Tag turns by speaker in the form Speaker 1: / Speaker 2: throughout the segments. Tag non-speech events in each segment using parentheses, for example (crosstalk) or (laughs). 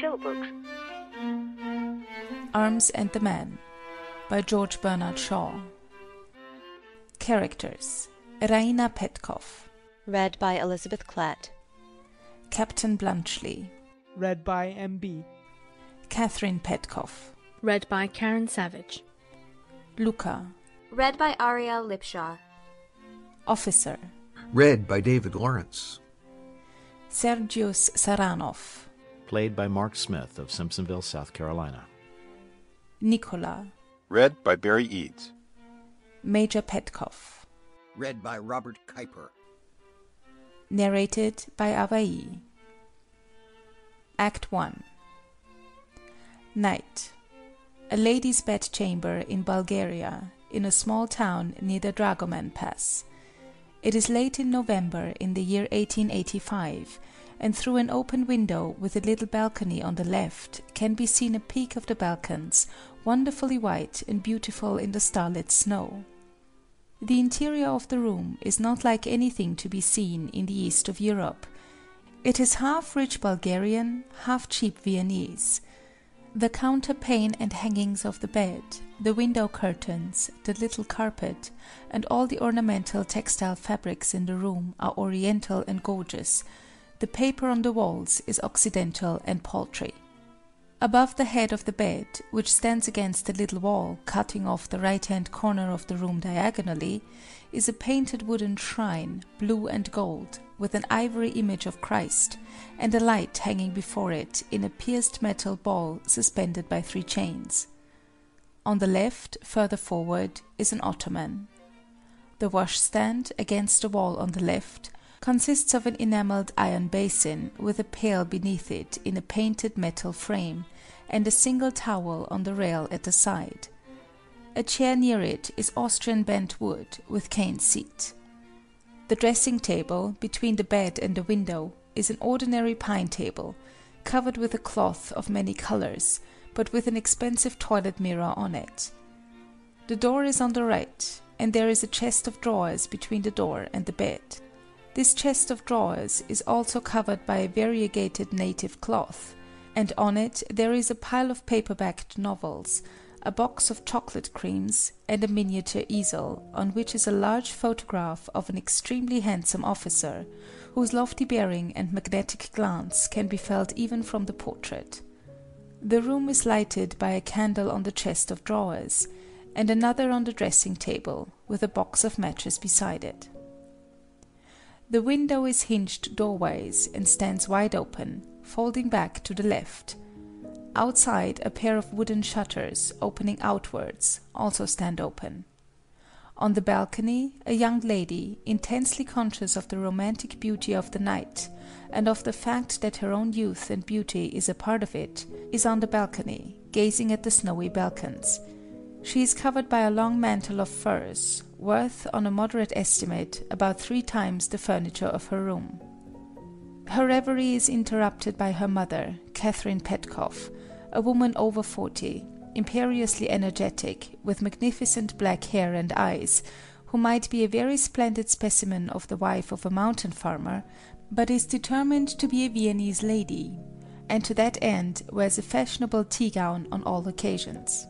Speaker 1: Chill Books.
Speaker 2: Arms and the Man by George Bernard Shaw Characters Raina Petkoff
Speaker 3: Read by Elizabeth Klett.
Speaker 2: Captain Bluntschli
Speaker 4: Read by MB.
Speaker 2: Catherine Petkoff
Speaker 5: Read by Karen Savage.
Speaker 2: Luca
Speaker 6: Read by Ariel Lipshaw.
Speaker 2: Officer
Speaker 7: Read by David Lawrence.
Speaker 2: Sergius Saranov
Speaker 8: Played by Mark Smith of Simpsonville, South Carolina.
Speaker 2: Nicola
Speaker 9: Read by Barry Eads.
Speaker 2: Major Petkoff
Speaker 7: Read by Robert Kuiper.
Speaker 2: Narrated by Awai Act 1 Night A lady's bedchamber in Bulgaria, in a small town near the Dragoman Pass. It is late in November in the year 1885, and through an open window with a little balcony on the left can be seen a peak of the Balkans, wonderfully white and beautiful in the starlit snow. The interior of the room is not like anything to be seen in the east of Europe. It is half rich Bulgarian, half cheap Viennese. The counterpane and hangings of the bed, the window curtains, the little carpet, and all the ornamental textile fabrics in the room are oriental and gorgeous. The paper on the walls is occidental and paltry. Above the head of the bed, which stands against a little wall cutting off the right-hand corner of the room diagonally, is a painted wooden shrine, blue and gold, with an ivory image of Christ, and a light hanging before it in a pierced metal ball suspended by three chains. On the left, further forward, is an ottoman. The washstand, against the wall on the left, consists of an enameled iron basin with a pail beneath it in a painted metal frame, and a single towel on the rail at the side. A chair near it is Austrian bent wood with cane seat. The dressing table, between the bed and the window, is an ordinary pine table, covered with a cloth of many colors, but with an expensive toilet mirror on it. The door is on the right, and there is a chest of drawers between the door and the bed. This chest of drawers is also covered by a variegated native cloth, and on it there is a pile of paper-backed novels, a box of chocolate creams, and a miniature easel, on which is a large photograph of an extremely handsome officer, whose lofty bearing and magnetic glance can be felt even from the portrait. The room is lighted by a candle on the chest of drawers, and another on the dressing table, with a box of matches beside it. The window is hinged doorways and stands wide open, folding back to the left. Outside, a pair of wooden shutters, opening outwards, also stand open. On the balcony, a young lady, intensely conscious of the romantic beauty of the night, and of the fact that her own youth and beauty is a part of it, is on the balcony, gazing at the snowy Balkans. She is covered by a long mantle of furs, worth, on a moderate estimate, about three times the furniture of her room. Her reverie is interrupted by her mother, Catherine Petkoff, a woman over forty, imperiously energetic, with magnificent black hair and eyes, who might be a very splendid specimen of the wife of a mountain farmer, but is determined to be a Viennese lady, and to that end wears a fashionable tea gown on all occasions.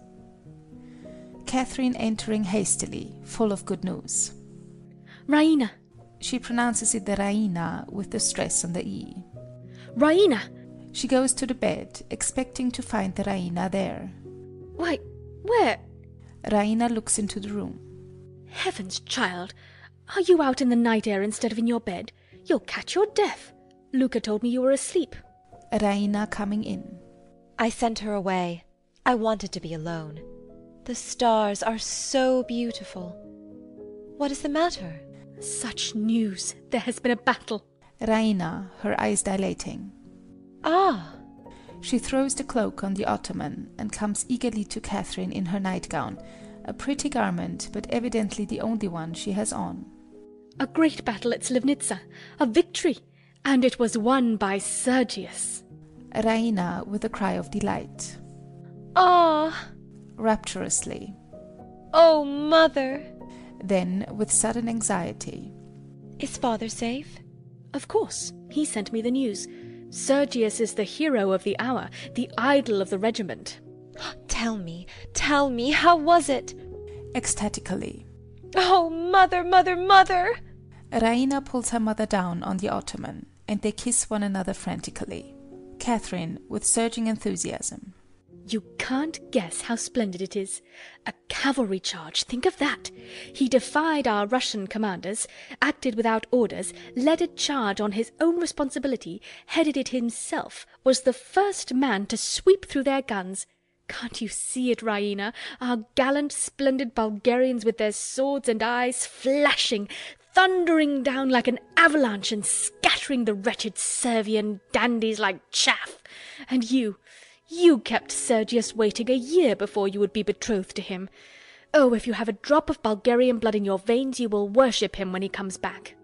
Speaker 2: Catherine entering hastily, full of good news.
Speaker 5: Raina!
Speaker 2: She pronounces it the Raina with the stress on the E.
Speaker 5: Raina!
Speaker 2: She goes to the bed, expecting to find the Raina there.
Speaker 5: Why, where?
Speaker 2: Raina looks into the room.
Speaker 5: Heavens, child! Are you out in the night air instead of in your bed? You'll catch your death. Luca told me you were asleep.
Speaker 2: Raina coming in.
Speaker 3: I sent her away. I wanted to be alone. The stars are so beautiful. What is the matter?
Speaker 5: Such news! There has been a battle.
Speaker 2: Raina, her eyes dilating.
Speaker 3: Ah!
Speaker 2: She throws the cloak on the ottoman and comes eagerly to Catherine in her nightgown, a pretty garment, but evidently the only one she has on.
Speaker 5: A great battle at Slivnitsa. A victory! And it was won by Sergius.
Speaker 2: Raina with a cry of delight.
Speaker 3: Ah!
Speaker 2: Rapturously.
Speaker 3: Oh, mother!
Speaker 2: Then, with sudden anxiety,
Speaker 3: Is father safe?
Speaker 5: Of course, he sent me the news. Sergius is the hero of the hour, the idol of the regiment.
Speaker 3: Tell me, tell me, how was it?
Speaker 2: ecstatically.
Speaker 3: Oh, mother, mother, mother!
Speaker 2: Raina pulls her mother down on the ottoman, and they kiss one another frantically. Catherine, with surging enthusiasm.
Speaker 5: You can't guess how splendid it is. A cavalry charge, think of that! He defied our Russian commanders, acted without orders, led a charge on his own responsibility, headed it himself, was the first man to sweep through their guns. Can't you see it, Raina? Our gallant, splendid Bulgarians with their swords and eyes flashing, thundering down like an avalanche and scattering the wretched Servian dandies like chaff. And you, you kept Sergius waiting a year before you would be betrothed to him. Oh, if you have a drop of Bulgarian blood in your veins, you will worship him when he comes back.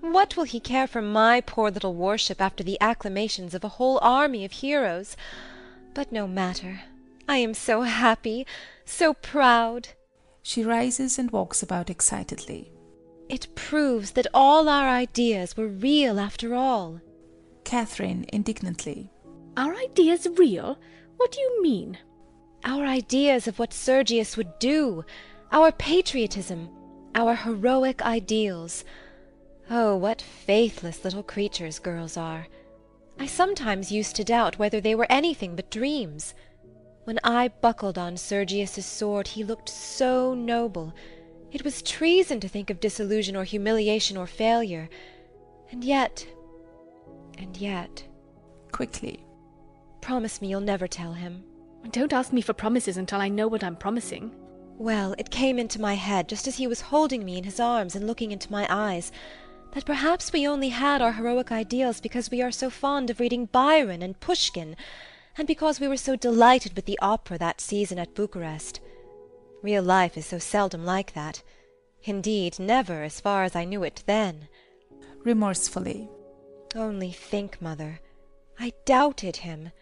Speaker 3: What will he care for my poor little worship after the acclamations of a whole army of heroes? But no matter. I am so happy, so proud.
Speaker 2: She rises and walks about excitedly.
Speaker 3: It proves that all our ideas were real after all.
Speaker 2: Catherine, indignantly.
Speaker 5: Our idea's real? What do you mean?
Speaker 3: Our ideas of what Sergius would do, our patriotism, our heroic ideals. Oh, what faithless little creatures girls are! I sometimes used to doubt whether they were anything but dreams. When I buckled on Sergius's sword, he looked so noble. It was treason to think of disillusion or humiliation or failure. And yet, and yet,
Speaker 2: Quickly.
Speaker 3: promise me you'll never tell him.
Speaker 5: Don't ask me for promises until I know what I'm promising.
Speaker 3: Well, it came into my head just as he was holding me in his arms and looking into my eyes that perhaps we only had our heroic ideals because we are so fond of reading Byron and Pushkin, and because we were so delighted with the opera that season at Bucharest. Real life is so seldom like that. Indeed, never, as far as I knew it then.
Speaker 2: Remorsefully.
Speaker 3: Only think, mother. I doubted him.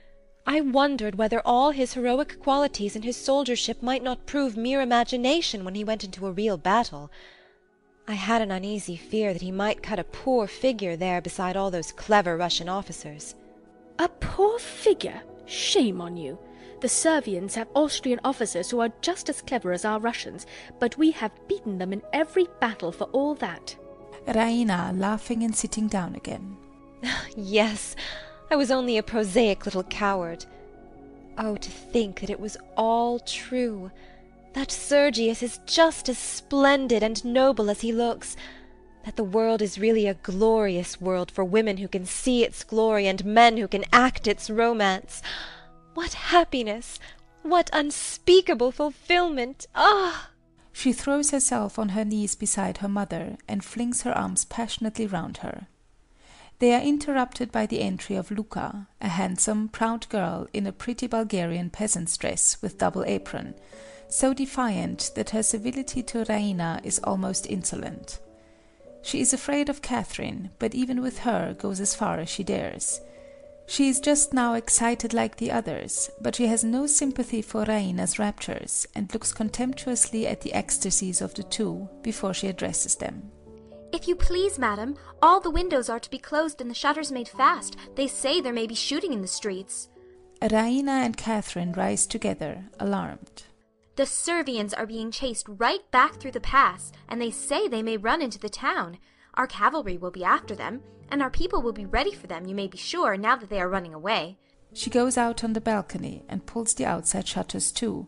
Speaker 3: I wondered whether all his heroic qualities and his soldiership might not prove mere imagination when he went into a real battle. I had an uneasy fear that he might cut a poor figure there beside all those clever Russian officers.
Speaker 5: A poor figure? Shame on you. The Servians have Austrian officers who are just as clever as our Russians, but we have beaten them in every battle for all that.
Speaker 2: Raina, laughing and sitting down again.
Speaker 3: Yes, I was only a prosaic little coward. Oh, to think that it was all true! That Sergius is just as splendid and noble as he looks. That the world is really a glorious world for women who can see its glory and men who can act its romance. What happiness! What unspeakable fulfillment! Ah!
Speaker 2: She throws herself on her knees beside her mother and flings her arms passionately round her. They are interrupted by the entry of Luca, a handsome, proud girl in a pretty Bulgarian peasant's dress with double apron, so defiant that her civility to Raina is almost insolent. She is afraid of Catherine, but even with her goes as far as she dares. She is just now excited like the others, but she has no sympathy for Raina's raptures and looks contemptuously at the ecstasies of the two before she addresses them.
Speaker 6: If you please, madam, all the windows are to be closed and the shutters made fast. They say there may be shooting in the streets.
Speaker 2: Raina and Catherine rise together, alarmed.
Speaker 6: The Servians are being chased right back through the pass, and they say they may run into the town. Our cavalry will be after them, and our people will be ready for them, you may be sure, now that they are running away.
Speaker 2: She goes out on the balcony and pulls the outside shutters to,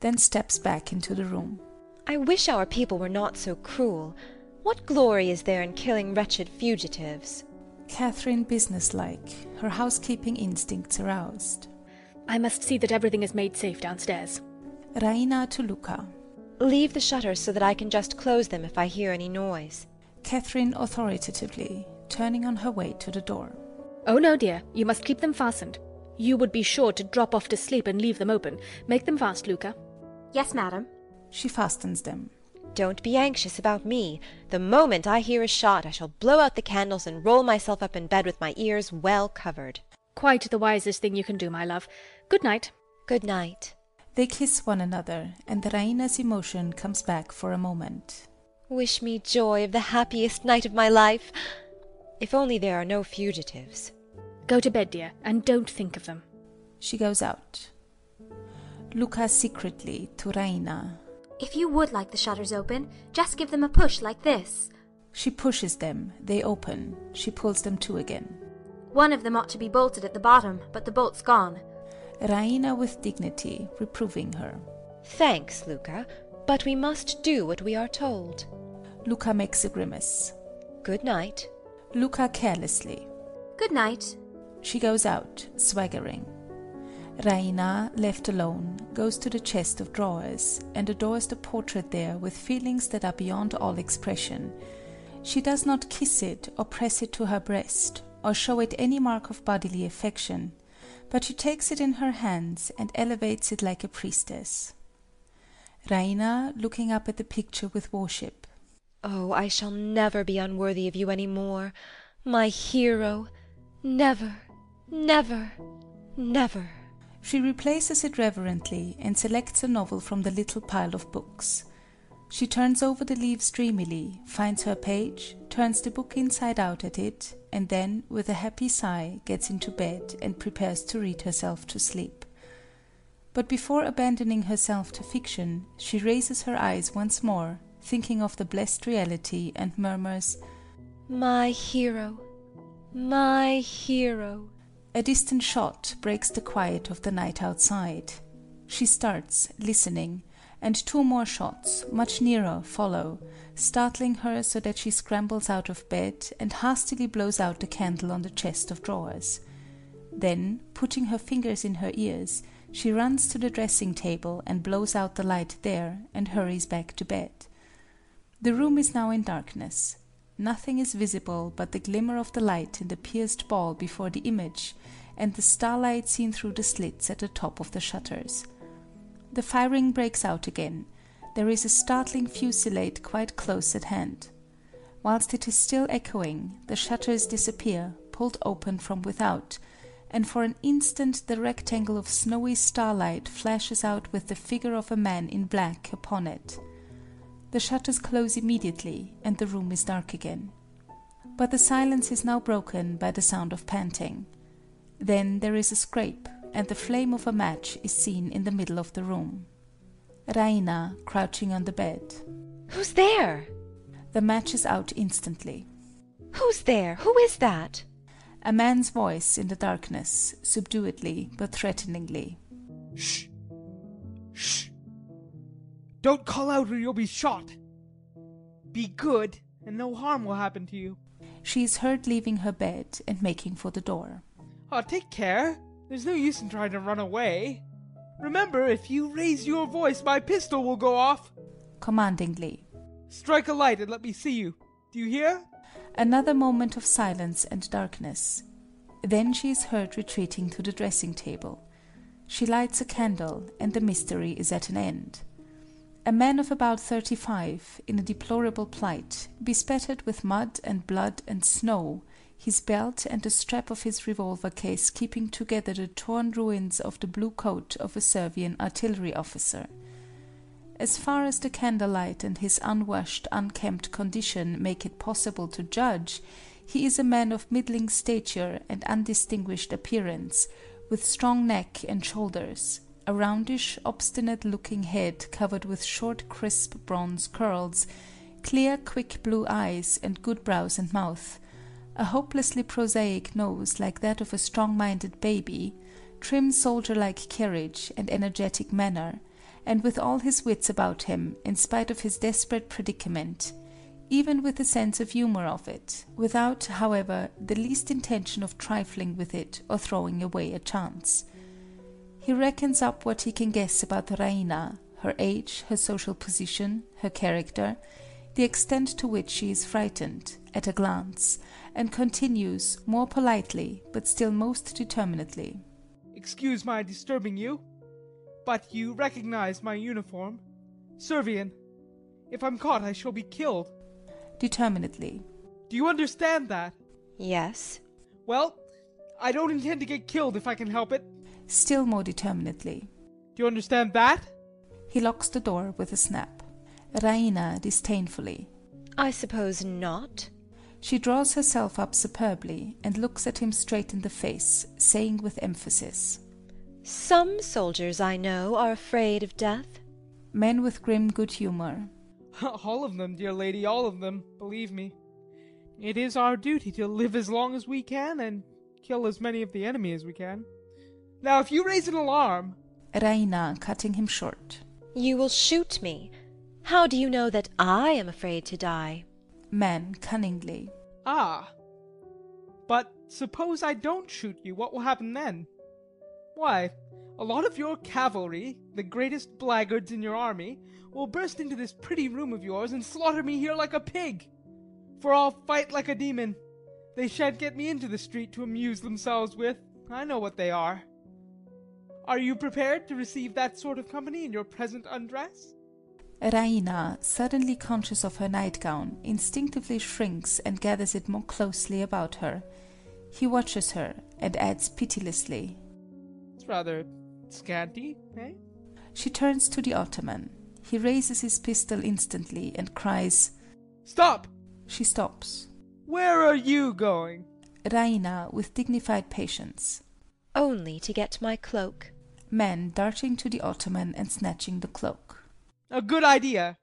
Speaker 2: then steps back into the room.
Speaker 3: I wish our people were not so cruel. What glory is there in killing wretched fugitives?
Speaker 2: Catherine businesslike, her housekeeping instincts aroused.
Speaker 5: I must see that everything is made safe downstairs.
Speaker 2: Raina to Luca.
Speaker 3: Leave the shutters so that I can just close them if I hear any noise.
Speaker 2: Catherine authoritatively, turning on her way to the door.
Speaker 5: Oh no, dear, you must keep them fastened. You would be sure to drop off to sleep and leave them open. Make them fast, Luca.
Speaker 6: Yes, madam.
Speaker 2: She fastens them.
Speaker 3: Don't be anxious about me. The moment I hear a shot, I shall blow out the candles and roll myself up in bed with my ears well covered.
Speaker 5: Quite the wisest thing you can do, my love. Good night.
Speaker 3: Good night.
Speaker 2: They kiss one another, and Raina's emotion comes back for a moment.
Speaker 3: Wish me joy of the happiest night of my life. If only there are no fugitives.
Speaker 5: Go to bed, dear, and don't think of them.
Speaker 2: She goes out. Luca secretly to Raina.
Speaker 6: If you would like the shutters open, just give them a push like this.
Speaker 2: She pushes them. They open. She pulls them to again.
Speaker 6: One of them ought to be bolted at the bottom, but the bolt's gone.
Speaker 2: Raina with dignity, reproving her.
Speaker 3: Thanks, Luca, but we must do what we are told.
Speaker 2: Luca makes a grimace.
Speaker 3: Good night.
Speaker 2: Luca carelessly.
Speaker 6: Good night.
Speaker 2: She goes out, swaggering. Raina, left alone, goes to the chest of drawers and adores the portrait there with feelings that are beyond all expression. She does not kiss it or press it to her breast or show it any mark of bodily affection, but she takes it in her hands and elevates it like a priestess. Raina, looking up at the picture with worship.
Speaker 3: Oh, I shall never be unworthy of you any more. My hero. Never, never, never.
Speaker 2: She replaces it reverently and selects a novel from the little pile of books. She turns over the leaves dreamily, finds her page, turns the book inside out at it, and then, with a happy sigh, gets into bed and prepares to read herself to sleep. But before abandoning herself to fiction, she raises her eyes once more, thinking of the blessed reality, and murmurs,
Speaker 3: My hero, my hero.
Speaker 2: A distant shot breaks the quiet of the night outside. She starts, listening, and two more shots, much nearer, follow, startling her so that she scrambles out of bed and hastily blows out the candle on the chest of drawers. Then, putting her fingers in her ears, she runs to the dressing table and blows out the light there and hurries back to bed. The room is now in darkness. Nothing is visible but the glimmer of the light in the pierced ball before the image, and the starlight seen through the slits at the top of the shutters. The firing breaks out again. There is a startling fusillade quite close at hand. Whilst it is still echoing, the shutters disappear, pulled open from without, and for an instant the rectangle of snowy starlight flashes out with the figure of a man in black upon it. The shutters close immediately, and the room is dark again. But the silence is now broken by the sound of panting. Then there is a scrape, and the flame of a match is seen in the middle of the room. Raina crouching on the bed.
Speaker 3: Who's there?
Speaker 2: The match is out instantly.
Speaker 3: Who's there? Who is that?
Speaker 2: A man's voice in the darkness, subduedly but threateningly.
Speaker 4: Shh. Shh. Don't call out or you'll be shot. Be good, and no harm will happen to you.
Speaker 2: She is heard leaving her bed and making for the door.
Speaker 4: Oh, take care. There's no use in trying to run away. Remember, if you raise your voice, my pistol will go off.
Speaker 2: Commandingly.
Speaker 4: Strike a light and let me see you. Do you hear?
Speaker 2: Another moment of silence and darkness. Then she is heard retreating to the dressing table. She lights a candle, and the mystery is at an end. A man of about thirty-five, in a deplorable plight, bespattered with mud and blood and snow, his belt and the strap of his revolver case keeping together the torn ruins of the blue coat of a Servian artillery officer. As far as the candlelight and his unwashed, unkempt condition make it possible to judge, he is a man of middling stature and undistinguished appearance, with strong neck and shoulders, a roundish, obstinate-looking head covered with short, crisp bronze curls, clear, quick blue eyes, and good brows and mouth, a hopelessly prosaic nose like that of a strong-minded baby, trim soldier-like carriage and energetic manner, and with all his wits about him, in spite of his desperate predicament, even with a sense of humor of it, without, however, the least intention of trifling with it or throwing away a chance. He reckons up what he can guess about Raina, her age, her social position, her character, the extent to which she is frightened, at a glance, and continues, more politely, but still most determinedly.
Speaker 4: Excuse my disturbing you, but you recognize my uniform. Servian. If I'm caught, I shall be killed.
Speaker 2: Determinedly.
Speaker 4: Do you understand that?
Speaker 3: Yes.
Speaker 4: Well, I don't intend to get killed if I can help it.
Speaker 2: Still more determinedly.
Speaker 4: Do you understand that? (laughs)
Speaker 2: He locks the door with a snap. Raina disdainfully.
Speaker 3: I suppose not.
Speaker 2: She draws herself up superbly and looks at him straight in the face, saying with emphasis,
Speaker 3: Some soldiers I know are afraid of death.
Speaker 2: men with grim good humor.
Speaker 4: all of them, dear lady, all of them, believe me. It is our duty to live as long as we can and kill as many of the enemy as we can. Now, if you raise an alarm,
Speaker 2: Raina cutting him short.
Speaker 3: You will shoot me. How do you know that I am afraid to die?
Speaker 2: Man cunningly.
Speaker 4: ah. But suppose I don't shoot you, what will happen then? Why, a lot of your cavalry, the greatest blackguards in your army, will burst into this pretty room of yours and slaughter me here like a pig. For I'll fight like a demon. They shan't get me into the street to amuse themselves with. I know what they are. Are you prepared to receive that sort of company in your present undress?
Speaker 2: Raina, suddenly conscious of her nightgown, instinctively shrinks and gathers it more closely about her. He watches her and adds pitilessly.
Speaker 4: It's rather scanty, eh?
Speaker 2: She turns to the Ottoman. He raises his pistol instantly and cries.
Speaker 4: Stop!
Speaker 2: She stops.
Speaker 4: Where are you going?
Speaker 2: Raina with dignified patience.
Speaker 3: Only to get my cloak.
Speaker 2: Man darting to the Ottoman and snatching the cloak.
Speaker 4: A good idea.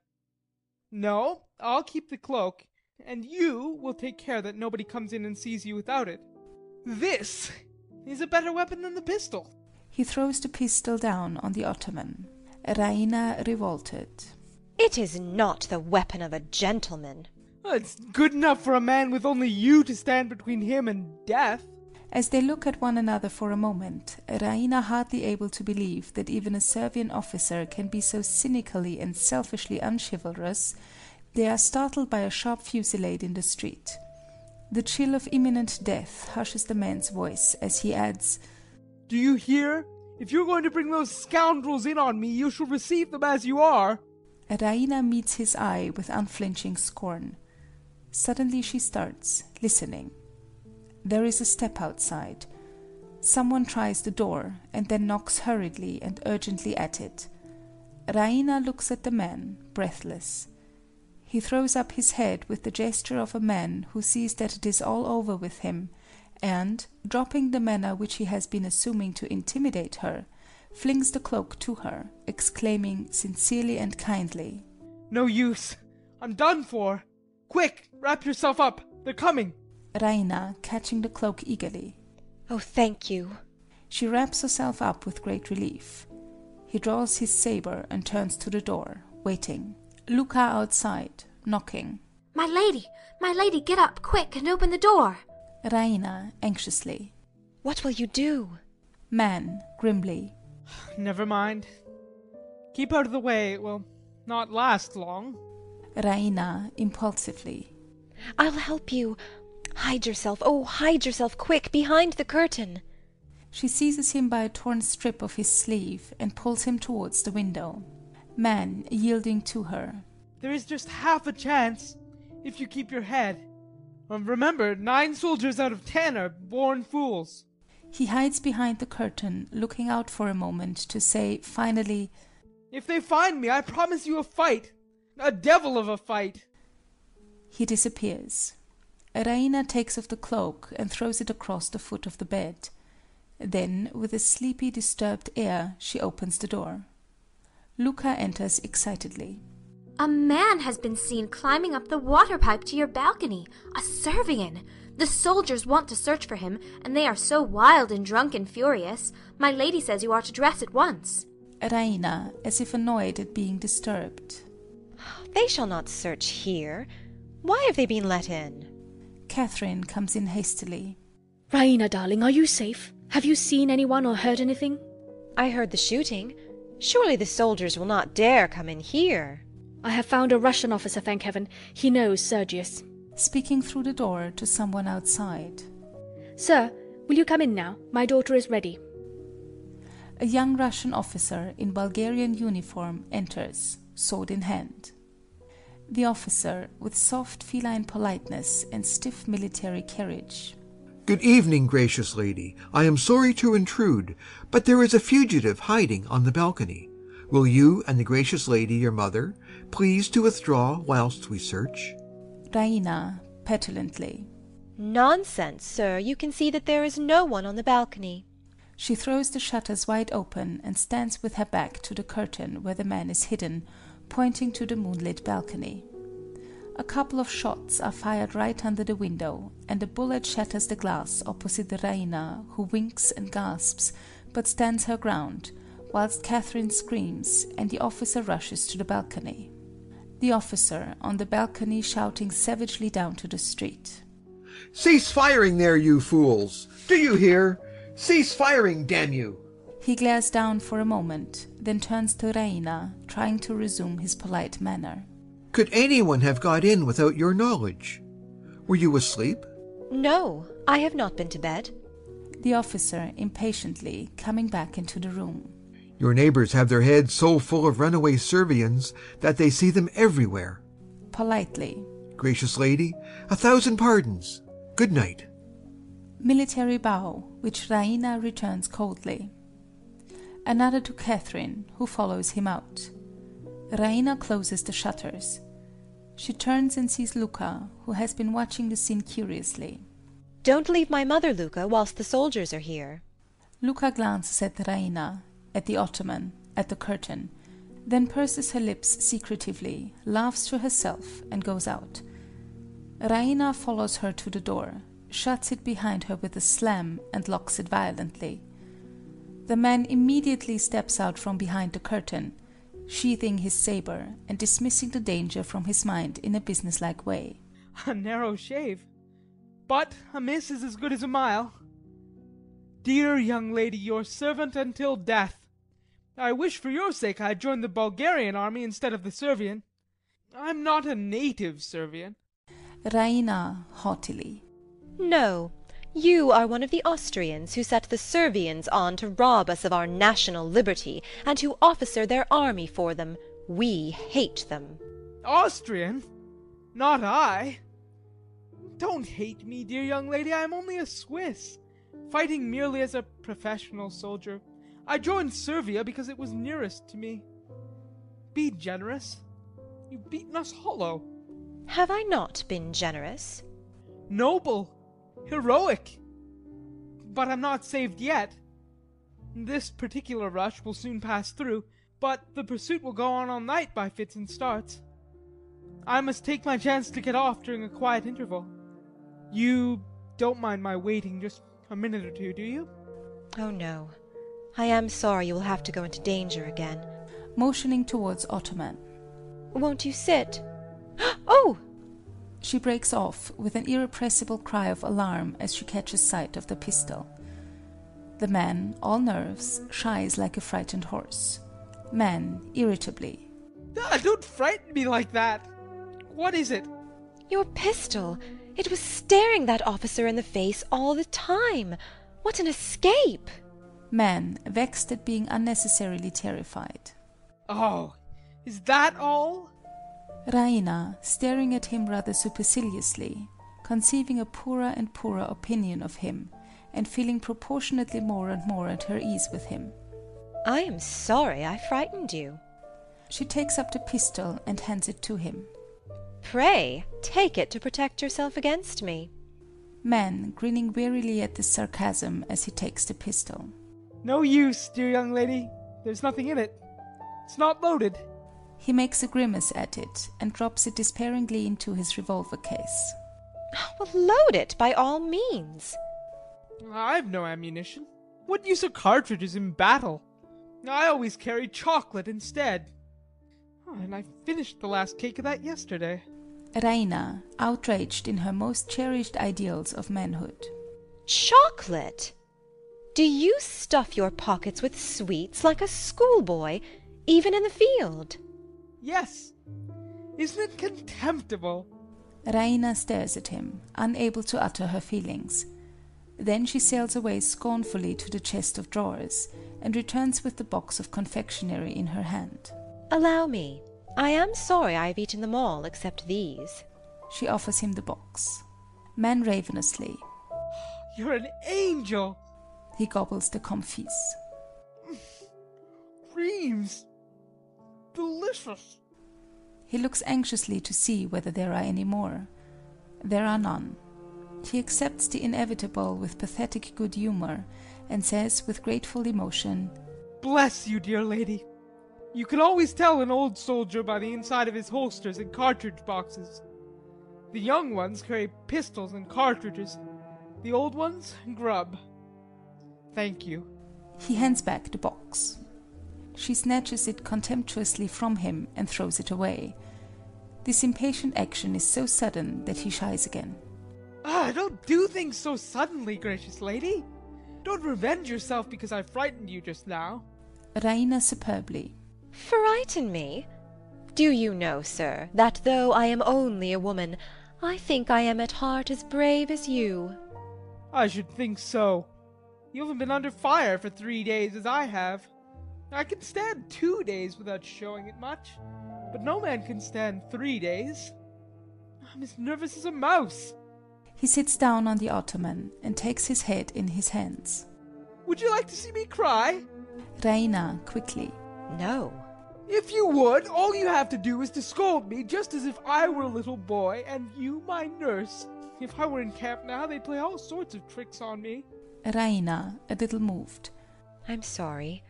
Speaker 4: No, I'll keep the cloak, and you will take care that nobody comes in and sees you without it. This is a better weapon than the pistol.
Speaker 2: He throws the pistol down on the Ottoman. Raina revolted.
Speaker 3: It is not the weapon of a gentleman.
Speaker 4: It's good enough for a man with only you to stand between him and death.
Speaker 2: As they look at one another for a moment, Raina hardly able to believe that even a Servian officer can be so cynically and selfishly unchivalrous, they are startled by a sharp fusillade in the street. The chill of imminent death hushes the man's voice as he adds,
Speaker 4: Do you hear? If you're going to bring those scoundrels in on me, you shall receive them as you are.
Speaker 2: Raina meets his eye with unflinching scorn. Suddenly she starts, listening. There is a step outside. Someone tries the door and then knocks hurriedly and urgently at it. Raina looks at the man, breathless. He throws up his head with the gesture of a man who sees that it is all over with him, and, dropping the manner which he has been assuming to intimidate her, flings the cloak to her, exclaiming sincerely and kindly,
Speaker 4: No use. I'm done for. Quick, wrap yourself up. They're coming. (sighs)
Speaker 2: Raina catching the cloak eagerly.
Speaker 3: Oh, thank you.
Speaker 2: She wraps herself up with great relief. He draws his saber and turns to the door, waiting. Luca outside, knocking.
Speaker 6: My lady, my lady, get up quick and open the door.
Speaker 2: Raina anxiously.
Speaker 3: What will you do?
Speaker 2: Man grimly.
Speaker 4: Never mind. Keep out of the way. It will not last long.
Speaker 2: Raina impulsively.
Speaker 3: I'll help you. Hide yourself. Oh, hide yourself quick behind the curtain.
Speaker 2: She seizes him by a torn strip of his sleeve and pulls him towards the window. Man yielding to her.
Speaker 4: There is just half a chance if you keep your head. Um, remember, nine soldiers out of ten are born fools.
Speaker 2: He hides behind the curtain, looking out for a moment to say finally,
Speaker 4: If they find me, I promise you a fight. A devil of a fight. (laughs)
Speaker 2: He disappears. Raina takes off the cloak and throws it across the foot of the bed. Then, with a sleepy, disturbed air, she opens the door. Luca enters excitedly.
Speaker 6: A man has been seen climbing up the water pipe to your balcony, a Servian. The soldiers want to search for him, and they are so wild and drunk and furious. My lady says you are to dress at once.
Speaker 2: Raina, as if annoyed at being disturbed.
Speaker 3: They shall not search here. Why have they been let in?
Speaker 2: Catherine comes in hastily.
Speaker 5: Raina, darling, are you safe? Have you seen anyone or heard anything?
Speaker 3: I heard the shooting. Surely the soldiers will not dare come in here.
Speaker 5: I have found a Russian officer, thank heaven. He knows Sergius.
Speaker 2: Speaking through the door to someone outside.
Speaker 5: Sir, will you come in now? My daughter is ready.
Speaker 2: A young Russian officer in Bulgarian uniform enters, sword in hand. The officer, with soft feline politeness and stiff military carriage,
Speaker 7: Good evening, gracious lady. I am sorry to intrude, but there is a fugitive hiding on the balcony. Will you and the gracious lady, your mother, please to withdraw whilst we search?
Speaker 2: Raina, petulantly.
Speaker 3: Nonsense, sir. You can see that there is no one on the balcony.
Speaker 2: She throws the shutters wide open and stands with her back to the curtain where the man is hidden, pointing to the moonlit balcony. A couple of shots are fired right under the window, and a bullet shatters the glass opposite Raina, who winks and gasps, but stands her ground, whilst Catherine screams, and the officer rushes to the balcony. The officer, on the balcony, shouting savagely down to the street.
Speaker 7: Cease firing there, you fools! Do you hear? Cease firing, damn you!
Speaker 2: He glares down for a moment, then turns to Raina, trying to resume his polite manner.
Speaker 7: Could anyone have got in without your knowledge? Were you asleep?
Speaker 3: No, I have not been to bed.
Speaker 2: The officer, impatiently, coming back into the room.
Speaker 7: Your neighbors have their heads so full of runaway Servians that they see them everywhere.
Speaker 2: Politely.
Speaker 7: Gracious lady, a thousand pardons. Good night.
Speaker 2: Military bow, which Raina returns coldly. Another to Catherine, who follows him out. Raina closes the shutters. She turns and sees Luca, who has been watching the scene curiously.
Speaker 3: Don't leave my mother, Luca, whilst the soldiers are here.
Speaker 2: Luca glances at Raina, at the ottoman, at the curtain, then purses her lips secretively, laughs to herself, and goes out. Raina follows her to the door, shuts it behind her with a slam, and locks it violently. The man immediately steps out from behind the curtain, sheathing his saber and dismissing the danger from his mind in a businesslike way.
Speaker 4: A narrow shave. But a miss is as good as a mile. Dear young lady, your servant until death. I wish for your sake I had joined the Bulgarian army instead of the Servian. I'm not a native Servian.
Speaker 2: Raina haughtily.
Speaker 3: No, you are one of the Austrians who set the Servians on to rob us of our national liberty, and who officer their army for them. We hate them.
Speaker 4: Austrian? Not I. Don't hate me, dear young lady. I am only a Swiss, fighting merely as a professional soldier. I joined Servia because it was nearest to me. Be generous. You've beaten us hollow.
Speaker 3: Have I not been generous?
Speaker 4: noble, heroic. But I'm not saved yet. This particular rush will soon pass through, but the pursuit will go on all night by fits and starts. I must take my chance to get off during a quiet interval. You don't mind my waiting just a minute or two, do you?
Speaker 3: Oh no. I am sorry you will have to go into danger again.
Speaker 2: Motioning towards ottoman,
Speaker 3: Won't you sit? (gasps) Oh!
Speaker 2: she breaks off with an irrepressible cry of alarm as she catches sight of the pistol. The man, all nerves, shies like a frightened horse. Man, irritably.
Speaker 4: Ah, don't frighten me like that. What is it?
Speaker 3: Your pistol! It was staring that officer in the face all the time! What an escape!
Speaker 2: Man, vexed at being unnecessarily terrified.
Speaker 4: Oh, is that all?
Speaker 2: Raina, staring at him rather superciliously, conceiving a poorer and poorer opinion of him, and feeling proportionately more and more at her ease with him.
Speaker 3: I am sorry I frightened you.
Speaker 2: She takes up the pistol and hands it to him.
Speaker 3: Pray, take it to protect yourself against me. (sighs)
Speaker 2: Man, grinning wearily at this sarcasm as he takes the pistol.
Speaker 4: No use, dear young lady. There's nothing in it. It's not loaded.
Speaker 2: He makes a grimace at it and drops it despairingly into his revolver case.
Speaker 3: Well, load it by all means.
Speaker 4: I've no ammunition. What use are cartridges in battle? I always carry chocolate instead. Oh, and I finished the last cake of that yesterday.
Speaker 2: Raina, outraged in her most cherished ideals of manhood.
Speaker 3: Chocolate! Do you stuff your pockets with sweets like a schoolboy, even in the field?
Speaker 4: Yes. Isn't it contemptible?
Speaker 2: Raina stares at him, unable to utter her feelings. Then she sails away scornfully to the chest of drawers, and returns with the box of confectionery in her hand.
Speaker 3: Allow me. I am sorry I have eaten them all except these.
Speaker 2: She offers him the box. Man ravenously,
Speaker 4: You're an angel.
Speaker 2: he gobbles the confits.
Speaker 4: Creams. Delicious.
Speaker 2: He looks anxiously to see whether there are any more. There are none. He accepts the inevitable with pathetic good humor, and says with grateful emotion,
Speaker 4: Bless you, dear lady. You can always tell an old soldier by the inside of his holsters and cartridge boxes. The young ones carry pistols and cartridges. The old ones, grub. Thank you.
Speaker 2: He hands back the box. She snatches it contemptuously from him and throws it away. This impatient action is so sudden that he shies again.
Speaker 4: Ah, don't do things so suddenly, gracious lady. Don't revenge yourself because I frightened you just now.
Speaker 2: Raina superbly.
Speaker 3: Frighten me? Do you know, sir, that though I am only a woman, I think I am at heart as brave as you.
Speaker 4: I should think so. You haven't been under fire for three days as I have. I can stand two days without showing it much, but no man can stand three days. Ah, I'm as nervous as a mouse.
Speaker 2: He sits down on the ottoman and takes his head in his hands.
Speaker 4: Would you like to see me cry?
Speaker 2: Raina quickly.
Speaker 3: No.
Speaker 4: If you would, all you have to do is to scold me just as if I were a little boy and you my nurse. If I were in camp now, they'd play all sorts of tricks on me.
Speaker 2: Raina, a little moved,
Speaker 3: I'm sorry.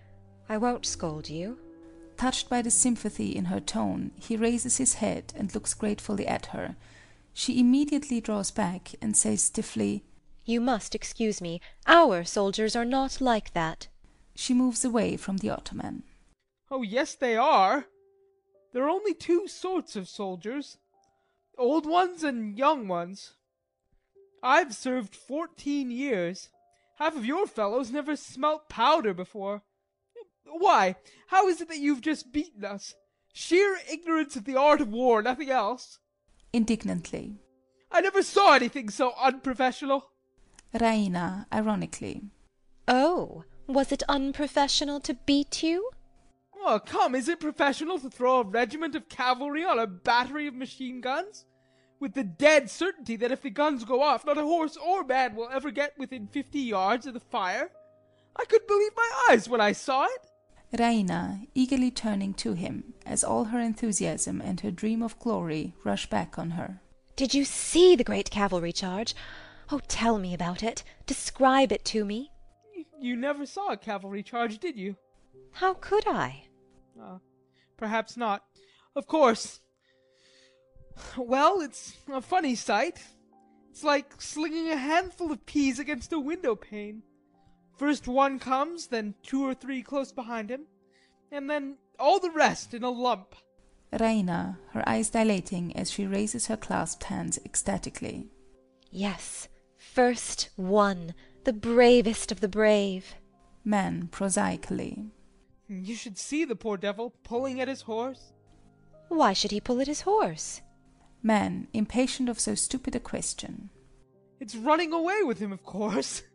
Speaker 3: I won't scold you.
Speaker 2: Touched by the sympathy in her tone, he raises his head and looks gratefully at her. She immediately draws back and says stiffly,
Speaker 3: You must excuse me. Our soldiers are not like that.
Speaker 2: she moves away from the ottoman.
Speaker 4: Oh, yes, they are. There are only two sorts of soldiers old ones and young ones. I've served fourteen years. Half of your fellows never smelt powder before. Why, how is it that you've just beaten us? Sheer ignorance of the art of war, nothing else.
Speaker 2: Indignantly.
Speaker 4: I never saw anything so unprofessional.
Speaker 2: Raina, ironically.
Speaker 3: Oh, was it unprofessional to beat you?
Speaker 4: Oh, come, is it professional to throw a regiment of cavalry on a battery of machine guns? With the dead certainty that if the guns go off, not a horse or man will ever get within fifty yards of the fire? I could believe my eyes when I saw it.
Speaker 2: Raina, eagerly turning to him, as all her enthusiasm and her dream of glory rush back on her.
Speaker 3: Did you see the great cavalry charge? Oh, tell me about it. Describe it to me.
Speaker 4: Y- You never saw a cavalry charge, did you?
Speaker 3: How could I?
Speaker 4: Uh, perhaps not. Of course. Well, it's a funny sight. It's like slinging a handful of peas against a window pane. First one comes, then two or three close behind him, and then all the rest in a lump.
Speaker 2: Raina, her eyes dilating as she raises her clasped hands ecstatically.
Speaker 3: Yes, first one, the bravest of the brave.
Speaker 2: Man, prosaically.
Speaker 4: You should see the poor devil pulling at his horse.
Speaker 3: Why should he pull at his horse?
Speaker 2: Man, impatient of so stupid a question.
Speaker 4: It's running away with him, of course. (laughs)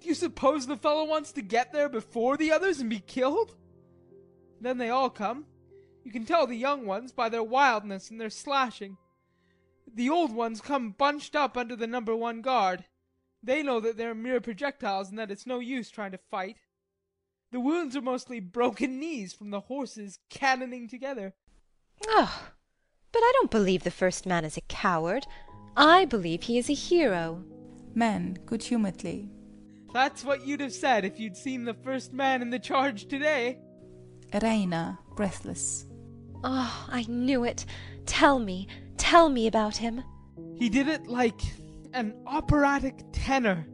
Speaker 4: Do you suppose the fellow wants to get there before the others and be killed? Then they all come. You can tell the young ones by their wildness and their slashing. The old ones come bunched up under the number one guard. They know that they're mere projectiles and that it's no use trying to fight. The wounds are mostly broken knees from the horses cannoning together.
Speaker 3: Oh, but I don't believe the first man is a coward. I believe he is a hero.
Speaker 2: Man, good humouredly.
Speaker 4: That's what you'd have said if you'd seen the first man in the charge today.
Speaker 2: Raina, breathless.
Speaker 3: Oh, I knew it. Tell me, tell me about him.
Speaker 4: He did it like an operatic tenor.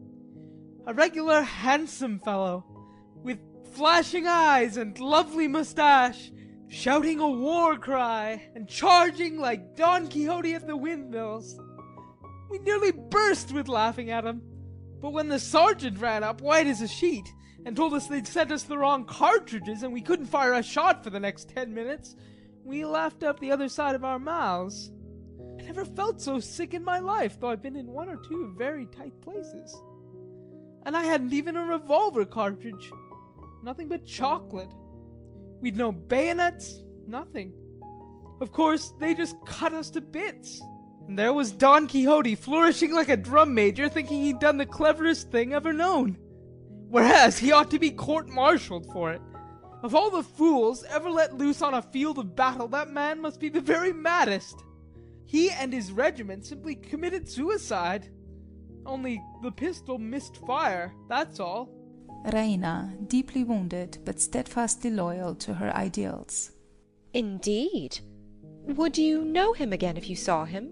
Speaker 4: A regular handsome fellow, with flashing eyes and lovely mustache, shouting a war cry and charging like Don Quixote at the windmills. We nearly burst with laughing at him, but when the sergeant ran up, white as a sheet, and told us they'd sent us the wrong cartridges and we couldn't fire a shot for the next ten minutes, we laughed up the other side of our mouths. I never felt so sick in my life, though I've been in one or two very tight places. And I hadn't even a revolver cartridge. Nothing but chocolate. We'd no bayonets, nothing. Of course, they just cut us to bits. And there was Don Quixote flourishing like a drum major, thinking he'd done the cleverest thing ever known. Whereas he ought to be court martialed for it. Of all the fools ever let loose on a field of battle, that man must be the very maddest. He and his regiment simply committed suicide. Only the pistol missed fire, that's all.
Speaker 2: Reina, deeply wounded but steadfastly loyal to her ideals.
Speaker 3: Indeed. Would you know him again if you saw him?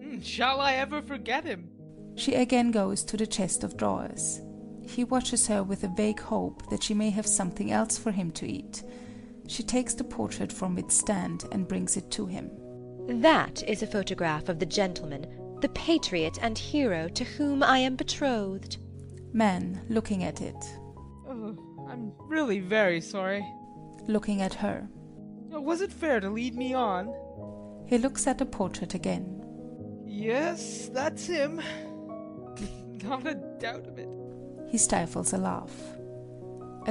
Speaker 4: Mm, Shall I ever forget him?
Speaker 2: She again goes to the chest of drawers. He watches her with a vague hope that she may have something else for him to eat. She takes the portrait from its stand and brings it to him.
Speaker 3: That is a photograph of the gentleman, the patriot and hero to whom I am betrothed.
Speaker 2: Man looking at it,
Speaker 4: Ugh, I'm really very sorry.
Speaker 2: looking at her.
Speaker 4: Was it fair to lead me on?
Speaker 2: He looks at the portrait again.
Speaker 4: Yes, that's him. (laughs) Not a doubt of it.
Speaker 2: He stifles a laugh.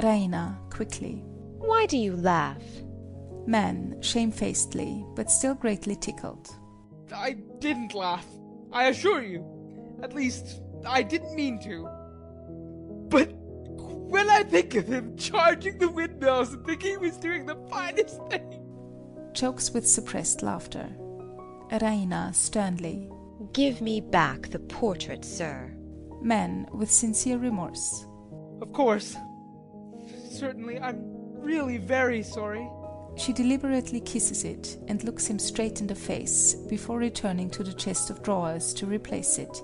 Speaker 2: Reina, quickly.
Speaker 3: Why do you laugh?
Speaker 2: Man, shamefacedly, but still greatly tickled.
Speaker 4: I didn't laugh. I assure you. At least, I didn't mean to. But when I think of him charging the windmills and thinking he was doing the finest thing.
Speaker 2: Chokes with suppressed laughter. Reina, sternly.
Speaker 3: Give me back the portrait, sir.
Speaker 2: Man, with sincere remorse.
Speaker 4: Of course. Certainly, I'm really very sorry.
Speaker 2: She deliberately kisses it and looks him straight in the face before returning to the chest of drawers to replace it.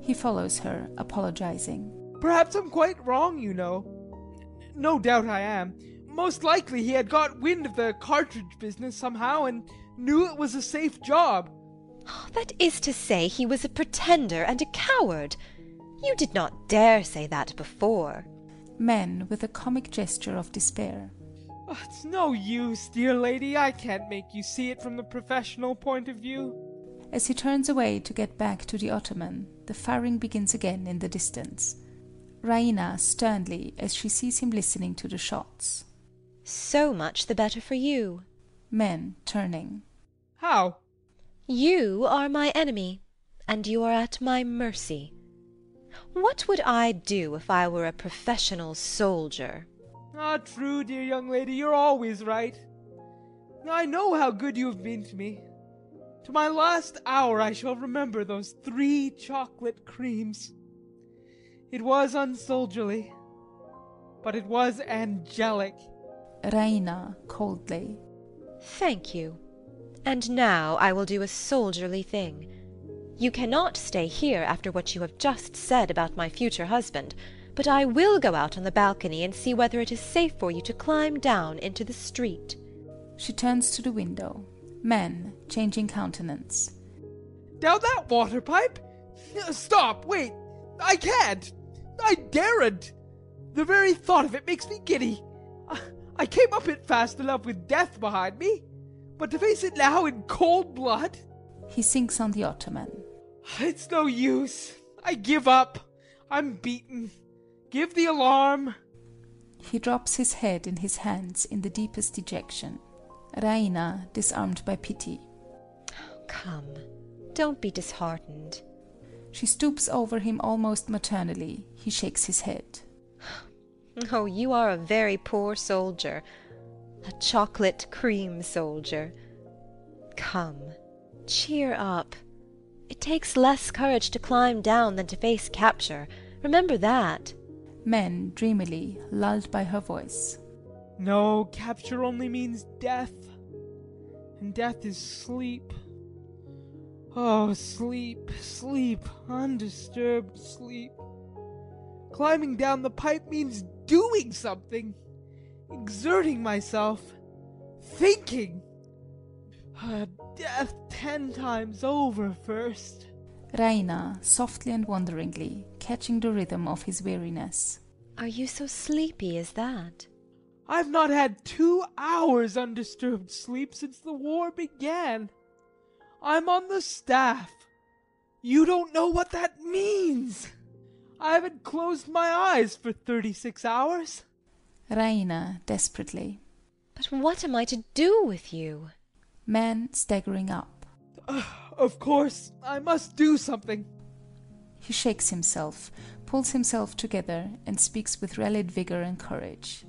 Speaker 2: He follows her, apologizing.
Speaker 4: Perhaps I'm quite wrong, you know. N- No doubt I am. Most likely he had got wind of the cartridge business somehow and knew it was a safe job.
Speaker 3: That is to say, he was a pretender and a coward. You did not dare say that before.
Speaker 2: Man, with a comic gesture of despair.
Speaker 4: Ugh, Oh, It's no use, dear lady. I can't make you see it from the professional point of view.
Speaker 2: As he turns away to get back to the ottoman, the firing begins again in the distance. Raina sternly as she sees him listening to the shots.
Speaker 3: So much the better for you.
Speaker 2: Men turning.
Speaker 4: How?
Speaker 3: You are my enemy, and you are at my mercy. What would I do if I were a professional soldier?
Speaker 4: Ah, true, dear young lady. You're always right. I know how good you have been to me. To my last hour, I shall remember those three chocolate creams. It was unsoldierly, but it was angelic.
Speaker 2: Raina coldly.
Speaker 3: Thank you. And now I will do a soldierly thing. You cannot stay here after what you have just said about my future husband, but I will go out on the balcony and see whether it is safe for you to climb down into the street.
Speaker 2: She turns to the window. Man changing countenance.
Speaker 4: Down that water pipe? Uh, Stop, wait. I can't. I daren't. The very thought of it makes me giddy. I- I came up it fast enough with death behind me, but to face it now in cold blood?
Speaker 2: He sinks on the ottoman.
Speaker 4: It's no use. I give up. I'm beaten. Give the alarm.
Speaker 2: He drops his head in his hands in the deepest dejection. Raina disarmed by pity.
Speaker 3: Come, don't be disheartened.
Speaker 2: She stoops over him almost maternally. He shakes his head.
Speaker 3: Oh, you are a very poor soldier. A chocolate cream soldier. Come, cheer up. It takes less courage to climb down than to face capture. Remember that.
Speaker 2: Men dreamily, lulled by her voice.
Speaker 4: No, capture only means death. And death is sleep. Oh, sleep, sleep, undisturbed sleep. Climbing down the pipe means doing something, exerting myself, thinking. Ah, death ten times over first.
Speaker 2: Raina, softly and wonderingly, catching the rhythm of his weariness.
Speaker 3: Are you so sleepy as that?
Speaker 4: I've not had two hours undisturbed sleep since the war began. I'm on the staff. You don't know what that means. I haven't closed my eyes for 36 hours.
Speaker 2: Raina, desperately.
Speaker 3: But what am I to do with you?
Speaker 2: Man staggering up.
Speaker 4: Ugh, of course, I must do something.
Speaker 2: He shakes himself, pulls himself together, and speaks with rallied vigor and courage.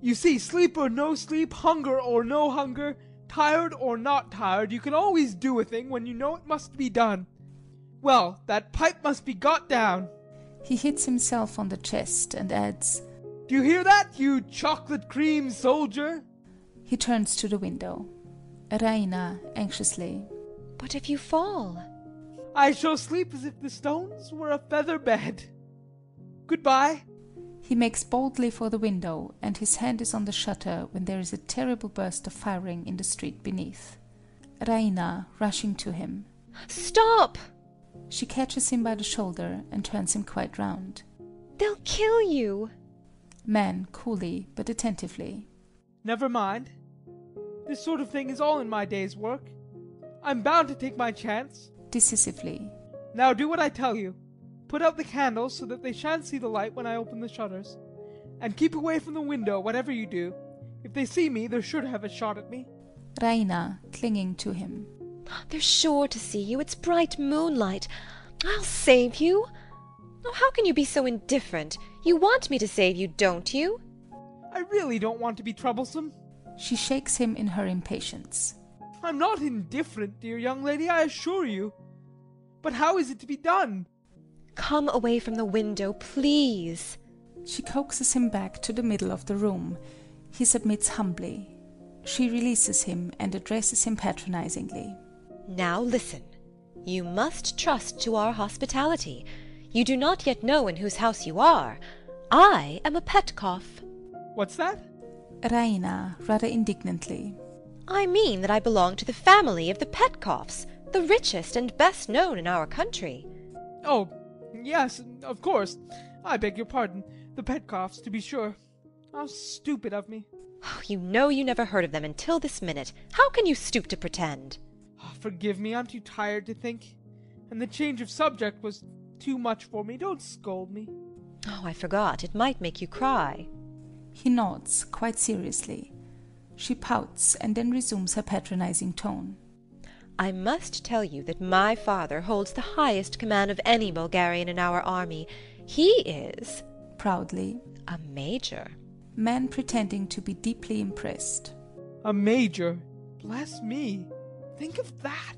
Speaker 4: You see, sleep or no sleep, hunger or no hunger, Tired or not tired, you can always do a thing when you know it must be done. Well, that pipe must be got down.
Speaker 2: He hits himself on the chest and adds,
Speaker 4: Do you hear that, you chocolate cream soldier?
Speaker 2: He turns to the window. Raina, anxiously.
Speaker 3: What if you fall?
Speaker 4: I shall sleep as if the stones were a feather bed. Goodbye.
Speaker 2: He makes boldly for the window, and his hand is on the shutter when there is a terrible burst of firing in the street beneath. Raina, rushing to him,
Speaker 3: Stop!
Speaker 2: she catches him by the shoulder and turns him quite round.
Speaker 3: They'll kill you!
Speaker 2: Man, coolly but attentively.
Speaker 4: Never mind. This sort of thing is all in my day's work. I'm bound to take my chance.
Speaker 2: Decisively.
Speaker 4: Now do what I tell you. Put out the candles so that they shan't see the light when I open the shutters. And keep away from the window, whatever you do. If they see me, they're sure to have a shot at me.
Speaker 2: Raina, clinging to him.
Speaker 3: They're sure to see you. It's bright moonlight. I'll save you. Oh, how can you be so indifferent? You want me to save you, don't you?
Speaker 4: I really don't want to be troublesome.
Speaker 2: She shakes him in her impatience.
Speaker 4: I'm not indifferent, dear young lady, I assure you. But how is it to be done?
Speaker 3: Come away from the window, please.
Speaker 2: She coaxes him back to the middle of the room. He submits humbly. She releases him and addresses him patronizingly.
Speaker 3: Now listen. You must trust to our hospitality. You do not yet know in whose house you are. I am a Petkoff.
Speaker 4: What's that?
Speaker 2: Raina, rather indignantly.
Speaker 3: I mean that I belong to the family of the Petkoffs, the richest and best known in our country.
Speaker 4: Oh, yes, of course. I beg your pardon. The Petkoffs, to be sure. How stupid of me.
Speaker 3: Oh, you know you never heard of them until this minute. How can you stoop to pretend?
Speaker 4: Ah, Forgive me, I'm too tired to think. And the change of subject was too much for me. Don't scold me.
Speaker 3: Oh, I forgot. It might make you cry.
Speaker 2: He nods, quite seriously. She pouts and then resumes her patronizing tone.
Speaker 3: I must tell you that my father holds the highest command of any Bulgarian in our army. He is
Speaker 2: Proudly,
Speaker 3: a major.
Speaker 2: man pretending to be deeply impressed.
Speaker 4: A major. Bless me. Think of that.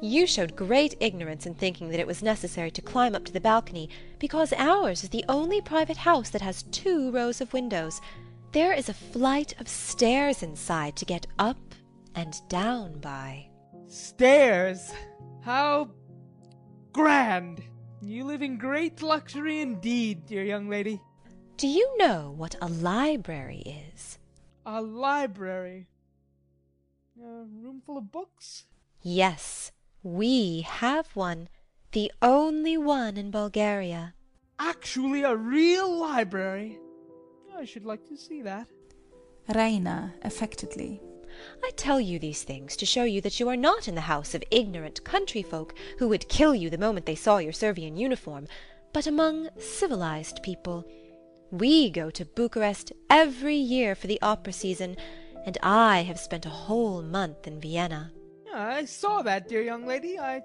Speaker 3: You showed great ignorance in thinking that it was necessary to climb up to the balcony because ours is the only private house that has two rows of windows. There is a flight of stairs inside to get up and down by.
Speaker 4: Stairs. How grand. You live in great luxury indeed, dear young lady.
Speaker 3: Do you know what a library is?
Speaker 4: A library. A room full of books?
Speaker 3: Yes, we have one, the only one in Bulgaria.
Speaker 4: Actually, a real library. I should like to see that.
Speaker 2: Raina, affectedly.
Speaker 3: I tell you these things to show you that you are not in the house of ignorant country folk who would kill you the moment they saw your Servian uniform, but among civilized people. We go to Bucharest every year for the opera season, and I have spent a whole month in Vienna.
Speaker 4: I saw that, dear young lady. I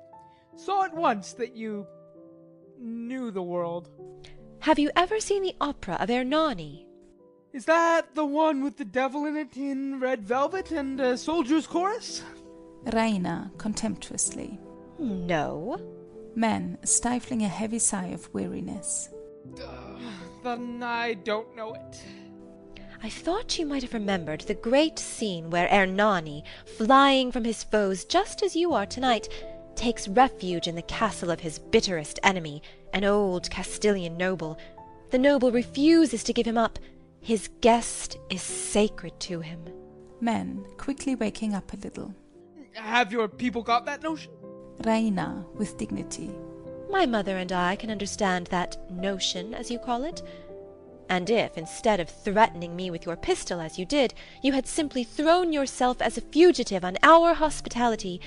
Speaker 4: saw at once that you knew the world.
Speaker 3: Have you ever seen the opera of Ernani?
Speaker 4: Is that the one with the devil in it in red velvet and a soldier's chorus?
Speaker 2: Raina, contemptuously.
Speaker 3: No.
Speaker 2: Man, stifling a heavy sigh of weariness.
Speaker 4: Then I don't know it.
Speaker 3: I thought you might have remembered the great scene where Ernani, flying from his foes just as you are tonight, takes refuge in the castle of his bitterest enemy, an old Castilian noble. The noble refuses to give him up. His guest is sacred to him.
Speaker 2: Man, quickly waking up a little.
Speaker 4: Have your people got that notion?
Speaker 2: Raina, with dignity.
Speaker 3: My mother and I can understand that notion, as you call it. And if, instead of threatening me with your pistol as you did, you had simply thrown yourself as a fugitive on our hospitality,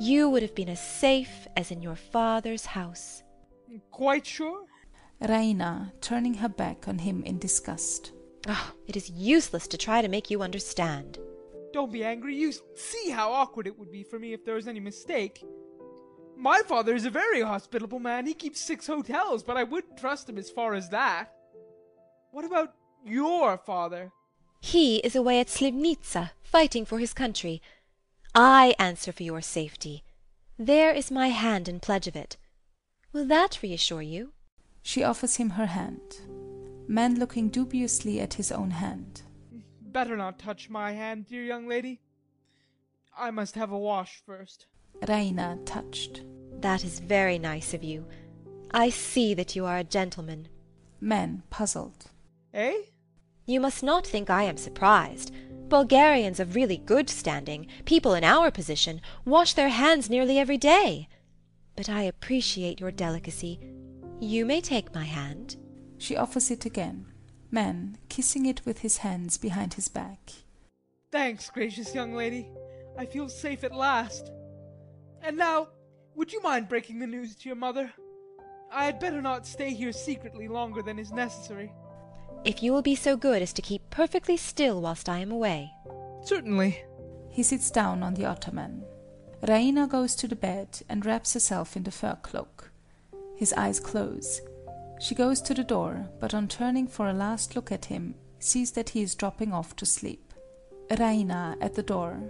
Speaker 3: you would have been as safe as in your father's house.
Speaker 4: Quite sure?
Speaker 2: Raina, turning her back on him in disgust.
Speaker 3: Oh, it is useless to try to make you understand.
Speaker 4: Don't be angry. You see how awkward it would be for me if there was any mistake. My father is a very hospitable man. He keeps six hotels, but I wouldn't trust him as far as that. What about your father?
Speaker 3: He is away at Slivnitsa, fighting for his country. I answer for your safety. There is my hand in pledge of it. Will that reassure you?
Speaker 2: She offers him her hand. Man looking dubiously at his own hand.
Speaker 4: Better not touch my hand, dear young lady. I must have a wash first.
Speaker 2: Raina touched.
Speaker 3: That is very nice of you. I see that you are a gentleman.
Speaker 2: Man puzzled.
Speaker 4: Eh?
Speaker 3: You must not think I am surprised. Bulgarians of really good standing, people in our position, wash their hands nearly every day. But I appreciate your delicacy. You may take my hand.
Speaker 2: She offers it again. Man kissing it with his hands behind his back.
Speaker 4: Thanks, gracious young lady. I feel safe at last. And now, would you mind breaking the news to your mother? I had better not stay here secretly longer than is necessary.
Speaker 3: If you will be so good as to keep perfectly still whilst I am away.
Speaker 4: Certainly.
Speaker 2: He sits down on the ottoman. Raina goes to the bed and wraps herself in the fur cloak. His eyes close. She goes to the door, but on turning for a last look at him, sees that he is dropping off to sleep. Raina at the door.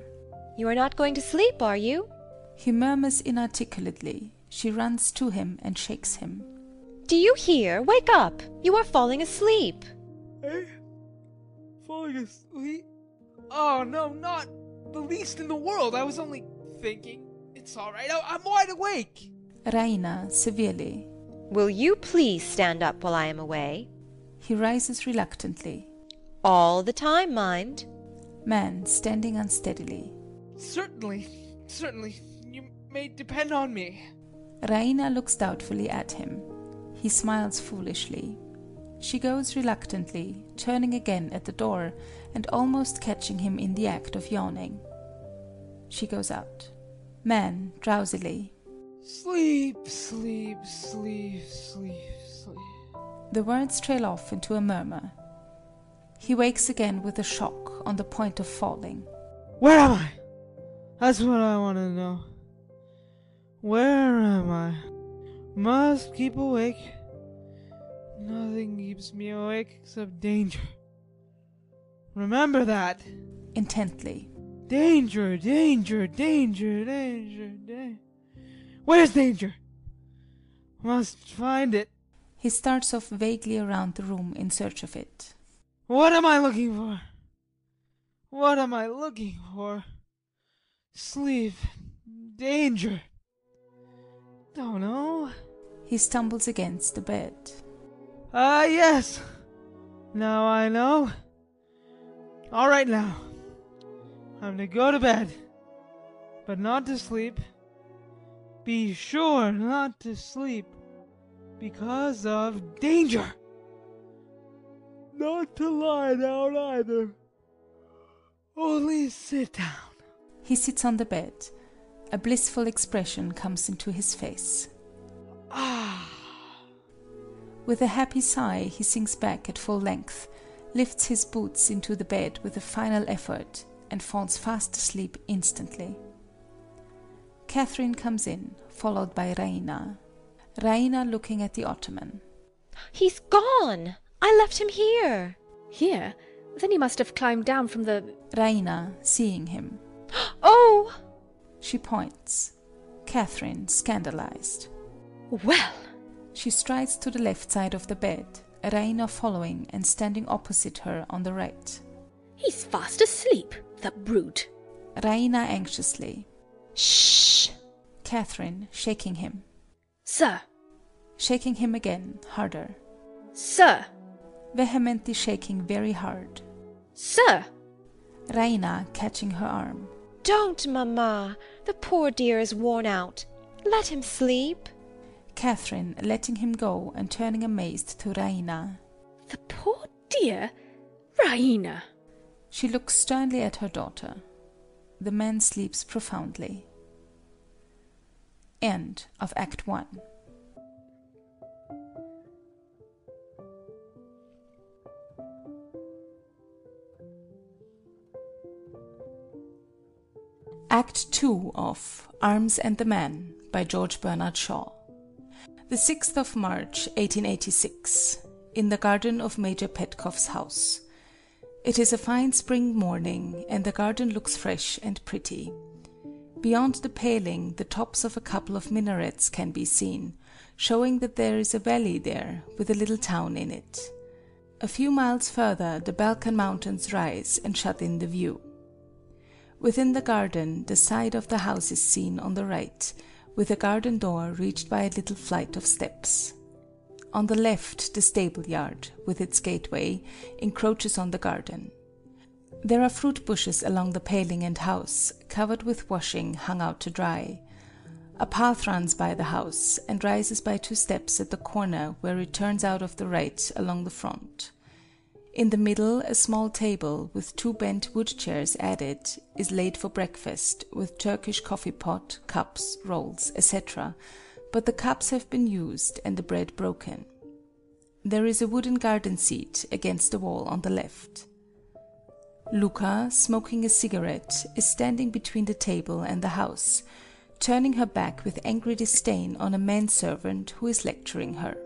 Speaker 3: You are not going to sleep, are you?
Speaker 2: He murmurs inarticulately. She runs to him and shakes him.
Speaker 3: Do you hear? Wake up! You are falling asleep.
Speaker 4: Eh? Falling asleep? Oh, no, not the least in the world. I was only thinking. It's all right. I- I'm wide awake.
Speaker 2: Raina severely.
Speaker 3: Will you please stand up while I am away?
Speaker 2: He rises reluctantly.
Speaker 3: All the time, mind.
Speaker 2: Man standing unsteadily.
Speaker 4: Certainly, certainly. You may depend on me.
Speaker 2: Raina looks doubtfully at him. He smiles foolishly. She goes reluctantly, turning again at the door and almost catching him in the act of yawning. She goes out. Man drowsily.
Speaker 4: Sleep, sleep, sleep, sleep, sleep.
Speaker 2: The words trail off into a murmur. He wakes again with a shock on the point of falling.
Speaker 4: Where am I? That's what I want to know. Where am I? Must keep awake. Nothing keeps me awake except danger. Remember that.
Speaker 2: Intently.
Speaker 4: Danger, danger, danger, danger, danger. Where's danger? Must find it.
Speaker 2: He starts off vaguely around the room in search of it.
Speaker 4: What am I looking for? What am I looking for? Sleep. Danger. Don't know.
Speaker 2: He stumbles against the bed.
Speaker 4: Ah, yes. Now I know. All right now. I'm to go to bed. But not to sleep. Be sure not to sleep because of danger. Not to lie down either. Only sit down.
Speaker 2: He sits on the bed. A blissful expression comes into his face.
Speaker 4: Ah.
Speaker 2: With a happy sigh, he sinks back at full length, lifts his boots into the bed with a final effort, and falls fast asleep instantly. Catherine comes in, followed by Raina. Raina looking at the ottoman.
Speaker 3: He's gone. I left him here. (gasps)
Speaker 5: Here? Then he must have climbed down from the.
Speaker 2: Raina, seeing him,
Speaker 3: Oh!
Speaker 2: she points. Catherine, scandalized.
Speaker 5: Well!
Speaker 2: She strides to the left side of the bed, Raina following and standing opposite her on the right.
Speaker 5: He's fast asleep, the brute.
Speaker 2: Raina anxiously.
Speaker 3: Shh!
Speaker 2: Catherine, shaking him.
Speaker 5: Sir!
Speaker 2: Shaking him again, harder.
Speaker 5: Sir!
Speaker 2: Vehemently shaking very hard.
Speaker 5: Sir!
Speaker 2: Raina catching her arm.
Speaker 3: Don't, mamma. The poor dear is worn out. Let him sleep.
Speaker 2: Catherine letting him go and turning amazed to Raina.
Speaker 5: The poor dear Raina!
Speaker 2: She looks sternly at her daughter. The man sleeps profoundly. End of Act 1. Act 2 of Arms and the Man by George Bernard Shaw. The 6th of March, 1886, in the garden of Major Petkoff's house. It is a fine spring morning, and the garden looks fresh and pretty. Beyond the paling the tops of a couple of minarets can be seen, showing that there is a valley there, with a little town in it. A few miles further the Balkan Mountains rise and shut in the view. Within the garden the side of the house is seen on the right, with a garden door reached by a little flight of steps. On the left the stable yard, with its gateway, encroaches on the garden. There are fruit bushes along the paling and house, covered with washing hung out to dry. A path runs by the house and rises by two steps at the corner where it turns out of the right along the front. In the middle, a small table with two bent wood chairs added is laid for breakfast with Turkish coffee pot, cups, rolls, etc., but the cups have been used and the bread broken. There is a wooden garden seat against the wall on the left. Luca, smoking a cigarette, is standing between the table and the house, turning her back with angry disdain on a manservant who is lecturing her.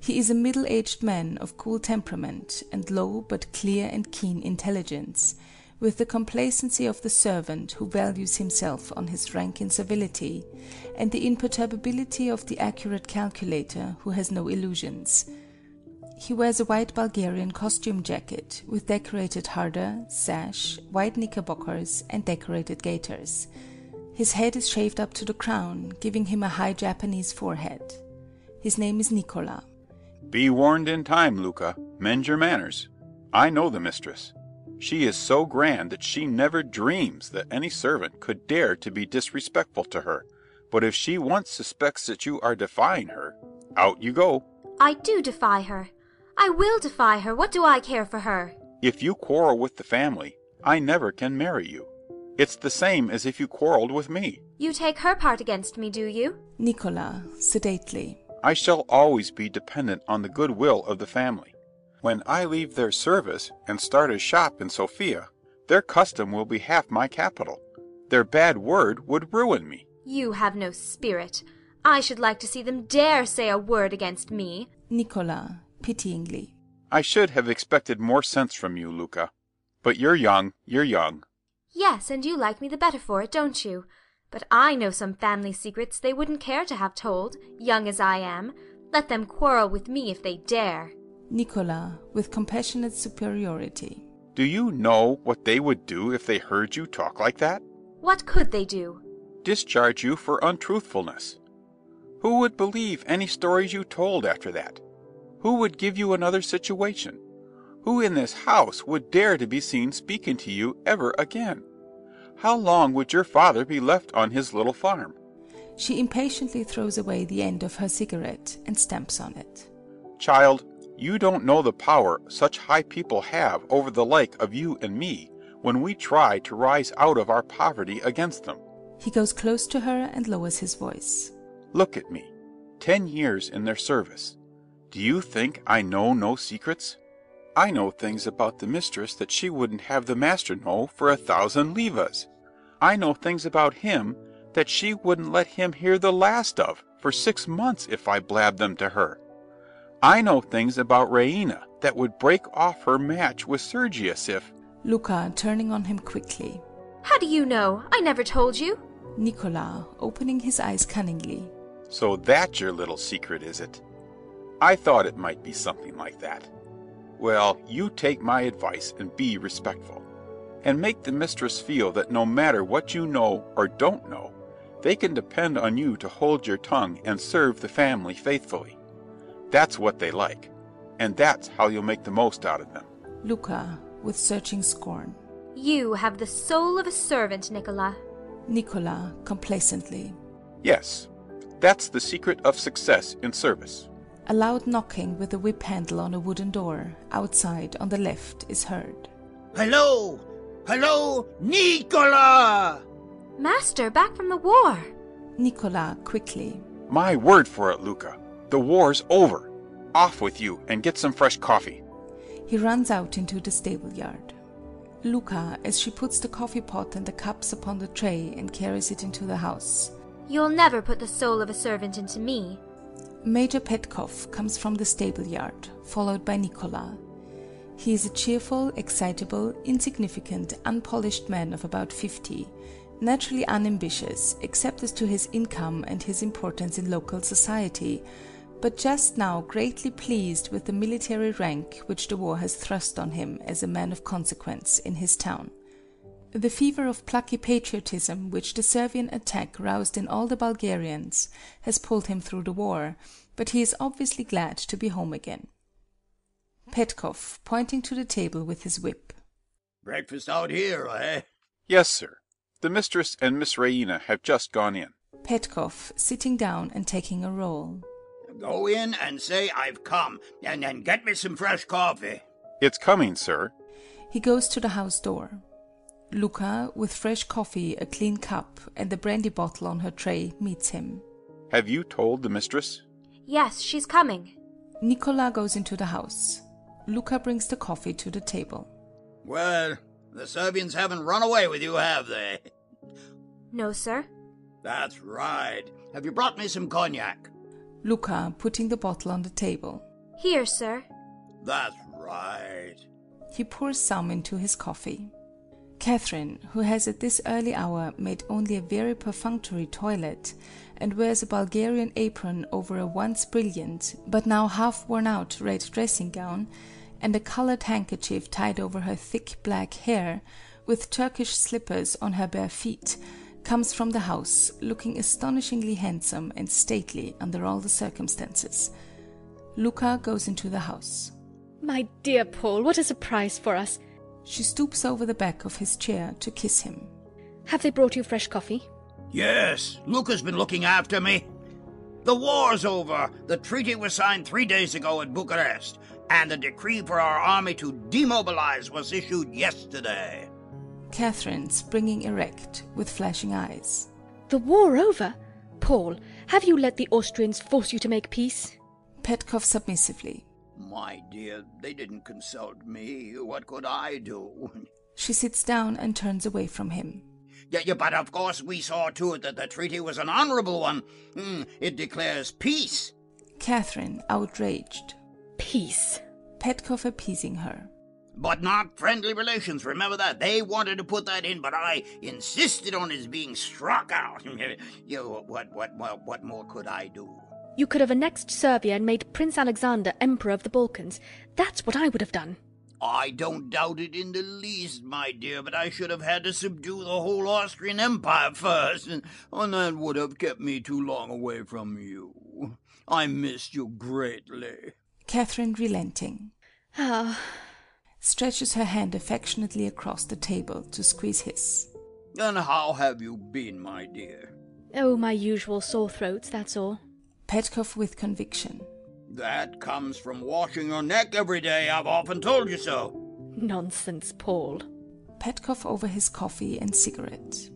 Speaker 2: He is a middle-aged man of cool temperament and low but clear and keen intelligence, with the complacency of the servant who values himself on his rank in civility, and the imperturbability of the accurate calculator who has no illusions. He wears a white Bulgarian costume jacket with decorated harder, sash, white knickerbockers, and decorated gaiters. His head is shaved up to the crown, giving him a high Japanese forehead. His name is Nicola.
Speaker 9: Be warned in time, Luca. Mend your manners. I know the mistress. She is so grand that she never dreams that any servant could dare to be disrespectful to her. But if she once suspects that you are defying her, out you go.
Speaker 6: I do defy her. I will defy her. What do I care for her?
Speaker 9: If you quarrel with the family, I never can marry you. It's the same as if you quarreled with me.
Speaker 6: You take her part against me, do you?
Speaker 2: Nicola, sedately.
Speaker 9: I shall always be dependent on the good will of the family. When I leave their service and start a shop in Sofia, their custom will be half my capital. Their bad word would ruin me.
Speaker 6: You have no spirit. I should like to see them dare say a word against me.
Speaker 2: Nicola, pityingly.
Speaker 9: I should have expected more sense from you, Luca. But you're young, you're young.
Speaker 6: Yes, and you like me the better for it, don't you? But I know some family secrets they wouldn't care to have told, young as I am. Let them quarrel with me if they dare.
Speaker 2: Nicola, with compassionate superiority.
Speaker 9: Do you know what they would do if they heard you talk like that?
Speaker 6: What could they do?
Speaker 9: Discharge you for untruthfulness. Who would believe any stories you told after that? Who would give you another situation? Who in this house would dare to be seen speaking to you ever again? How long would your father be left on his little farm?
Speaker 2: She impatiently throws away the end of her cigarette and stamps on it.
Speaker 9: Child, you don't know the power such high people have over the like of you and me when we try to rise out of our poverty against them.
Speaker 2: He goes close to her and lowers his voice.
Speaker 9: Look at me. Ten years in their service. Do you think I know no secrets? I know things about the mistress that she wouldn't have the master know for a thousand levas. I know things about him that she wouldn't let him hear the last of for six months if I blabbed them to her. I know things about Raina that would break off her match with Sergius if
Speaker 2: Luca, turning on him quickly.
Speaker 6: How do you know? I never told you.
Speaker 2: Nicola, opening his eyes cunningly.
Speaker 9: So that's your little secret, is it? I thought it might be something like that. Well, you take my advice and be respectful. And make the mistress feel that no matter what you know or don't know, they can depend on you to hold your tongue and serve the family faithfully. That's what they like. And that's how you'll make the most out of them.
Speaker 2: Luca, with searching scorn.
Speaker 6: You have the soul of a servant, Nicola.
Speaker 2: Nicola, complacently.
Speaker 9: Yes, that's the secret of success in service.
Speaker 2: A loud knocking with a whip handle on a wooden door, outside on the left, is heard.
Speaker 1: Hello! Hello, Nicola!
Speaker 6: Master, back from the war.
Speaker 2: Nicola, quickly.
Speaker 9: My word for it, Luca. The war's over. Off with you and get some fresh coffee.
Speaker 2: He runs out into the stable yard. Luca, as she puts the coffee pot and the cups upon the tray and carries it into the house.
Speaker 6: You'll never put the soul of a servant into me.
Speaker 2: Major Petkoff comes from the stable yard, followed by Nicola. He is a cheerful, excitable, insignificant, unpolished man of about fifty, naturally unambitious, except as to his income and his importance in local society, but just now greatly pleased with the military rank which the war has thrust on him as a man of consequence in his town. The fever of plucky patriotism which the Servian attack roused in all the Bulgarians has pulled him through the war, but he is obviously glad to be home again. Petkoff, pointing to the table with his whip.
Speaker 4: Breakfast out here, eh?
Speaker 9: Yes, sir. The mistress and Miss Raina have just gone in.
Speaker 2: Petkoff, sitting down and taking a roll.
Speaker 4: Go in and say I've come, and then get me some fresh coffee.
Speaker 9: It's coming, sir.
Speaker 2: He goes to the house door. Luca, with fresh coffee, a clean cup, and a brandy bottle on her tray, meets him.
Speaker 9: Have you told the mistress?
Speaker 6: Yes, she's coming.
Speaker 2: Nicola goes into the house. Luca brings the coffee to the table.
Speaker 4: Well, the Serbians haven't run away with you, have they?
Speaker 6: No, sir.
Speaker 4: That's right. Have you brought me some cognac?
Speaker 2: Luca, putting the bottle on the table.
Speaker 6: Here, sir.
Speaker 4: That's right.
Speaker 2: He pours some into his coffee. Catherine, who has at this early hour made only a very perfunctory toilet, and wears a Bulgarian apron over a once brilliant but now half worn out red dressing gown, and a colored handkerchief tied over her thick black hair, with Turkish slippers on her bare feet, comes from the house, looking astonishingly handsome and stately under all the circumstances. Luca goes into the house.
Speaker 5: My dear Paul, what a surprise for us!
Speaker 2: She stoops over the back of his chair to kiss him.
Speaker 5: Have they brought you fresh coffee?
Speaker 4: Yes, Luca's been looking after me. The war's over. The treaty was signed three days ago at Bucharest, and the decree for our army to demobilize was issued yesterday.
Speaker 2: Catherine, springing erect, with flashing eyes.
Speaker 5: The war over? Paul, have you let the Austrians force you to make peace?
Speaker 2: Petkoff submissively.
Speaker 4: My dear, they didn't consult me. What could I do? (laughs)
Speaker 2: She sits down and turns away from him.
Speaker 4: Yeah, yeah, but of course we saw to it that the treaty was an honorable one. Hmm, it declares peace.
Speaker 2: Catherine, outraged.
Speaker 5: Peace.
Speaker 2: Petkoff appeasing her.
Speaker 4: But not friendly relations, remember that. They wanted to put that in, but I insisted on his being struck out. (laughs) yeah, what, what, what, what more could I do?
Speaker 5: You could have annexed Serbia and made Prince Alexander Emperor of the Balkans. That's what I would have done.
Speaker 4: I don't doubt it in the least, my dear, but I should have had to subdue the whole Austrian Empire first, and, and that would have kept me too long away from you. I missed you greatly.
Speaker 2: Catherine, relenting,
Speaker 5: Ah,
Speaker 2: stretches her hand affectionately across the table to squeeze his.
Speaker 4: And how have you been, my dear?
Speaker 5: oh, my usual sore throats, that's all.
Speaker 2: Petkoff with conviction.
Speaker 4: That comes from washing your neck every day. I've often told you so.
Speaker 5: Nonsense, Paul.
Speaker 2: Petkoff over his coffee and cigarette.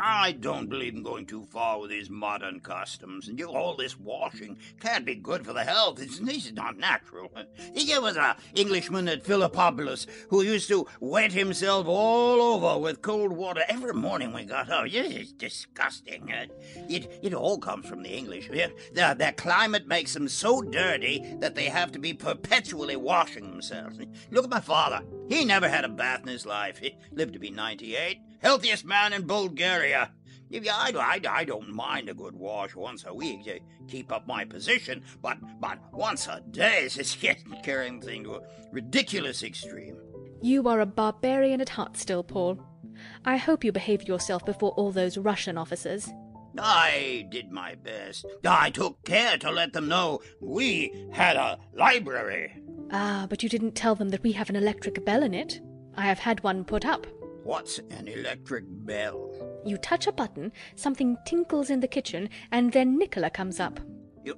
Speaker 4: I don't believe in going too far with these modern customs. And you, all this washing can't be good for the health. It's, this is not natural. Here was an Englishman at Philippopoulos who used to wet himself all over with cold water every morning we got up. Yes, It's disgusting. Uh, It, it all comes from the English. Yeah, Their, their climate makes them so dirty that they have to be perpetually washing themselves. Look at my father. He never had a bath in his life. He lived to be 98. Healthiest man in Bulgaria. If you- I, I, I don't mind a good wash once a week to keep up my position, but, but once a day is just getting- carrying the thing to a ridiculous extreme.
Speaker 5: You are a barbarian at heart still, Paul. I hope you behaved yourself before all those Russian officers.
Speaker 4: I did my best. I took care to let them know we had a library.
Speaker 5: Ah, but you didn't tell them that we have an electric bell in it. I have had one put up.
Speaker 4: What's an electric bell?
Speaker 5: You touch a button, something tinkles in the kitchen, and then Nicola comes up.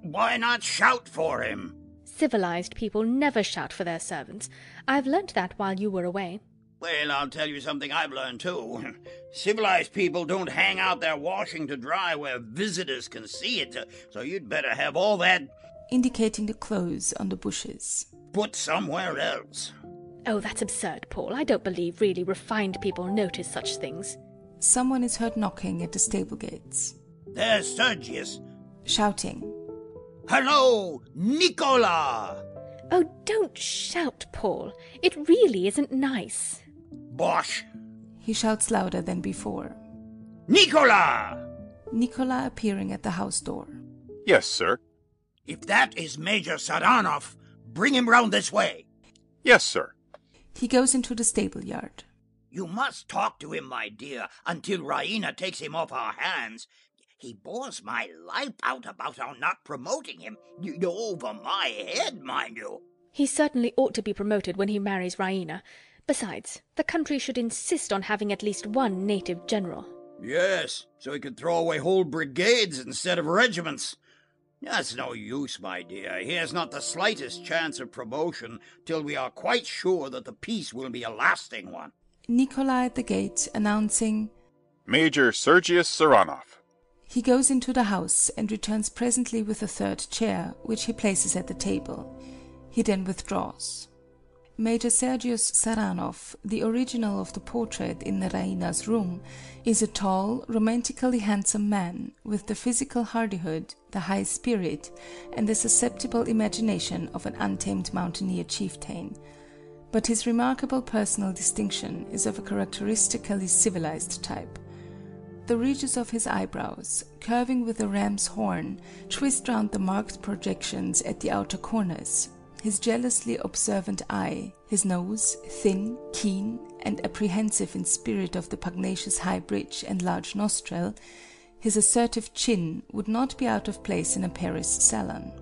Speaker 4: Why not shout for him?
Speaker 5: Civilized people never shout for their servants. I've learnt that while you were away.
Speaker 4: Well, I'll tell you something I've learned too. (laughs) Civilized people don't hang out their washing to dry where visitors can see it, so you'd better have all that
Speaker 2: Indicating the clothes on the bushes.
Speaker 4: put somewhere else.
Speaker 5: Oh, that's absurd, Paul. I don't believe really refined people notice such things.
Speaker 2: Someone is heard knocking at the stable gates,
Speaker 4: There's Sergius.
Speaker 2: shouting.
Speaker 4: Hello, Nicola!
Speaker 5: Oh, don't shout, Paul. It really isn't nice.
Speaker 4: Bosh!
Speaker 2: He shouts louder than before.
Speaker 1: Nicola!
Speaker 2: Nicola appearing at the house door.
Speaker 9: Yes, sir.
Speaker 1: If that is Major Saranov, bring him round this way.
Speaker 9: Yes, sir.
Speaker 2: He goes into the stable yard.
Speaker 1: You must talk to him, my dear, until Raina takes him off our hands. He bores my life out about our not promoting him. You, you're over my head, mind you.
Speaker 5: He certainly ought to be promoted when he marries Raina. Besides, the country should insist on having at least one native general.
Speaker 1: Yes, so he could throw away whole brigades instead of regiments. That's no use, my dear. He has not the slightest chance of promotion till we are quite sure that the peace will be a lasting one.
Speaker 2: Nicola at the gate announcing
Speaker 9: Major Sergius Saranov.
Speaker 2: he goes into the house and returns presently with a third chair, which he places at the table. He then withdraws. Major Sergius Saranov, the original of the portrait in Neraina's room, is a tall, romantically handsome man, with the physical hardihood, the high spirit, and the susceptible imagination of an untamed mountaineer chieftain. But his remarkable personal distinction is of a characteristically civilized type. The ridges of his eyebrows, curving with a ram's horn, twist round the marked projections at the outer corners. His jealously observant eye, his nose, thin, keen, and apprehensive in spirit of the pugnacious high bridge and large nostril, his assertive chin would not be out of place in a Paris salon.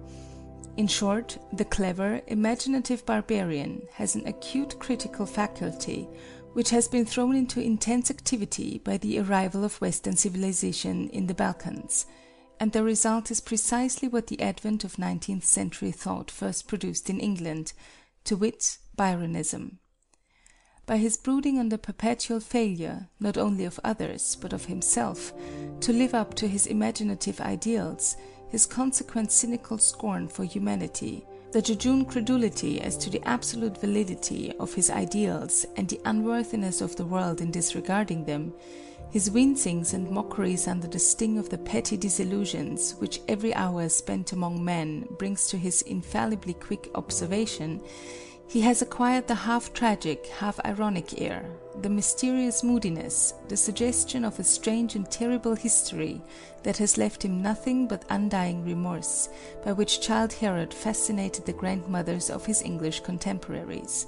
Speaker 2: In short, the clever, imaginative barbarian has an acute critical faculty which has been thrown into intense activity by the arrival of Western civilization in the Balkans, and the result is precisely what the advent of 19th century thought first produced in England, to wit, Byronism. By his brooding on the perpetual failure, not only of others, but of himself, to live up to his imaginative ideals, his consequent cynical scorn for humanity, the jejune credulity as to the absolute validity of his ideals and the unworthiness of the world in disregarding them, his wincings and mockeries under the sting of the petty disillusions which every hour spent among men brings to his infallibly quick observation, he has acquired the half tragic, half ironic air, the mysterious moodiness, the suggestion of a strange and terrible history that has left him nothing but undying remorse, by which Childe Harold fascinated the grandmothers of his English contemporaries.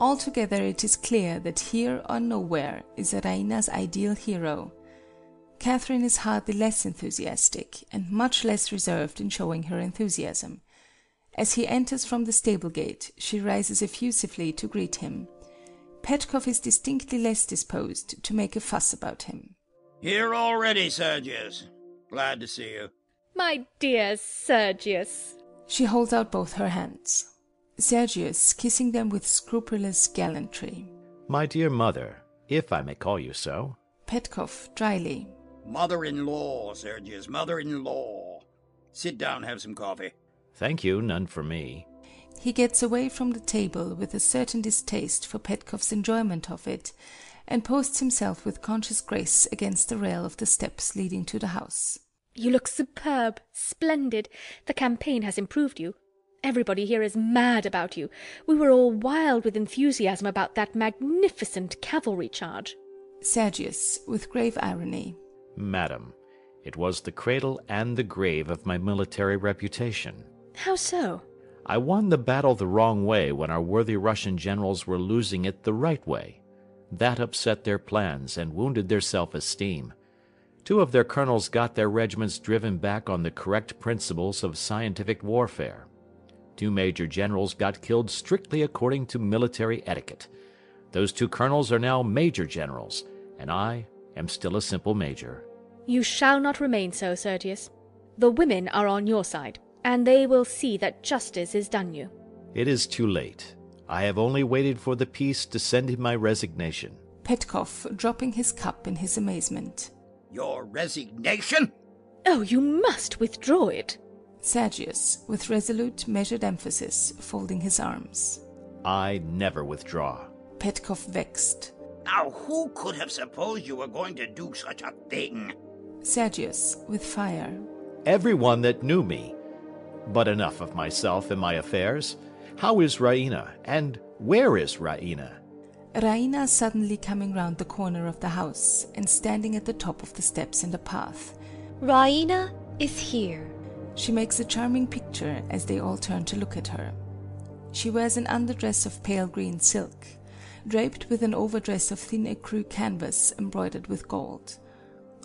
Speaker 2: Altogether, it is clear that here or nowhere is Raina's ideal hero. Catherine is hardly less enthusiastic, and much less reserved in showing her enthusiasm. As he enters from the stable gate, she rises effusively to greet him. Petkoff is distinctly less disposed to make a fuss about him.
Speaker 1: Here already, Sergius. Glad to see you.
Speaker 5: My dear Sergius.
Speaker 2: She holds out both her hands. Sergius kissing them with scrupulous gallantry.
Speaker 8: My dear mother, if I may call you so.
Speaker 2: Petkoff dryly.
Speaker 1: Mother in law, Sergius, mother in law. Sit down, have some coffee.
Speaker 8: Thank you, none for me.
Speaker 2: He gets away from the table with a certain distaste for Petkoff's enjoyment of it, and posts himself with conscious grace against the rail of the steps leading to the house.
Speaker 5: You look superb, splendid. The campaign has improved you. Everybody here is mad about you. We were all wild with enthusiasm about that magnificent cavalry charge.
Speaker 2: Sergius, with grave irony.
Speaker 8: Madam, it was the cradle and the grave of my military reputation.
Speaker 5: How so?
Speaker 8: I won the battle the wrong way when our worthy Russian generals were losing it the right way. That upset their plans and wounded their self-esteem. Two of their colonels got their regiments driven back on the correct principles of scientific warfare. Two major generals got killed strictly according to military etiquette. Those two colonels are now major generals, and I am still a simple major.
Speaker 5: You shall not remain so, Sergius. The women are on your side, and they will see that justice is done you.
Speaker 8: It is too late. I have only waited for the peace to send in my resignation.
Speaker 2: Petkoff dropping his cup in his amazement.
Speaker 1: Your resignation?
Speaker 5: Oh, you must withdraw it.
Speaker 2: Sergius, with resolute, measured emphasis, folding his arms.
Speaker 8: I never withdraw.
Speaker 2: Petkoff vexed.
Speaker 1: Now, who could have supposed you were going to do such a thing?
Speaker 2: Sergius, with fire.
Speaker 8: Everyone that knew me. But enough of myself and my affairs. How is Raina? And where is Raina?
Speaker 2: Raina suddenly coming round the corner of the house and standing at the top of the steps in the path.
Speaker 3: Raina is here.
Speaker 2: She makes a charming picture as they all turn to look at her. She wears an underdress of pale green silk, draped with an overdress of thin ecru canvas embroidered with gold.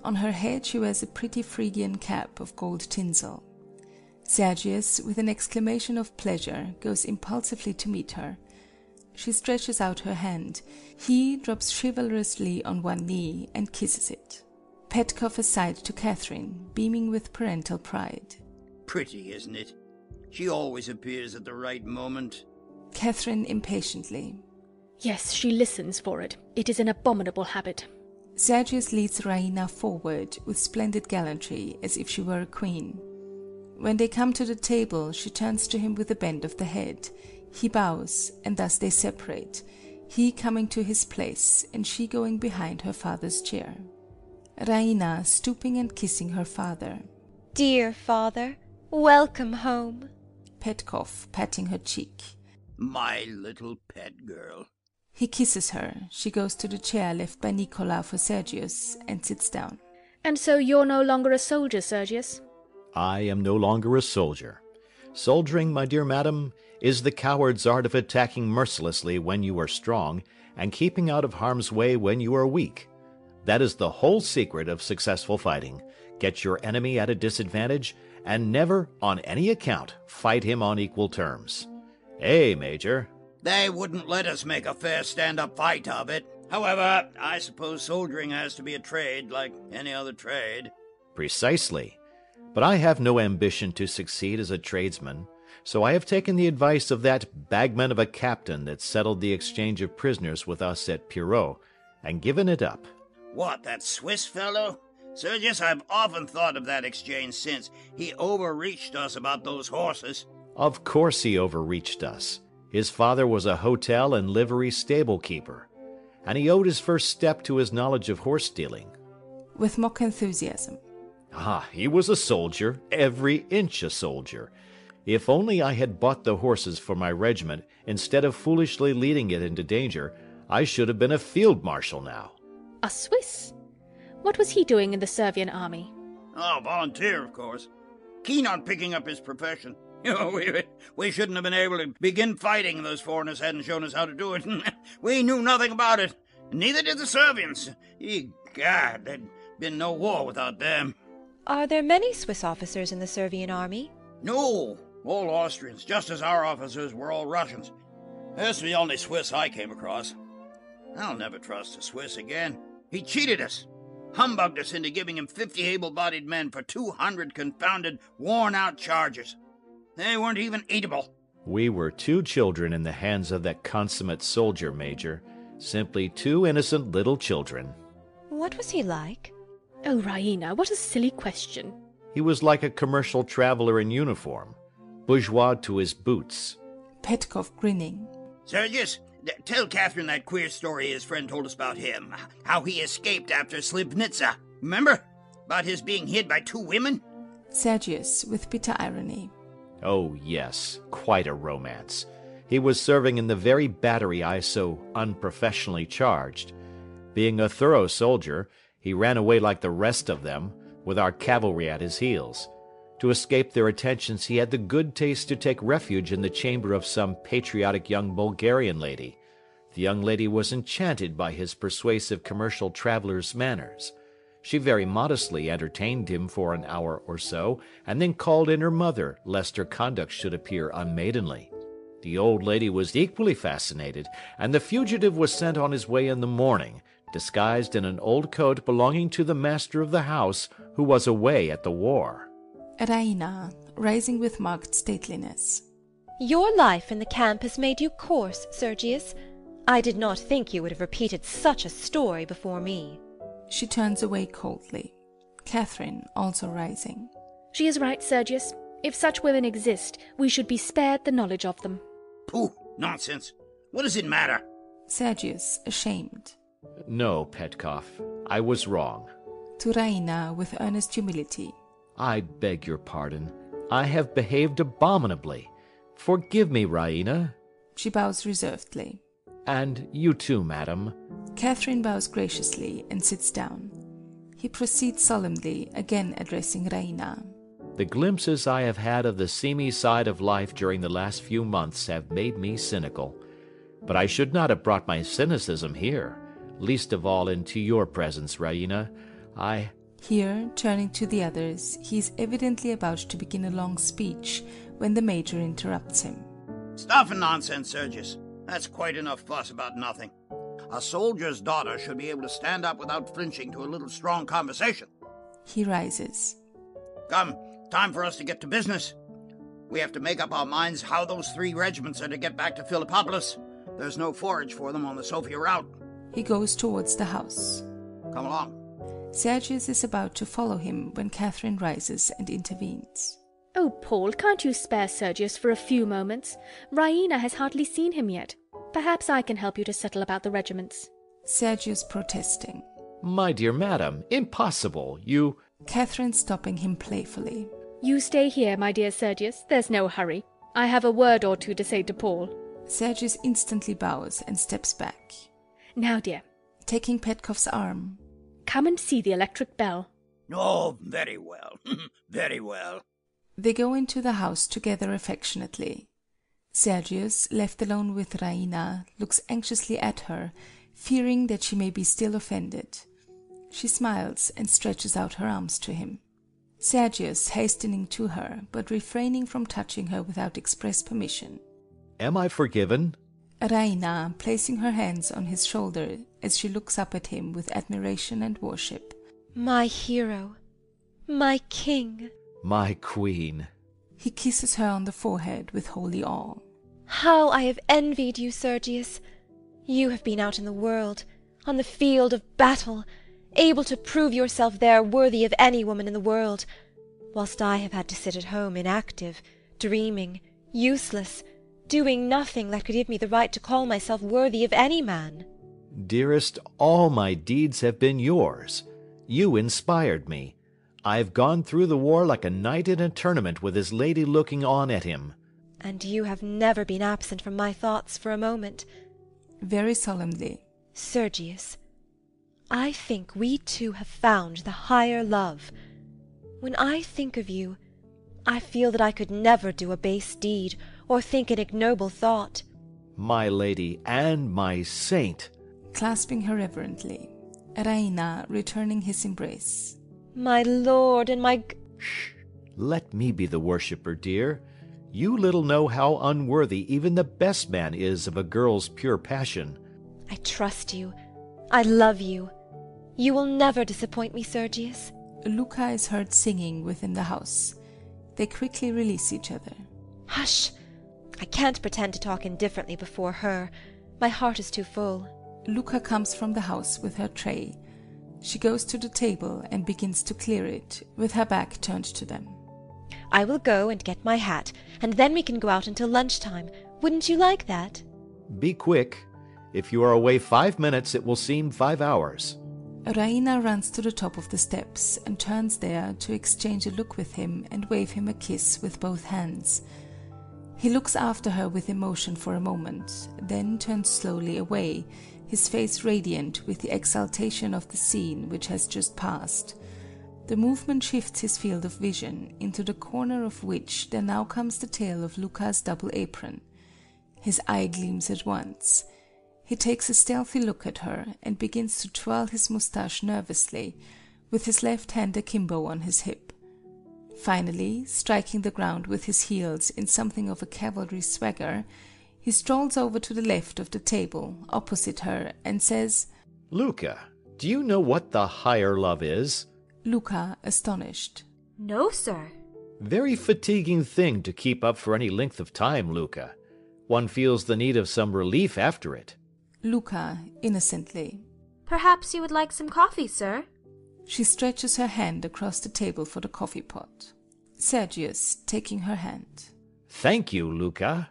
Speaker 2: On her head she wears a pretty Phrygian cap of gold tinsel. Sergius, with an exclamation of pleasure, goes impulsively to meet her. She stretches out her hand. He drops chivalrously on one knee and kisses it. Petkoff aside to Catherine, beaming with parental pride.
Speaker 4: Pretty, isn't it? She always appears at the right moment.
Speaker 2: Catherine impatiently.
Speaker 5: Yes, she listens for it. It is an abominable habit.
Speaker 2: Sergius leads Raina forward with splendid gallantry, as if she were a queen. When they come to the table, she turns to him with a bend of the head. He bows, and thus they separate, he coming to his place, and she going behind her father's chair. Raina stooping and kissing her father.
Speaker 3: Dear father, welcome home.
Speaker 2: Petkoff patting her cheek.
Speaker 4: My little pet girl.
Speaker 2: He kisses her. She goes to the chair left by Nicola for Sergius and sits down.
Speaker 5: And so you're no longer a soldier, Sergius?
Speaker 8: I am no longer a soldier. Soldiering, my dear madam, is the coward's art of attacking mercilessly when you are strong, and keeping out of harm's way when you are weak. That is the whole secret of successful fighting. Get your enemy at a disadvantage, and never, on any account, fight him on equal terms. Eh, Major?
Speaker 4: They wouldn't let us make a fair stand up fight of it. However, I suppose soldiering has to be a trade like any other trade.
Speaker 8: Precisely. But I have no ambition to succeed as a tradesman, so I have taken the advice of that bagman of a captain that settled the exchange of prisoners with us at Pierrot, and given it up.
Speaker 4: What, that Swiss fellow? Sergius, I've often thought of that exchange since. He overreached us about those horses.
Speaker 8: Of course he overreached us. His father was a hotel and livery stable keeper, and he owed his first step to his knowledge of horse dealing.
Speaker 2: With mock enthusiasm.
Speaker 8: Ah, he was a soldier, every inch a soldier. If only I had bought the horses for my regiment instead of foolishly leading it into danger, I should have been a field marshal now.
Speaker 5: A Swiss? What was he doing in the Servian army?
Speaker 4: Oh, volunteer, of course. Keen on picking up his profession. (laughs) You know, we, we shouldn't have been able to begin fighting if those foreigners hadn't shown us how to do it. (laughs) we knew nothing about it. Neither did the Servians. Ye God, there'd been no war without them.
Speaker 3: Are there many Swiss officers in the Servian army?
Speaker 4: No, all Austrians, just as our officers were all Russians. That's the only Swiss I came across. I'll never trust a Swiss again. He cheated us, humbugged us into giving him 50 able bodied men for 200 confounded, worn out chargers. They weren't even eatable.
Speaker 8: We were two children in the hands of that consummate soldier, Major. Simply two innocent little children.
Speaker 3: What was he like?
Speaker 5: Oh, Raina, what a silly question.
Speaker 8: He was like a commercial traveler in uniform, bourgeois to his boots.
Speaker 2: Petkoff grinning.
Speaker 4: Sergius, d- tell Catherine that queer story his friend told us about him. How he escaped after Slivnitsa. Remember? About his being hid by two women?
Speaker 2: Sergius with bitter irony.
Speaker 8: Oh, yes, quite a romance. He was serving in the very battery I so unprofessionally charged. Being a thorough soldier, he ran away like the rest of them, with our cavalry at his heels. To escape their attentions, he had the good taste to take refuge in the chamber of some patriotic young Bulgarian lady. The young lady was enchanted by his persuasive commercial traveller's manners. She very modestly entertained him for an hour or so, and then called in her mother, lest her conduct should appear unmaidenly. The old lady was equally fascinated, and the fugitive was sent on his way in the morning, disguised in an old coat belonging to the master of the house, who was away at the war.
Speaker 2: Raina, rising with marked stateliness.
Speaker 3: Your life in the camp has made you coarse, Sergius. I did not think you would have repeated such a story before me.
Speaker 2: She turns away coldly. Catherine also rising.
Speaker 5: She is right, Sergius. If such women exist, we should be spared the knowledge of them.
Speaker 4: Pooh, nonsense. What does it matter?
Speaker 2: Sergius, ashamed.
Speaker 8: No, Petkoff, I was wrong.
Speaker 2: To Raina with earnest humility.
Speaker 8: I beg your pardon. I have behaved abominably. Forgive me, Raina.
Speaker 2: She bows reservedly.
Speaker 8: And you too, madam.
Speaker 2: Catherine bows graciously and sits down. He proceeds solemnly, again addressing Raina.
Speaker 8: The glimpses I have had of the seamy side of life during the last few months have made me cynical. But I should not have brought my cynicism here, least of all into your presence, Raina. I.
Speaker 2: Here, turning to the others, he is evidently about to begin a long speech when the major interrupts him.
Speaker 1: Stuff and nonsense, Sergius. That's quite enough fuss about nothing. A soldier's daughter should be able to stand up without flinching to a little strong conversation.
Speaker 2: He rises.
Speaker 1: Come, time for us to get to business. We have to make up our minds how those three regiments are to get back to Philippopolis. There's no forage for them on the Sofia route.
Speaker 2: He goes towards the house.
Speaker 1: Come along.
Speaker 2: Sergius is about to follow him when Catherine rises and intervenes.
Speaker 5: Oh, Paul, can't you spare Sergius for a few moments? Raina has hardly seen him yet. Perhaps I can help you to settle about the regiments.
Speaker 2: Sergius protesting.
Speaker 8: My dear madam, impossible. You.
Speaker 2: Catherine stopping him playfully.
Speaker 5: You stay here, my dear Sergius. There's no hurry. I have a word or two to say to Paul.
Speaker 2: Sergius instantly bows and steps back.
Speaker 5: Now, dear,
Speaker 2: Taking Petkov's arm,
Speaker 5: come and see the electric bell.
Speaker 1: Oh,
Speaker 4: (laughs)
Speaker 1: very well. very well.
Speaker 2: They go into the house together affectionately. Sergius, left alone with Raina, looks anxiously at her, fearing that she may be still offended. She smiles and stretches out her arms to him. Sergius hastening to her, but refraining from touching her without express permission.
Speaker 8: Am I forgiven?
Speaker 2: Raina placing her hands on his shoulder as she looks up at him with admiration and worship.
Speaker 3: My hero, my king,
Speaker 8: My queen.
Speaker 2: He kisses her on the forehead with holy awe.
Speaker 3: how I have envied you, Sergius! You have been out in the world, on the field of battle, able to prove yourself there worthy of any woman in the world, whilst I have had to sit at home inactive, dreaming, useless, doing nothing that could give me the right to call myself worthy of any man.
Speaker 8: Dearest, all my deeds have been yours. You inspired me. I have gone through the war like a knight in a tournament with his lady looking on at him.
Speaker 3: And you have never been absent from my thoughts for a moment.
Speaker 2: Very solemnly,
Speaker 3: Sergius, I think we two have found the higher love. When I think of you, I feel that I could never do a base deed or think an ignoble thought.
Speaker 8: My lady and my saint.
Speaker 2: clasping her reverently, Raina returning his embrace.
Speaker 3: My lord and my. g-
Speaker 8: Let me be the worshipper, dear. You little know how unworthy even the best man is of a girl's pure passion.
Speaker 3: I trust you. I love you. You will never disappoint me, Sergius.
Speaker 2: Luca is heard singing within the house. They quickly release each other.
Speaker 3: Hush! I can't pretend to talk indifferently before her. My heart is too full.
Speaker 2: Luca comes from the house with her tray. She goes to the table and begins to clear it, with her back turned to them.
Speaker 3: I will go and get my hat, and then we can go out until lunchtime. Wouldn't you like that?
Speaker 8: Be quick. If you are away five minutes, it will seem five hours.
Speaker 2: Raina runs to the top of the steps and turns there to exchange a look with him and wave him a kiss with both hands. He looks after her with emotion for a moment, then turns slowly away, his face radiant with the exaltation of the scene which has just passed. The movement shifts his field of vision, into the corner of which there now comes the tail of Luca's double apron. His eye gleams at once. He takes a stealthy look at her and begins to twirl his moustache nervously, with his left hand akimbo on his hip. Finally, striking the ground with his heels in something of a cavalry swagger, he strolls over to the left of the table, opposite her, and says,
Speaker 8: Luca, do you know what the higher love is?
Speaker 2: Luca, astonished.
Speaker 6: No, sir.
Speaker 8: Very fatiguing thing to keep up for any length of time, Luca. One feels the need of some relief after it.
Speaker 2: Luca, innocently.
Speaker 6: Perhaps you would like some coffee, sir?
Speaker 2: She stretches her hand across the table for the coffee pot. Sergius, taking her hand.
Speaker 8: Thank you, Luca.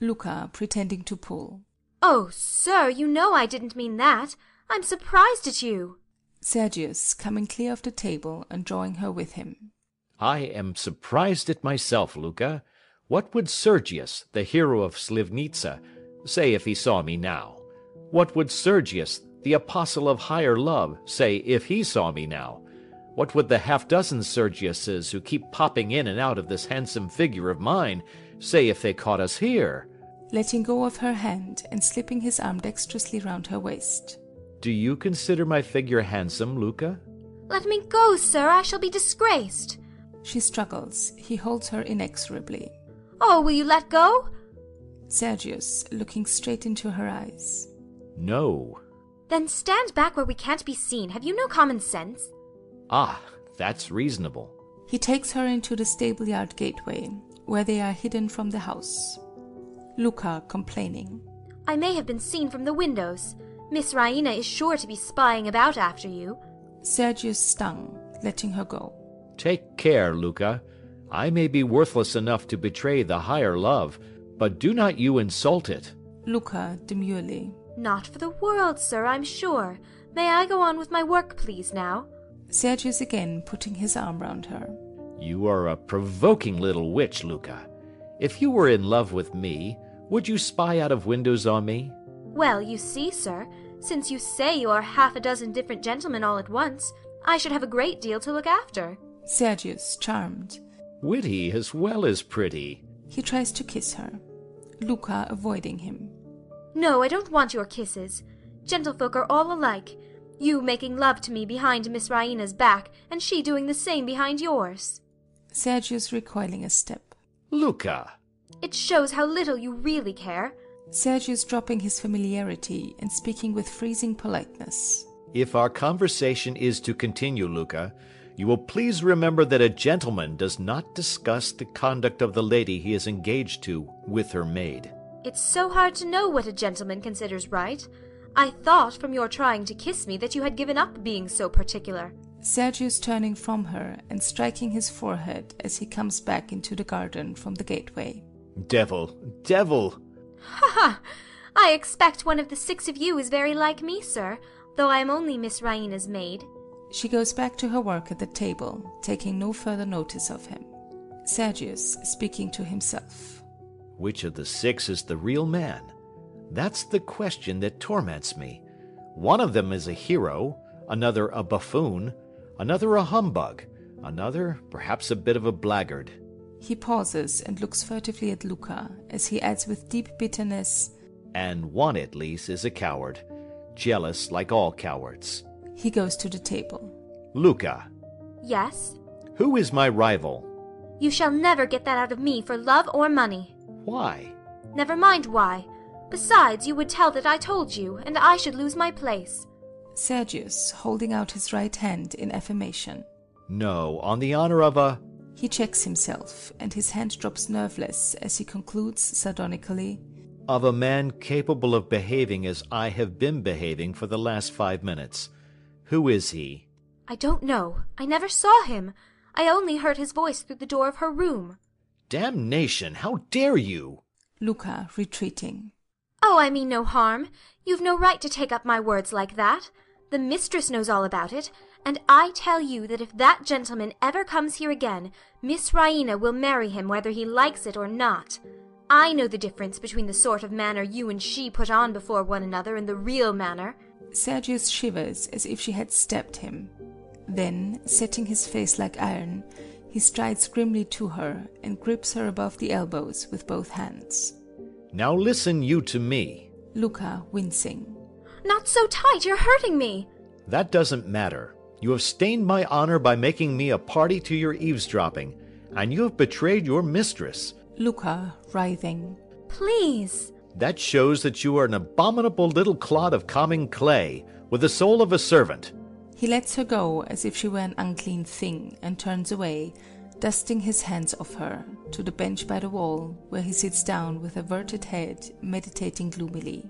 Speaker 2: Luca, pretending to pull.
Speaker 6: Oh, sir, you know I didn't mean that. I'm surprised at you.
Speaker 2: Sergius coming clear of the table and drawing her with him.
Speaker 8: I am surprised at myself, Luca. What would Sergius, the hero of Slivnitza, say if he saw me now? What would Sergius, the apostle of higher love, say if he saw me now? What would the half-dozen Sergiuses who keep popping in and out of this handsome figure of mine say if they caught us here?
Speaker 2: letting go of her hand and slipping his arm dexterously round her waist.
Speaker 8: Do you consider my figure handsome, Luca?
Speaker 3: Let me go, sir. I shall be disgraced.
Speaker 2: She struggles. He holds her inexorably.
Speaker 3: Oh, will you let go?
Speaker 2: Sergius, looking straight into her eyes.
Speaker 8: No.
Speaker 3: Then stand back where we can't be seen. Have you no common sense?
Speaker 8: Ah, that's reasonable.
Speaker 2: He takes her into the stable yard gateway, where they are hidden from the house. Luca complaining.
Speaker 3: I may have been seen from the windows. Miss Raina is sure to be spying about after you.
Speaker 2: Sergius stung, letting her go.
Speaker 8: Take care, Luca. I may be worthless enough to betray the higher love, but do not you insult it.
Speaker 2: Luca demurely.
Speaker 3: Not for the world, sir, I'm sure. May I go on with my work, please, now?
Speaker 2: Sergius again putting his arm round her.
Speaker 8: You are a provoking little witch, Luca. If you were in love with me, would you spy out of windows on me?
Speaker 3: Well, you see, sir, since you say you are half a dozen different gentlemen all at once, I should have a great deal to look after.
Speaker 2: Sergius charmed.
Speaker 8: Witty as well as pretty.
Speaker 2: He tries to kiss her. Luca avoiding him.
Speaker 3: No, I don't want your kisses. Gentlefolk are all alike. You making love to me behind Miss Raina's back, and she doing the same behind yours.
Speaker 2: Sergius recoiling a step.
Speaker 8: Luca!
Speaker 3: It shows how little you really care.
Speaker 2: Sergius dropping his familiarity and speaking with freezing politeness.
Speaker 8: If our conversation is to continue, Luca, you will please remember that a gentleman does not discuss the conduct of the lady he is engaged to with her maid.
Speaker 3: It's so hard to know what a gentleman considers right. I thought from your trying to kiss me that you had given up being so particular.
Speaker 2: Sergius turning from her and striking his forehead as he comes back into the garden from the gateway.
Speaker 8: Devil! Devil!
Speaker 3: Ha ha! I expect one of the six of you is very like me, sir, though I am only Miss Raina's maid.
Speaker 2: She goes back to her work at the table, taking no further notice of him. Sergius speaking to himself.
Speaker 8: Which of the six is the real man? That's the question that torments me. One of them is a hero, another a buffoon, another a humbug, another perhaps a bit of a blackguard.
Speaker 2: He pauses and looks furtively at Luca as he adds with deep bitterness,
Speaker 8: And one at least is a coward, jealous like all cowards.
Speaker 2: he goes to the table.
Speaker 8: Luca,
Speaker 3: Yes?
Speaker 8: who is my rival?
Speaker 3: You shall never get that out of me for love or money.
Speaker 8: Why?
Speaker 3: Never mind why. Besides, you would tell that I told you, and I should lose my place.
Speaker 2: Sergius holding out his right hand in affirmation.
Speaker 8: No, on the honor of a.
Speaker 2: He checks himself, and his hand drops nerveless as he concludes sardonically,
Speaker 8: of a man capable of behaving as I have been behaving for the last five minutes. Who is he?
Speaker 3: I don't know. I never saw him. I only heard his voice through the door of her room.
Speaker 8: Damnation! How dare you!
Speaker 2: Luca retreating.
Speaker 3: Oh, I mean no harm. You've no right to take up my words like that. The mistress knows all about it, and I tell you that if that gentleman ever comes here again, Miss Raina will marry him whether he likes it or not. I know the difference between the sort of manner you and she put on before one another and the real manner.
Speaker 2: Sergius shivers as if she had stabbed him. Then, setting his face like iron, he strides grimly to her and grips her above the elbows with both hands.
Speaker 8: Now listen you to me.
Speaker 2: Luca wincing.
Speaker 3: Not so tight, you're hurting me.
Speaker 8: That doesn't matter. You have stained my honor by making me a party to your eavesdropping, and you have betrayed your mistress.
Speaker 2: Luca writhing.
Speaker 3: Please.
Speaker 8: That shows that you are an abominable little clod of common clay, with the soul of a servant.
Speaker 2: He lets her go as if she were an unclean thing and turns away, dusting his hands off her, to the bench by the wall, where he sits down with averted head, meditating gloomily.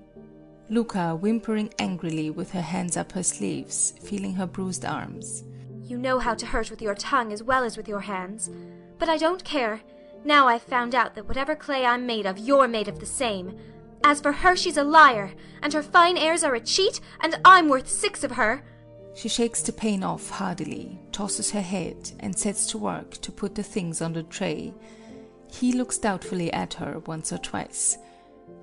Speaker 2: Luca whimpering angrily with her hands up her sleeves, feeling her bruised arms.
Speaker 3: You know how to hurt with your tongue as well as with your hands. But I don't care. Now I've found out that whatever clay I'm made of, you're made of the same. As for her, she's a liar, and her fine airs are a cheat, and I'm worth six of her.
Speaker 2: She shakes the pain off hardily, tosses her head, and sets to work to put the things on the tray. He looks doubtfully at her once or twice.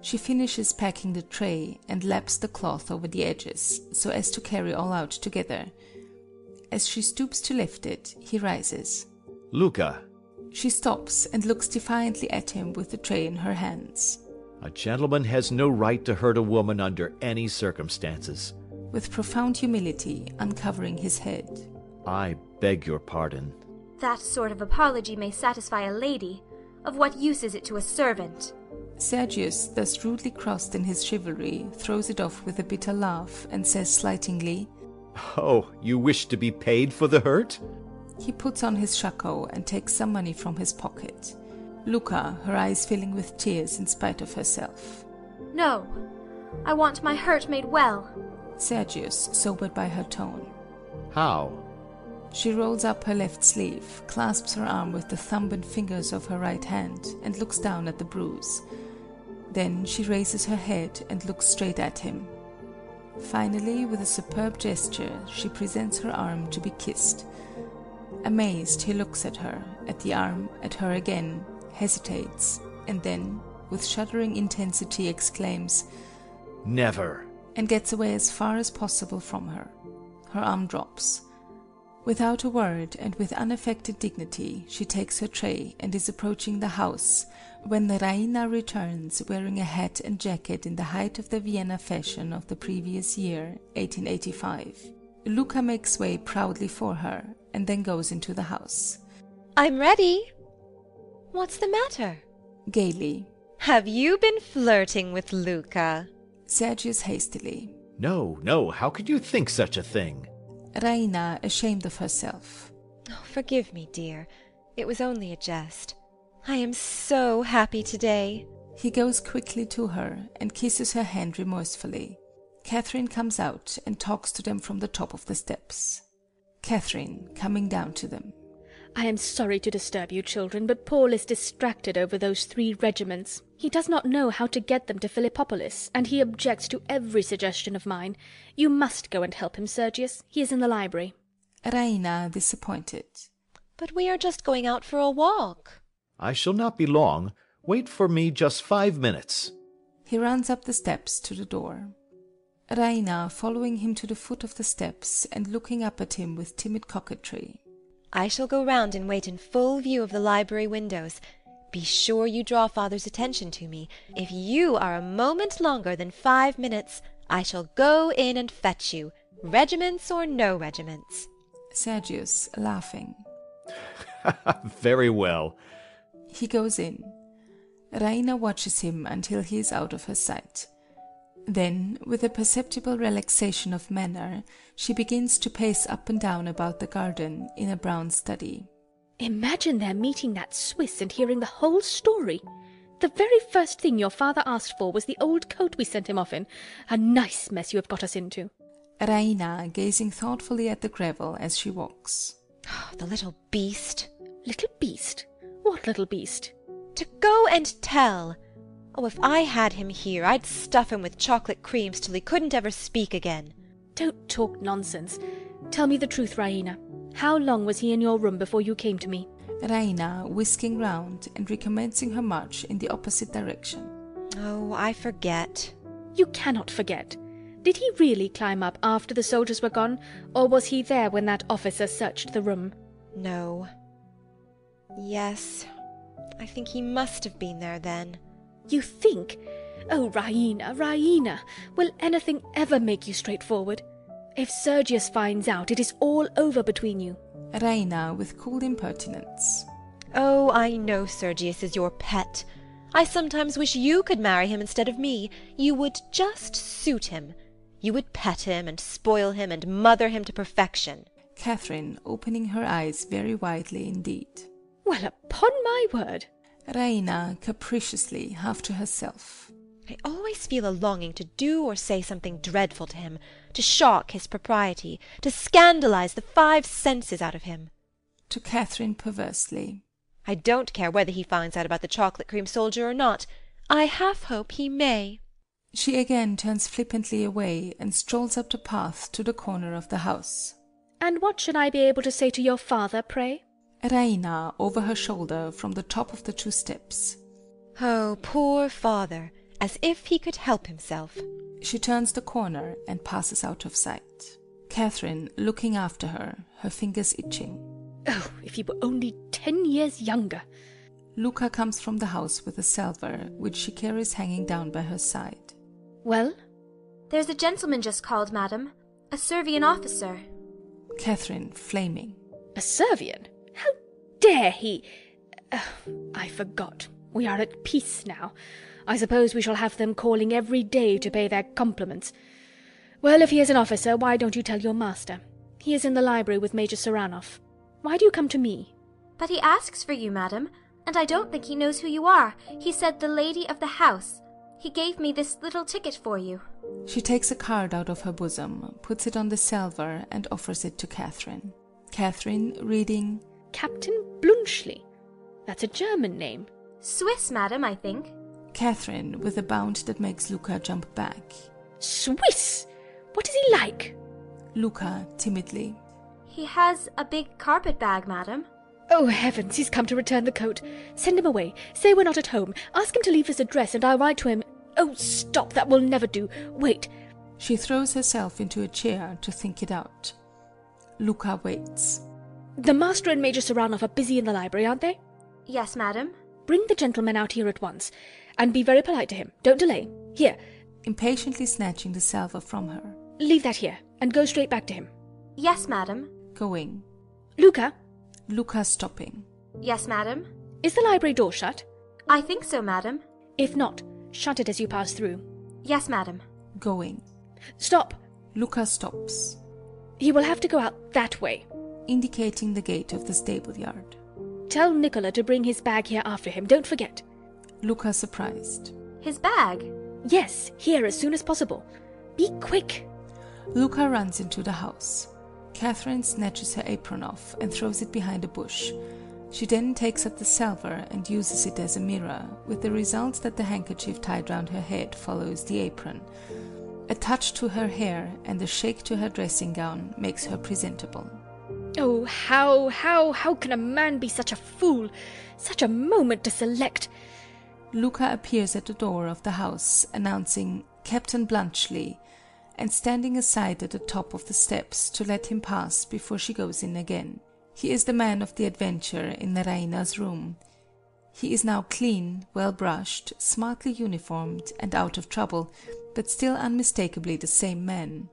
Speaker 2: She finishes packing the tray and laps the cloth over the edges so as to carry all out together. As she stoops to lift it, he rises.
Speaker 8: Luca,
Speaker 2: She stops and looks defiantly at him with the tray in her hands.
Speaker 8: a gentleman has no right to hurt a woman under any circumstances.
Speaker 2: With profound humility, uncovering his head.
Speaker 8: I beg your pardon.
Speaker 6: That sort of apology may satisfy a lady. Of what use is it to a servant?
Speaker 2: Sergius, thus rudely crossed in his chivalry, throws it off with a bitter laugh and says slightingly,
Speaker 8: Oh, you wish to be paid for the hurt?
Speaker 2: He puts on his shako and takes some money from his pocket. Luca, her eyes filling with tears in spite of herself.
Speaker 6: No. I want my hurt made well.
Speaker 2: Sergius, sobered by her tone.
Speaker 8: How?
Speaker 2: She rolls up her left sleeve, clasps her arm with the thumb and fingers of her right hand, and looks down at the bruise. Then she raises her head and looks straight at him. Finally, with a superb gesture, she presents her arm to be kissed. Amazed, he looks at her, at the arm, at her again, hesitates, and then, with shuddering intensity, exclaims,
Speaker 8: Never.
Speaker 2: and gets away as far as possible from her. Her arm drops. Without a word and with unaffected dignity, she takes her tray and is approaching the house when the Raina returns wearing a hat and jacket in the height of the Vienna fashion of the previous year, 1885. Luca makes way proudly for her and then goes into the house.
Speaker 3: I'm ready. What's the matter?
Speaker 2: Gaily,
Speaker 3: Have you been flirting with Luca?
Speaker 2: Sergius hastily.
Speaker 8: No, no, how could you think such a thing?
Speaker 2: Raina ashamed of herself.
Speaker 3: Oh, forgive me, dear. It was only a jest. I am so happy today.
Speaker 2: He goes quickly to her and kisses her hand remorsefully. Catherine comes out and talks to them from the top of the steps. Catherine coming down to them.
Speaker 5: I am sorry to disturb you, children, but Paul is distracted over those three regiments. He does not know how to get them to Philippopolis, and he objects to every suggestion of mine. You must go and help him, Sergius. He is in the library.
Speaker 2: Raina disappointed.
Speaker 3: But we are just going out for a walk.
Speaker 8: I shall not be long. Wait for me just five minutes. (laughs)
Speaker 2: He runs up the steps to the door. Raina following him to the foot of the steps and looking up at him with timid coquetry.
Speaker 3: I shall go round and wait in full view of the library windows. Be sure you draw father's attention to me. If you are a moment longer than five minutes, I shall go in and fetch you, regiments or no regiments.
Speaker 2: Sergius laughing.
Speaker 8: Very well.
Speaker 2: He goes in. Raina watches him until he is out of her sight. Then, with a perceptible relaxation of manner, she begins to pace up and down about the garden in a brown study.
Speaker 5: Imagine their meeting that Swiss and hearing the whole story. The very first thing your father asked for was the old coat we sent him off in. A nice mess you have got us into.
Speaker 2: Raina gazing thoughtfully at the gravel as she walks.
Speaker 3: Oh, the little beast.
Speaker 5: Little beast. What little beast?
Speaker 3: To go and tell! Oh, if I had him here, I'd stuff him with chocolate creams till he couldn't ever speak again.
Speaker 5: Don't talk nonsense. Tell me the truth, Raina. How long was he in your room before you came to me?
Speaker 2: Raina whisking round and recommencing her march in the opposite direction.
Speaker 3: Oh, I forget.
Speaker 5: You cannot forget. Did he really climb up after the soldiers were gone, or was he there when that officer searched the room?
Speaker 3: No. Yes. I think he must have been there then.
Speaker 5: You think? Oh, Raina, Raina, will anything ever make you straightforward? If Sergius finds out, it is all over between you.
Speaker 2: Raina with cool impertinence.
Speaker 3: Oh, I know Sergius is your pet. I sometimes wish you could marry him instead of me. You would just suit him. You would pet him and spoil him and mother him to perfection.
Speaker 2: Catherine opening her eyes very widely indeed.
Speaker 5: Well, upon my word!
Speaker 2: Raina capriciously, half to herself.
Speaker 3: I always feel a longing to do or say something dreadful to him, to shock his propriety, to scandalize the five senses out of him.
Speaker 2: To Catherine perversely.
Speaker 3: I don't care whether he finds out about the chocolate cream soldier or not. I half hope he may.
Speaker 2: She again turns flippantly away and strolls up the path to the corner of the house.
Speaker 5: And what should I be able to say to your father, pray?
Speaker 2: Raina over her shoulder from the top of the two steps.
Speaker 3: Oh, poor father! as if he could help himself.
Speaker 2: She turns the corner and passes out of sight. Catherine looking after her, her fingers itching.
Speaker 5: Oh, if he were only ten years younger!
Speaker 2: Luca comes from the house with a salver, which she carries hanging down by her side.
Speaker 5: Well,
Speaker 6: There's a gentleman just called, madam. A Servian officer.
Speaker 2: Catherine, flaming.
Speaker 5: a Servian? How dare he? (sighs) Oh, I forgot. We are at peace now. I suppose we shall have them calling every day to pay their compliments. Well, if he is an officer, why don't you tell your master? He is in the library with Major Saranoff. Why do you come to me?
Speaker 6: But he asks for you, madam, and I don't think he knows who you are. He said the lady of the house. He gave me this little ticket for you.
Speaker 2: She takes a card out of her bosom, puts it on the salver, and offers it to Catherine. Catherine, reading,
Speaker 5: Captain Blunchley. That's a German name.
Speaker 6: Swiss, madam, I think.
Speaker 2: Catherine with a bound that makes Luca jump back.
Speaker 5: Swiss! What is he like?
Speaker 2: Luca, timidly,
Speaker 6: He has a big carpet bag, madam.
Speaker 5: Oh, heavens, he's come to return the coat. Send him away. Say we're not at home. Ask him to leave his address, and I'll write to him. Oh, stop, that will never do. Wait,
Speaker 2: She throws herself into a chair to think it out. Luca waits.
Speaker 5: the master and Major Saranoff are busy in the library, aren't they?
Speaker 6: Yes, madam.
Speaker 5: Bring the gentleman out here at once, and be very polite to him. Don't delay. Here,
Speaker 2: Impatiently snatching the salver from her.
Speaker 5: leave that here, and go straight back to him.
Speaker 6: Yes, madam.
Speaker 2: Going.
Speaker 5: Luca,
Speaker 2: Luca stopping.
Speaker 6: Yes, madam.
Speaker 5: is the library door shut?
Speaker 6: I think so, madam.
Speaker 5: If not, shut it as you pass through.
Speaker 6: Yes, madam.
Speaker 2: Going.
Speaker 5: Stop.
Speaker 2: Luca stops,
Speaker 5: He will have to go out that way.
Speaker 2: indicating the gate of the stable yard.
Speaker 5: Tell Nicola to bring his bag here after him. Don't forget.
Speaker 2: Luca surprised.
Speaker 6: His bag.
Speaker 5: Yes, here as soon as possible. Be quick.
Speaker 2: Luca runs into the house. Catherine snatches her apron off and throws it behind a bush. She then takes up the salver and uses it as a mirror, with the result that the handkerchief tied round her head follows the apron. A touch to her hair and a shake to her dressing gown makes her presentable.
Speaker 5: Oh, how, how, how can a man be such a fool? Such a moment to select.
Speaker 2: Luca appears at the door of the house, announcing Captain Blunchley, and standing aside at the top of the steps to let him pass before she goes in again. He is the man of the adventure in Naraina's room. He is now clean, well brushed, smartly uniformed, and out of trouble, but still unmistakably the same man.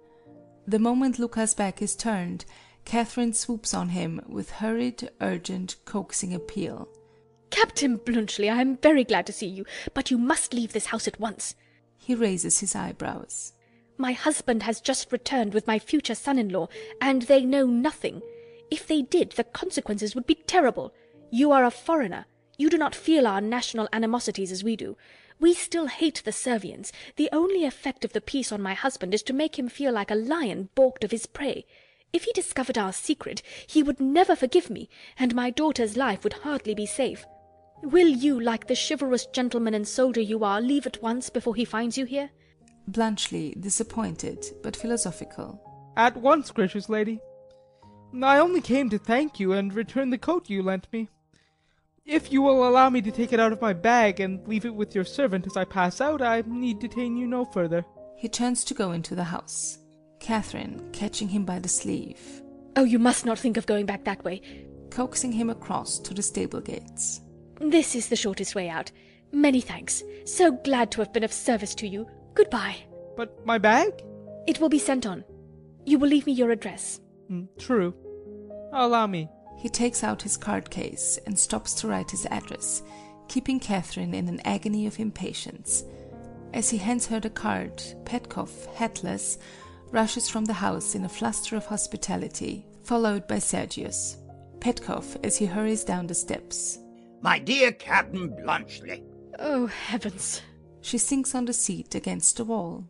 Speaker 2: The moment Luca's back is turned, Catherine swoops on him with hurried, urgent, coaxing appeal.
Speaker 5: Captain Blunchley, I am very glad to see you, but you must leave this house at once.
Speaker 2: He raises his eyebrows.
Speaker 5: My husband has just returned with my future son-in-law, and they know nothing. If they did, the consequences would be terrible. You are a foreigner. You do not feel our national animosities as we do. We still hate the Servians. The only effect of the peace on my husband is to make him feel like a lion balked of his prey. If he discovered our secret, he would never forgive me, and my daughter's life would hardly be safe. Will you, like the chivalrous gentleman and soldier you are, leave at once before he finds you here?
Speaker 2: Blanchley, disappointed but philosophical.
Speaker 4: At once, gracious lady. I only came to thank you and return the coat you lent me. If you will allow me to take it out of my bag and leave it with your servant as I pass out, I need detain you no further.
Speaker 2: He turns to go into the house. Catherine, catching him by the sleeve,
Speaker 5: Oh, you must not think of going back that way.
Speaker 2: coaxing him across to the stable gates.
Speaker 5: This is the shortest way out. Many thanks. So glad to have been of service to you. Goodbye.
Speaker 4: But my bag?
Speaker 5: It will be sent on. You will leave me your address.
Speaker 4: Mm, True. Allow me.
Speaker 2: He takes out his card case and stops to write his address, keeping Catherine in an agony of impatience. As he hands her the card, Petkoff, hatless, rushes from the house in a fluster of hospitality, followed by Sergius. Petkoff as he hurries down the steps.
Speaker 1: My dear Captain Blunchley,
Speaker 5: Oh, heavens.
Speaker 2: She sinks on the seat against the wall.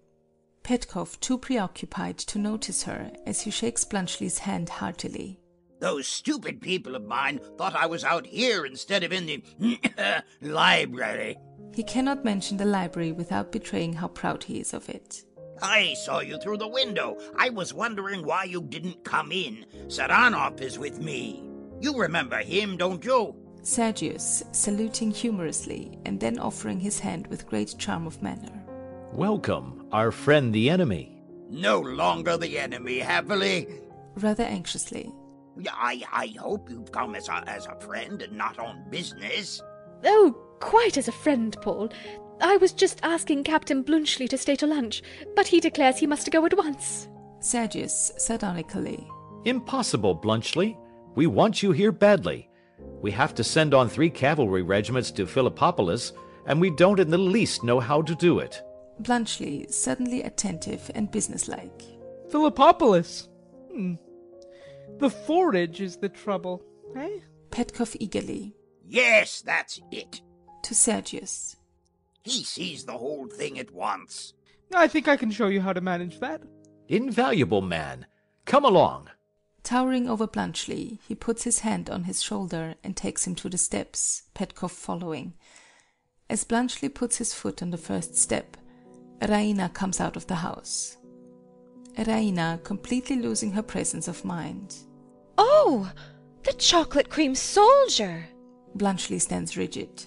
Speaker 2: Petkoff too preoccupied to notice her as he shakes Blunchley's hand heartily.
Speaker 1: those stupid people of mine thought I was out here instead of in the (coughs) library.
Speaker 2: He cannot mention the library without betraying how proud he is of it.
Speaker 1: I saw you through the window. I was wondering why you didn't come in. Saranov is with me. You remember him, don't you?
Speaker 2: Sergius, saluting humorously, and then offering his hand with great charm of manner.
Speaker 8: Welcome, our friend the enemy.
Speaker 1: No longer the enemy, happily.
Speaker 2: Rather anxiously.
Speaker 1: I, I hope you've come as a, as a friend and not on business.
Speaker 5: Oh, quite as a friend, Paul. I was just asking Captain Blunchley to stay to lunch, but he declares he must go at once.
Speaker 2: Sergius, sardonically.
Speaker 8: Impossible, Blunchley. We want you here badly. We have to send on three cavalry regiments to Philippopolis, and we don't in the least know how to do it.
Speaker 2: Blunchley, suddenly attentive and businesslike.
Speaker 4: Philippopolis. Hmm. The forage is the trouble, eh?
Speaker 2: Petkoff eagerly.
Speaker 1: Yes, that's it.
Speaker 2: To Sergius.
Speaker 1: He sees the whole thing at once.
Speaker 4: I think I can show you how to manage that. (laughs)
Speaker 8: Invaluable man. Come along.
Speaker 2: Towering over Blunchley, he puts his hand on his shoulder and takes him to the steps, Petkoff following. As Blunchley puts his foot on the first step, Raina comes out of the house. Raina, completely losing her presence of mind.
Speaker 3: Oh, the chocolate cream soldier!
Speaker 2: Blunchley stands rigid.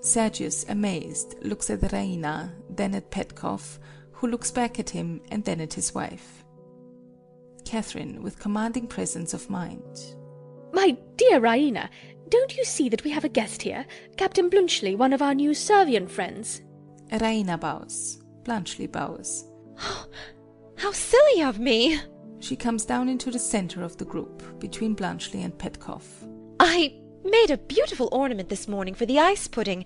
Speaker 2: Sergius, amazed, looks at Raina, then at Petkoff, who looks back at him and then at his wife. Catherine, with commanding presence of mind.
Speaker 5: My dear Raina, don't you see that we have a guest here? Captain Blunchley, one of our new Servian friends.
Speaker 2: Raina bows. Blunchley bows.
Speaker 3: How silly of me!
Speaker 2: She comes down into the center of the group, between Blunchley and Petkoff.
Speaker 3: I made a beautiful ornament this morning for the ice pudding,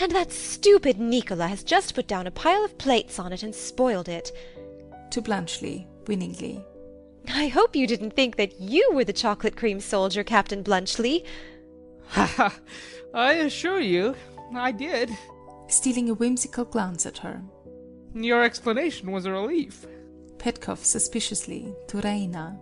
Speaker 3: and that stupid Nicola has just put down a pile of plates on it and spoiled it.
Speaker 2: To Blunchley, winningly.
Speaker 3: I hope you didn't think that you were the chocolate cream soldier, Captain Blunchley.
Speaker 4: Ha ha! I assure you, I did.
Speaker 2: Stealing a whimsical glance at her.
Speaker 4: Your explanation was a relief.
Speaker 2: Petkoff suspiciously to Raina.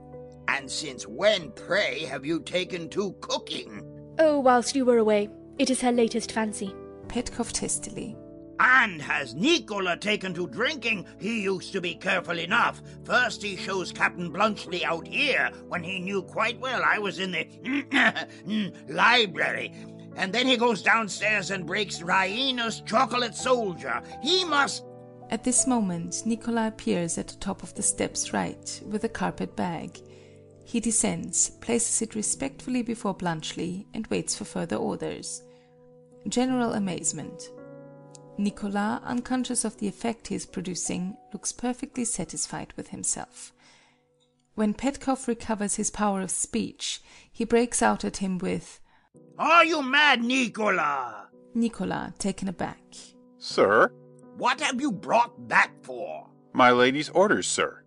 Speaker 1: And since when, pray, have you taken to cooking?
Speaker 5: Oh, whilst you were away, it is her latest fancy.
Speaker 2: Petkoff testily.
Speaker 1: And has Nicola taken to drinking? He used to be careful enough. First he shows Captain Blunchley out here, when he knew quite well I was in the (laughs) library. And then he goes downstairs and breaks Raina's chocolate soldier. He must
Speaker 2: At this moment, Nicola appears at the top of the steps right, with a carpet bag. He descends, places it respectfully before Blunchley, and waits for further orders. General amazement. Nicola, unconscious of the effect he is producing, looks perfectly satisfied with himself. When Petkoff recovers his power of speech, he breaks out at him with
Speaker 1: Are you mad, Nicola?
Speaker 2: Nicola, taken aback.
Speaker 9: Sir?
Speaker 1: What have you brought that for?
Speaker 9: My lady's orders, sir.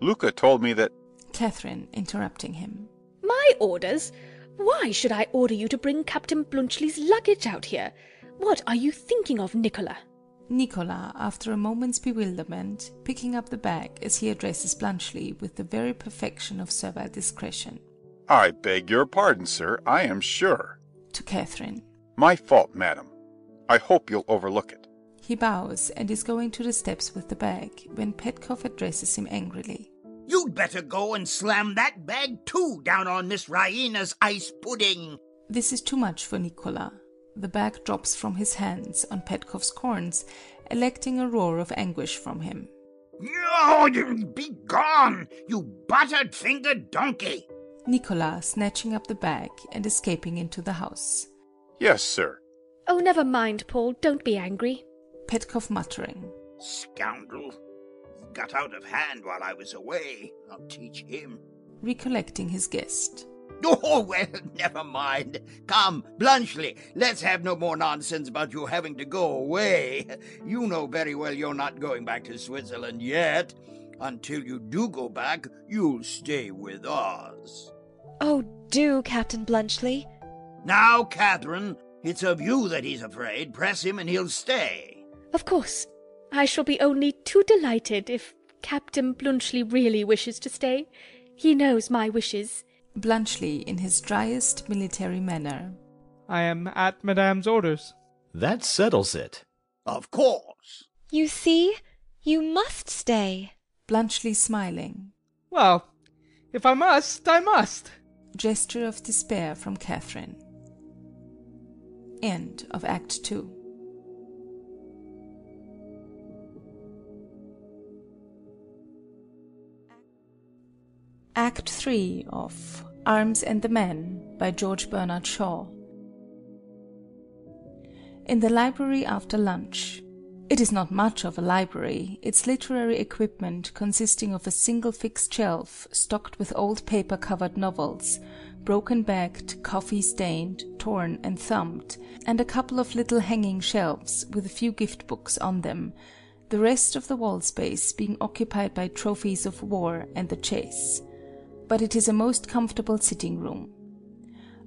Speaker 9: Luca told me that.
Speaker 2: Catherine, interrupting him.
Speaker 5: My orders? Why should I order you to bring Captain Blunchley's luggage out here? What are you thinking of, Nicola?
Speaker 2: Nicola, after a moment's bewilderment, picking up the bag as he addresses Blunchley with the very perfection of servile discretion.
Speaker 9: I beg your pardon, sir, I am sure.
Speaker 2: To Catherine.
Speaker 9: My fault, madam. I hope you'll overlook it.
Speaker 2: He bows and is going to the steps with the bag when Petkoff addresses him angrily.
Speaker 1: You'd better go and slam that bag too down on Miss Raina's ice pudding.
Speaker 2: This is too much for Nicola. The bag drops from his hands on Petkoff's corns, electing a roar of anguish from him.
Speaker 1: No, you be gone, you buttered fingered donkey.
Speaker 2: Nicola snatching up the bag and escaping into the house.
Speaker 9: Yes, sir.
Speaker 5: Oh, never mind, Paul, don't be angry.
Speaker 2: Petkoff muttering.
Speaker 1: Scoundrel. Got out of hand while I was away. I'll teach him.
Speaker 2: recollecting his guest.
Speaker 1: (laughs) Oh, well, never mind. Come, Blunchley, let's have no more nonsense about you having to go away. (laughs) You know very well you're not going back to Switzerland yet. Until you do go back, you'll stay with us.
Speaker 3: Oh, do, Captain Blunchley.
Speaker 1: Now, Catherine, it's of you that he's afraid. Press him and he'll stay.
Speaker 5: Of course, I shall be only too delighted if Captain Blunchley really wishes to stay. He knows my wishes.
Speaker 2: Blunchley in his driest military manner.
Speaker 4: I am at Madame's orders.
Speaker 8: That settles it.
Speaker 1: Of course.
Speaker 3: You see, you must stay.
Speaker 2: Blunchley smiling.
Speaker 4: Well, if I must, I must.
Speaker 2: Gesture of despair from Catherine. End of Act 2. Act 3 of Arms and the Men by George Bernard Shaw. In the library after lunch. It is not much of a library, its literary equipment consisting of a single fixed shelf stocked with old paper covered novels, broken backed, coffee stained, torn, and thumbed, and a couple of little hanging shelves with a few gift books on them, the rest of the wall space being occupied by trophies of war and the chase but it is a most comfortable sitting room.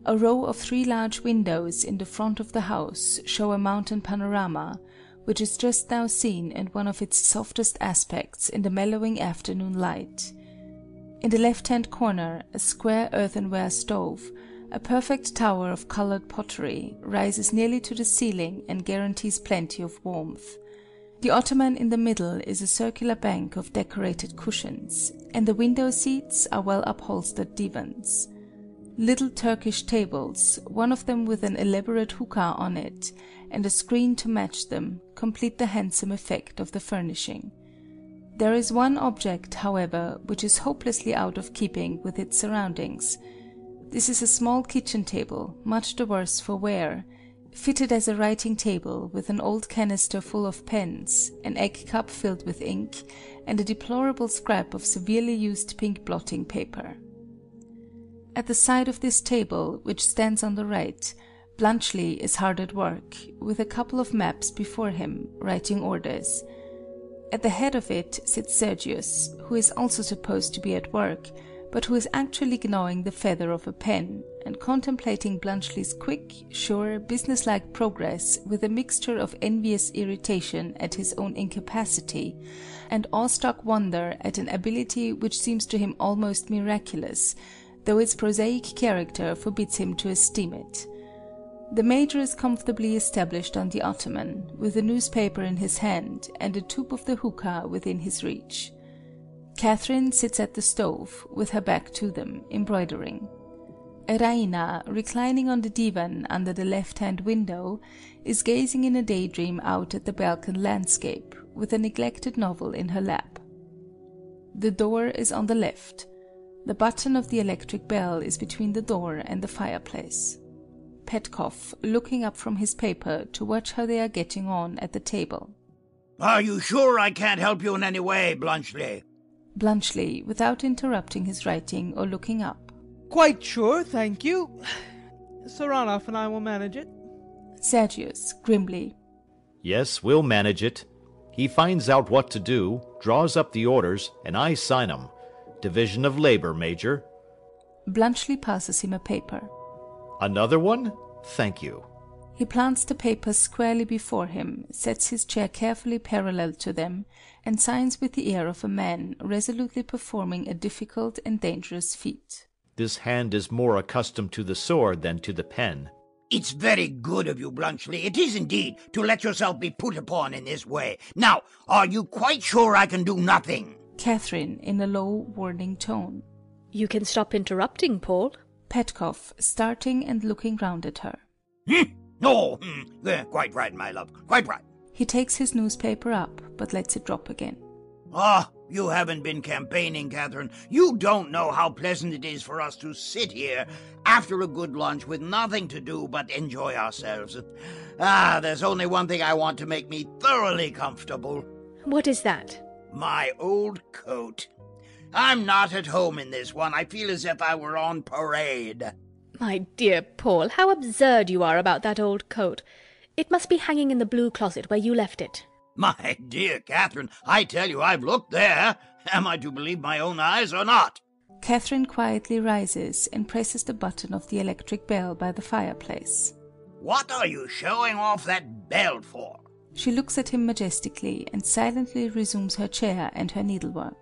Speaker 2: A row of three large windows in the front of the house show a mountain panorama, which is just now seen in one of its softest aspects in the mellowing afternoon light. In the left hand corner, a square earthenware stove, a perfect tower of colored pottery, rises nearly to the ceiling and guarantees plenty of warmth. The ottoman in the middle is a circular bank of decorated cushions, and the window seats are well upholstered divans. Little Turkish tables, one of them with an elaborate hookah on it, and a screen to match them, complete the handsome effect of the furnishing. There is one object, however, which is hopelessly out of keeping with its surroundings. This is a small kitchen table, much the worse for wear, fitted as a writing table with an old canister full of pens, an egg cup filled with ink, and a deplorable scrap of severely used pink blotting paper. At the side of this table, which stands on the right, Bluntschli is hard at work, with a couple of maps before him, writing orders. At the head of it sits Sergius, who is also supposed to be at work, but who is actually gnawing the feather of a pen and contemplating Bluntschli's quick, sure, businesslike progress with a mixture of envious irritation at his own incapacity and awestruck wonder at an ability which seems to him almost miraculous, though its prosaic character forbids him to esteem it. The major is comfortably established on the ottoman, with a newspaper in his hand and a tube of the hookah within his reach. Catherine sits at the stove, with her back to them, embroidering. Raina, reclining on the divan under the left-hand window, is gazing in a daydream out at the Balkan landscape, with a neglected novel in her lap. The door is on the left. The button of the electric bell is between the door and the fireplace. Petkoff, looking up from his paper to watch how they are getting on at the table.
Speaker 1: Are you sure I can't help you in any way, Bluntschli?
Speaker 2: Bluntschli, without interrupting his writing or looking up.
Speaker 4: Quite sure, thank you. Saranoff and I will manage it.
Speaker 2: Sergius, grimly.
Speaker 8: Yes, we'll manage it. He finds out what to do, draws up the orders, and I sign 'em. Division of labor, Major.
Speaker 2: Bluntschli passes him a paper.
Speaker 8: Another one? Thank you.
Speaker 2: He plants the papers squarely before him, sets his chair carefully parallel to them, and signs with the air of a man resolutely performing a difficult and dangerous feat.
Speaker 8: This hand is more accustomed to the sword than to the pen.
Speaker 1: It's very good of you, Bluntschli. It is indeed, to let yourself be put upon in this way. Now, are you quite sure I can do nothing?
Speaker 2: Catherine, in a low, warning tone.
Speaker 5: You can stop interrupting, Paul.
Speaker 2: Petkoff, starting and looking round at her.
Speaker 1: Hmm? No, hmm. yeah, quite right, my love. Quite right.
Speaker 2: He takes his newspaper up, but lets it drop again.
Speaker 1: Ah, you haven't been campaigning, Catherine. You don't know how pleasant it is for us to sit here after a good lunch with nothing to do but enjoy ourselves. Ah, there's only one thing I want to make me thoroughly comfortable
Speaker 5: What is that?
Speaker 1: my old coat. I'm not at home in this one. I feel as if I were on parade.
Speaker 5: My dear Paul, how absurd you are about that old coat. It must be hanging in the blue closet where you left it.
Speaker 1: My dear Catherine, I tell you, I've looked there. Am I to believe my own eyes or not?
Speaker 2: Catherine quietly rises and presses the button of the electric bell by the fireplace.
Speaker 1: What are you showing off that bell for?
Speaker 2: She looks at him majestically and silently resumes her chair and her needlework.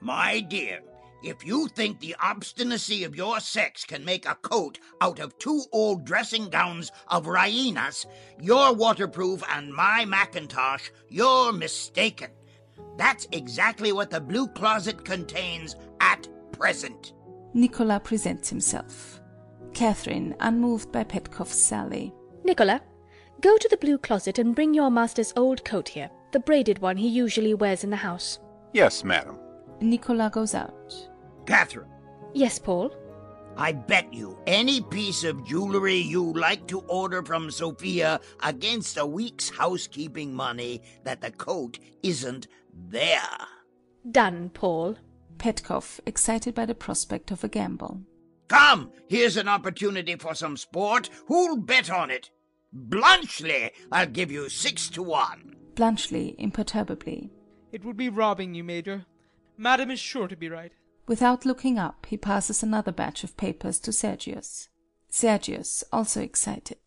Speaker 1: My dear, if you think the obstinacy of your sex can make a coat out of two old dressing gowns of Raina's, your waterproof and my Macintosh, you're mistaken. That's exactly what the blue closet contains at present.
Speaker 2: Nicola presents himself. Catherine, unmoved by Petkoff's sally.
Speaker 5: Nicola, Go to the blue closet and bring your master's old coat here, the braided one he usually wears in the house.
Speaker 9: Yes, madam.
Speaker 2: Nicolas goes out.
Speaker 1: Catherine,
Speaker 5: Yes, Paul?
Speaker 1: I bet you any piece of jewelry you like to order from Sophia against a week's housekeeping money that the coat isn't there.
Speaker 5: Done, Paul.
Speaker 2: Petkoff, excited by the prospect of a gamble.
Speaker 1: Come, here's an opportunity for some sport. Who'll bet on it? Blunchley, I'll give you six to one.
Speaker 2: Bluntschli, imperturbably.
Speaker 4: It would be robbing you, Major. Madam is sure to be right.
Speaker 2: Without looking up, he passes another batch of papers to Sergius. Sergius, also excited.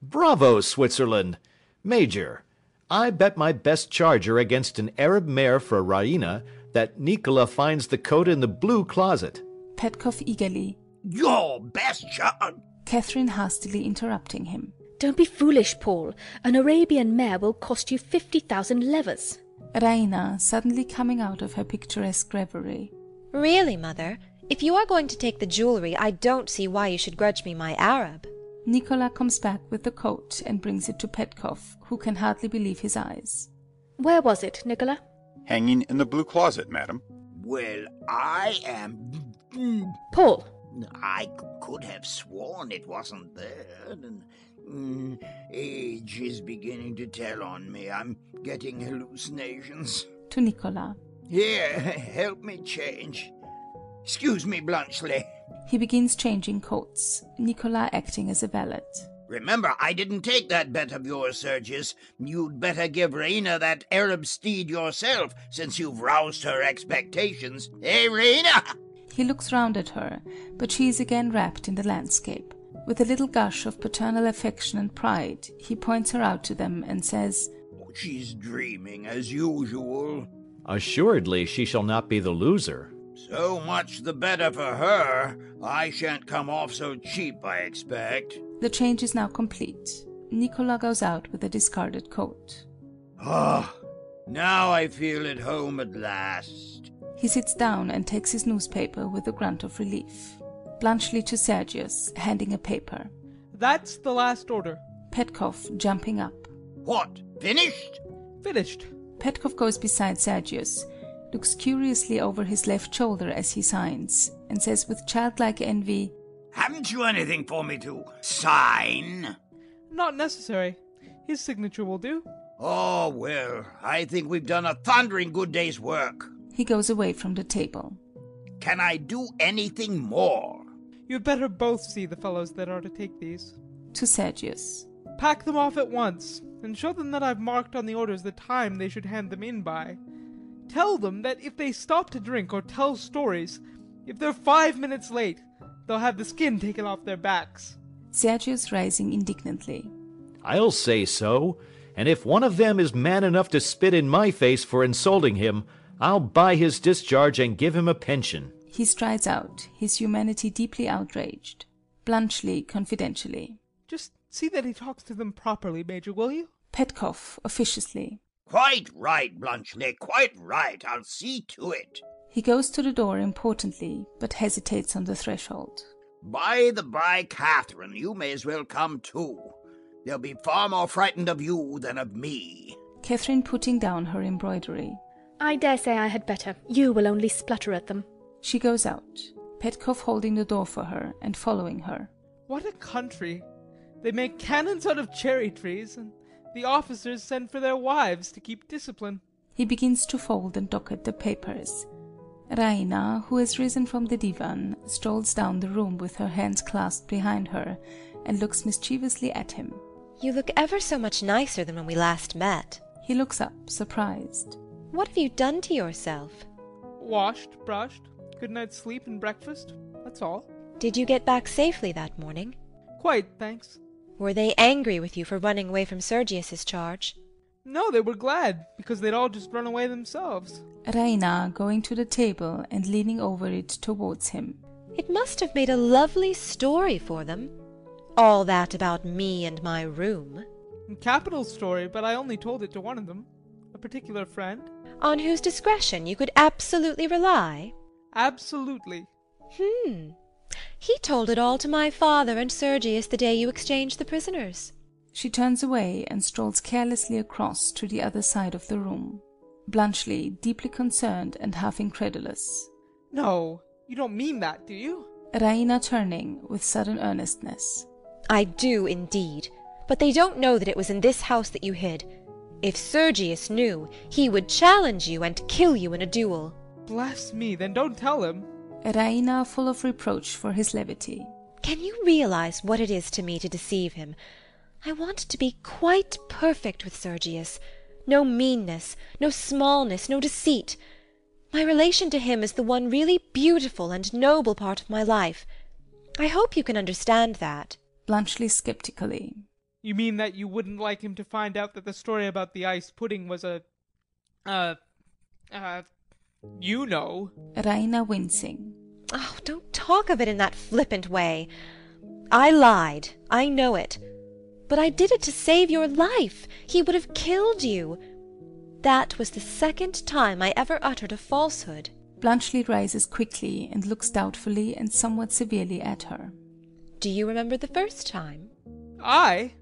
Speaker 8: Bravo, Switzerland! Major, I bet my best charger against an Arab mare for Raina that Nicola finds the coat in the blue closet.
Speaker 2: Petkoff eagerly,
Speaker 1: Your best shot.
Speaker 2: Catherine hastily interrupting him.
Speaker 5: Don't be foolish, Paul. An Arabian mare will cost you 50,000 levers.
Speaker 2: Raina, suddenly coming out of her picturesque reverie.
Speaker 3: Really, Mother, if you are going to take the jewelry, I don't see why you should grudge me my Arab.
Speaker 2: Nicola comes back with the coat and brings it to Petkoff, who can hardly believe his eyes.
Speaker 5: Where was it, Nicola?
Speaker 9: Hanging in the blue closet, madam.
Speaker 1: Well, I am.
Speaker 5: Paul.
Speaker 1: I could have sworn it wasn't there. And, mm, age is beginning to tell on me. I'm getting hallucinations.
Speaker 2: To Nicola.
Speaker 1: Here, help me change. Excuse me, Blunchley.
Speaker 2: He begins changing coats, Nicola acting as a valet.
Speaker 1: Remember, I didn't take that bet of yours, Sergius. You'd better give Raina that Arab steed yourself, since you've roused her expectations. Hey, Raina!
Speaker 2: He looks round at her, but she is again wrapped in the landscape. With a little gush of paternal affection and pride, he points her out to them and says,
Speaker 1: She's dreaming as usual.
Speaker 8: Assuredly, she shall not be the loser.
Speaker 1: So much the better for her. I shan't come off so cheap, I expect.
Speaker 2: The change is now complete. Nicola goes out with a discarded coat.
Speaker 1: Ah, now I feel at home at last.
Speaker 2: He sits down and takes his newspaper with a grunt of relief. Bluntschli to Sergius, handing a paper.
Speaker 4: That's the last order.
Speaker 2: Petkoff jumping up.
Speaker 1: What? Finished?
Speaker 4: Finished.
Speaker 2: Petkov goes beside Sergius, looks curiously over his left shoulder as he signs, and says with childlike envy,
Speaker 1: Haven't you anything for me to sign?
Speaker 4: Not necessary. His signature will do.
Speaker 1: Oh, well, I think we've done a thundering good day's work.
Speaker 2: he goes away from the table.
Speaker 1: Can I do anything more?
Speaker 4: You'd better both see the fellows that are to take these.
Speaker 2: To Sergius.
Speaker 4: Pack them off at once, and show them that I've marked on the orders the time they should hand them in by. Tell them that if they stop to drink or tell stories, if they're five minutes late, they'll have the skin taken off their backs.
Speaker 2: Sergius rising indignantly.
Speaker 8: I'll say so, and if one of them is man enough to spit in my face for insulting him, I'll buy his discharge and give him a pension.
Speaker 2: He strides out, his humanity deeply outraged. Bluntschli, confidentially.
Speaker 4: Just see that he talks to them properly, Major, will you?
Speaker 2: Petkoff, officiously.
Speaker 1: Quite right, Blunchley, quite right. I'll see to it.
Speaker 2: He goes to the door importantly, but hesitates on the threshold.
Speaker 1: By the by, Catherine, you may as well come too. They'll be far more frightened of you than of me.
Speaker 2: Catherine putting down her embroidery.
Speaker 5: I dare say I had better. You will only splutter at them.
Speaker 2: She goes out, Petkoff holding the door for her and following her.
Speaker 4: What a country! They make cannons out of cherry trees, and the officers send for their wives to keep discipline.
Speaker 2: He begins to fold and docket the papers. Raina, who has risen from the divan, strolls down the room with her hands clasped behind her and looks mischievously at him.
Speaker 3: You look ever so much nicer than when we last met.
Speaker 2: He looks up, surprised.
Speaker 3: What have you done to yourself?
Speaker 4: Washed, brushed, good night's sleep and breakfast. That's all.
Speaker 3: Did you get back safely that morning?
Speaker 4: Quite, thanks.
Speaker 3: Were they angry with you for running away from Sergius's charge?
Speaker 4: No, they were glad, because they'd all just run away themselves.
Speaker 2: Raina going to the table and leaning over it towards him.
Speaker 3: It must have made a lovely story for them. All that about me and my room.
Speaker 4: Capital story, but I only told it to one of them, a particular friend.
Speaker 3: On whose discretion you could absolutely rely.
Speaker 4: Absolutely.
Speaker 3: Hmm. He told it all to my father and Sergius the day you exchanged the prisoners.
Speaker 2: She turns away and strolls carelessly across to the other side of the room. Bluntschli, deeply concerned and half incredulous.
Speaker 4: No, you don't mean that, do you?
Speaker 2: Raina turning with sudden earnestness.
Speaker 3: I do indeed. But they don't know that it was in this house that you hid. If Sergius knew, he would challenge you and kill you in a duel.
Speaker 4: Bless me, then don't tell him.
Speaker 2: Raina full of reproach for his levity.
Speaker 3: Can you realize what it is to me to deceive him? I want to be quite perfect with Sergius. No meanness, no smallness, no deceit. My relation to him is the one really beautiful and noble part of my life. I hope you can understand that.
Speaker 2: Bluntschli skeptically.
Speaker 4: You mean that you wouldn't like him to find out that the story about the ice pudding was a. uh. uh. you know.
Speaker 2: Raina wincing.
Speaker 3: Oh, don't talk of it in that flippant way. I lied. I know it. But I did it to save your life. He would have killed you. That was the second time I ever uttered a falsehood.
Speaker 2: Bluntschli rises quickly and looks doubtfully and somewhat severely at her.
Speaker 3: Do you remember the first time?
Speaker 4: I?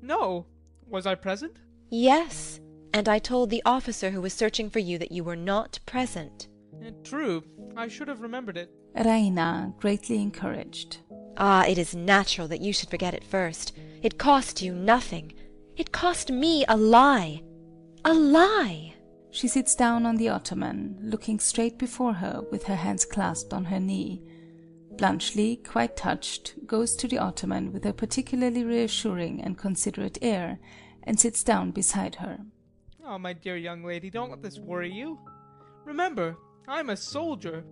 Speaker 4: No. Was I present?
Speaker 3: Yes. And I told the officer who was searching for you that you were not present.
Speaker 4: Eh, True. I should have remembered it.
Speaker 2: Raina, greatly encouraged.
Speaker 3: Ah, it is natural that you should forget it first. It cost you nothing. It cost me a lie. A lie!
Speaker 2: She sits down on the ottoman, looking straight before her with her hands clasped on her knee. Bluntschli, quite touched, goes to the ottoman with a particularly reassuring and considerate air, and sits down beside her.
Speaker 4: Oh, my dear young lady, don't let this worry you. Remember, I'm a soldier.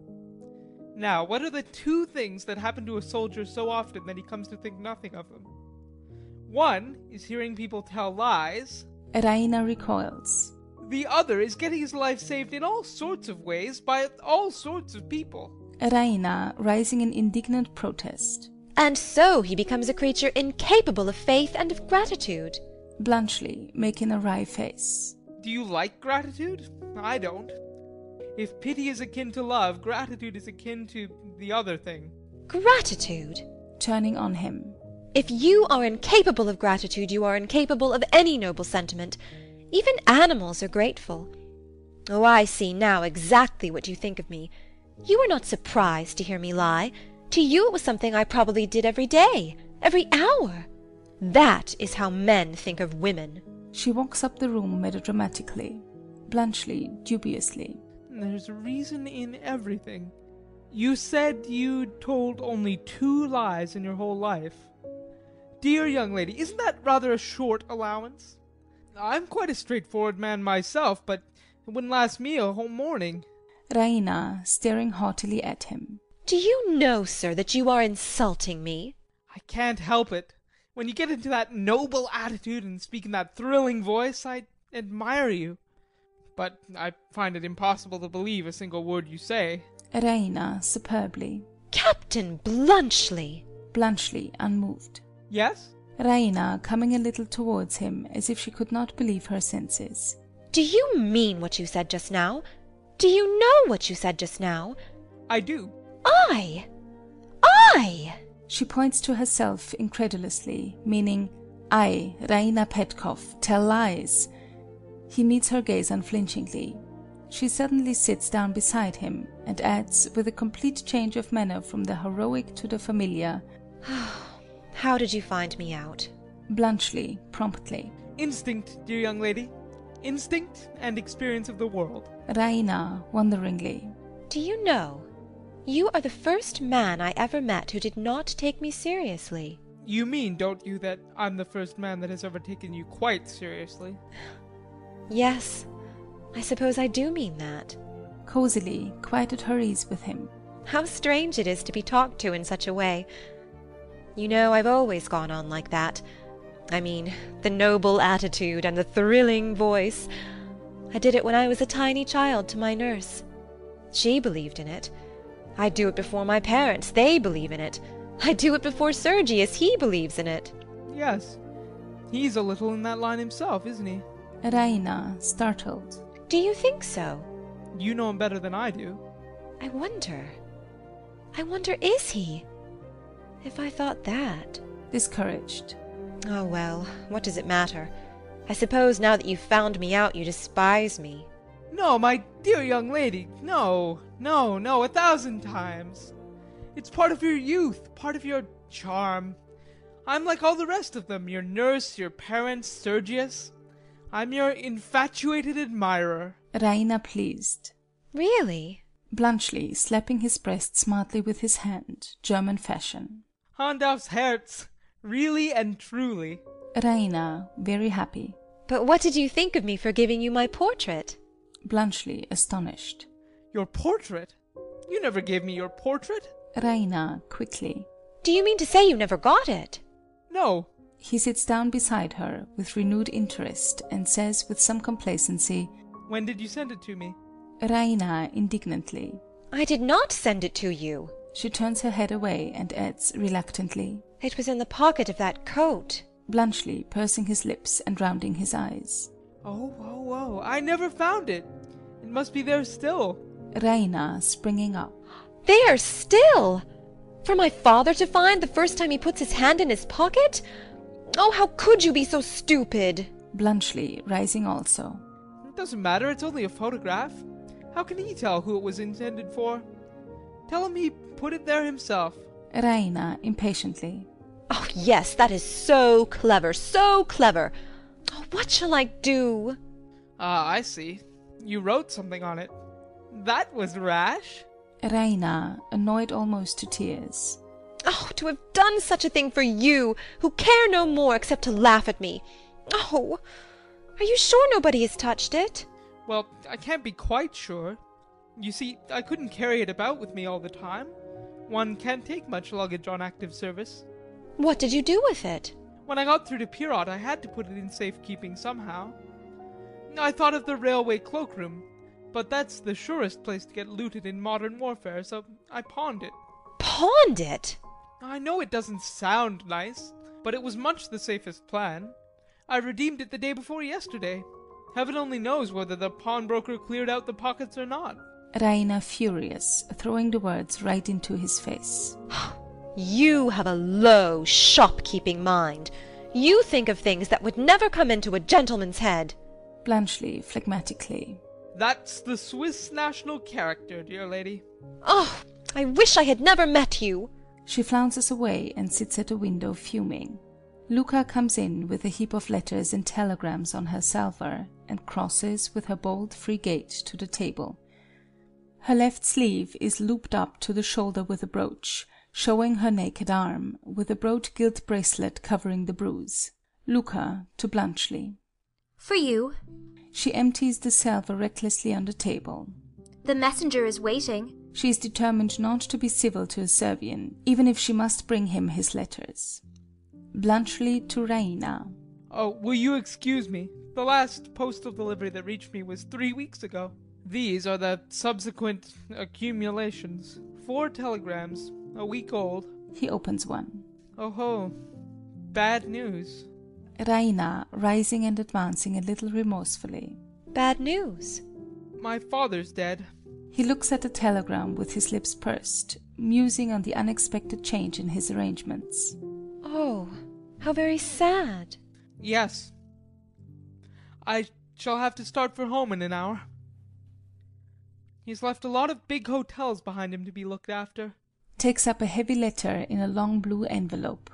Speaker 4: Now, what are the two things that happen to a soldier so often that he comes to think nothing of them? One is hearing people tell lies,
Speaker 2: Raina recoils.
Speaker 4: the other is getting his life saved in all sorts of ways by all sorts of people.
Speaker 2: Raina, rising in indignant protest.
Speaker 3: And so he becomes a creature incapable of faith and of gratitude.
Speaker 2: Bluntschli, making a wry face.
Speaker 4: Do you like gratitude? I don't. If pity is akin to love, gratitude is akin to the other thing.
Speaker 3: Gratitude!
Speaker 2: Turning on him.
Speaker 3: If you are incapable of gratitude, you are incapable of any noble sentiment. Even animals are grateful. Oh, I see now exactly what you think of me. You were not surprised to hear me lie. To you it was something I probably did every day, every hour. That is how men think of women.
Speaker 2: She walks up the room melodramatically. Bluntschli, dubiously.
Speaker 4: There's reason in everything. You said you told only two lies in your whole life. Dear young lady, isn't that rather a short allowance? I'm quite a straightforward man myself, but it wouldn't last me a whole morning.
Speaker 2: Raina, staring haughtily at him.
Speaker 3: Do you know, sir, that you are insulting me?
Speaker 4: I can't help it. When you get into that noble attitude and speak in that thrilling voice, I admire you. But I find it impossible to believe a single word you say.
Speaker 2: Raina, superbly.
Speaker 3: Captain Bluntschli!
Speaker 2: Bluntschli, unmoved.
Speaker 4: Yes?
Speaker 2: Raina, coming a little towards him, as if she could not believe her senses.
Speaker 3: Do you mean what you said just now? Do you know what you said just now?
Speaker 4: I do.
Speaker 3: I! I! (sighs)
Speaker 2: She points to herself incredulously, meaning, I, Raina Petkoff, tell lies. He meets her gaze unflinchingly. She suddenly sits down beside him, and adds, with a complete change of manner from the heroic to the familiar,
Speaker 3: How did you find me out?
Speaker 2: bluntly, promptly.
Speaker 4: Instinct, dear young lady. Instinct and experience of the world.
Speaker 2: Raina, wonderingly.
Speaker 3: Do you know? You are the first man I ever met who did not take me seriously.
Speaker 4: You mean, don't you, that I'm the first man that has ever taken you quite seriously?
Speaker 3: Yes, I suppose I do mean that.
Speaker 2: Cosily, quite at her ease with him.
Speaker 3: How strange it is to be talked to in such a way. You know, I've always gone on like that. I mean, the noble attitude and the thrilling voice. I did it when I was a tiny child to my nurse. She believed in it. I do it before my parents. They believe in it. I do it before Sergius. He believes in it.
Speaker 4: Yes. He's a little in that line himself, isn't he?
Speaker 2: Raina, startled.
Speaker 3: Do you think so?
Speaker 4: You know him better than I do.
Speaker 3: I wonder. I wonder, is he? If I thought that.
Speaker 2: discouraged.
Speaker 3: Oh, well, what does it matter? I suppose now that you've found me out, you despise me.
Speaker 4: No, my dear young lady, no, no, no, a thousand times. It's part of your youth, part of your charm. I'm like all the rest of them your nurse, your parents, Sergius. I'm your infatuated admirer.
Speaker 2: Raina pleased.
Speaker 3: Really?
Speaker 2: Bluntschli slapping his breast smartly with his hand, German fashion.
Speaker 4: Handauf's Herz, really and truly.
Speaker 2: Raina very happy.
Speaker 3: But what did you think of me for giving you my portrait?
Speaker 2: Bluntschli astonished.
Speaker 4: Your portrait? You never gave me your portrait.
Speaker 2: Raina quickly.
Speaker 3: Do you mean to say you never got it?
Speaker 4: No,
Speaker 2: He sits down beside her with renewed interest and says with some complacency,
Speaker 4: when did you send it to me?
Speaker 2: Raina indignantly.
Speaker 3: I did not send it to you.
Speaker 2: She turns her head away and adds reluctantly,
Speaker 3: It was in the pocket of that coat.
Speaker 2: Bluntschli pursing his lips and rounding his eyes.
Speaker 4: Oh, oh, oh, I never found it. It must be there still.
Speaker 2: Raina springing up.
Speaker 3: There still! For my father to find the first time he puts his hand in his pocket? Oh, how could you be so stupid?
Speaker 2: Bluntschli rising also.
Speaker 4: It doesn't matter, it's only a photograph. How can he tell who it was intended for? Tell him he put it there himself.
Speaker 2: Raina impatiently.
Speaker 3: Oh, yes, that is so clever, so clever. Oh, what shall I do?
Speaker 4: Ah, I see. You wrote something on it. That was rash.
Speaker 2: Raina annoyed almost to tears.
Speaker 3: Oh, to have done such a thing for you, who care no more except to laugh at me. Oh, are you sure nobody has touched it?
Speaker 4: Well, I can't be quite sure. You see, I couldn't carry it about with me all the time. One can't take much luggage on active service.
Speaker 3: What did you do with it?
Speaker 4: When I got through to Pirot, I had to put it in safekeeping somehow. I thought of the railway cloakroom, but that's the surest place to get looted in modern warfare, so I pawned it.
Speaker 3: Pawned it?
Speaker 4: I know it doesn't sound nice, but it was much the safest plan. I redeemed it the day before yesterday. Heaven only knows whether the pawnbroker cleared out the pockets or not.
Speaker 2: Raina furious, throwing the words right into his face.
Speaker 3: You have a low, shopkeeping mind. You think of things that would never come into a gentleman's head.
Speaker 2: Bluntschli phlegmatically.
Speaker 4: That's the Swiss national character, dear lady.
Speaker 3: Oh, I wish I had never met you.
Speaker 2: She flounces away and sits at a window fuming. Luca comes in with a heap of letters and telegrams on her salver and crosses with her bold free gait to the table. Her left sleeve is looped up to the shoulder with a brooch, showing her naked arm, with a broad gilt bracelet covering the bruise. Luca to Bluntschli.
Speaker 6: For you,
Speaker 2: She empties the salver recklessly on the table.
Speaker 6: the messenger is waiting.
Speaker 2: She is determined not to be civil to a Servian, even if she must bring him his letters. Bluntschli to Raina.
Speaker 4: Oh, will you excuse me? The last postal delivery that reached me was three weeks ago. These are the subsequent accumulations. Four telegrams, a week old.
Speaker 2: He opens one.
Speaker 4: Oh ho. Bad news.
Speaker 2: Raina rising and advancing a little remorsefully.
Speaker 3: Bad news.
Speaker 4: My father's dead.
Speaker 2: He looks at the telegram with his lips pursed, musing on the unexpected change in his arrangements.
Speaker 3: Oh, how very sad.
Speaker 4: Yes. I shall have to start for home in an hour. He's left a lot of big hotels behind him to be looked after.
Speaker 2: Takes up a heavy letter in a long blue envelope.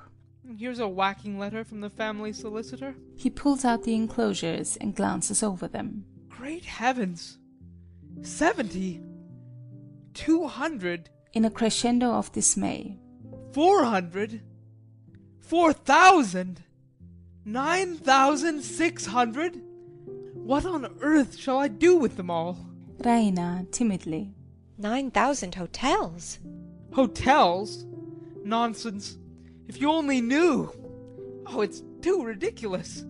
Speaker 4: Here's a whacking letter from the family solicitor.
Speaker 2: He pulls out the enclosures and glances over them.
Speaker 4: Great heavens! Seventy! Two hundred!
Speaker 2: In a crescendo of dismay,
Speaker 4: Four hundred! Four thousand! Nine thousand six hundred! What on earth shall I do with them all?
Speaker 2: Raina timidly.
Speaker 3: Nine thousand hotels.
Speaker 4: Hotels? Nonsense. If you only knew. Oh, it's too ridiculous.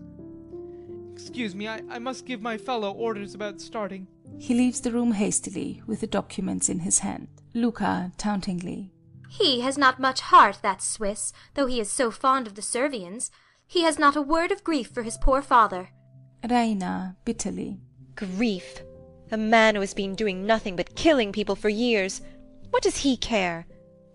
Speaker 4: Excuse me, I, I must give my fellow orders about starting.
Speaker 2: He leaves the room hastily with the documents in his hand. Luca tauntingly.
Speaker 6: He has not much heart, that Swiss, though he is so fond of the Servians. He has not a word of grief for his poor father.
Speaker 2: Raina bitterly.
Speaker 3: Grief. A man who has been doing nothing but killing people for years. What does he care?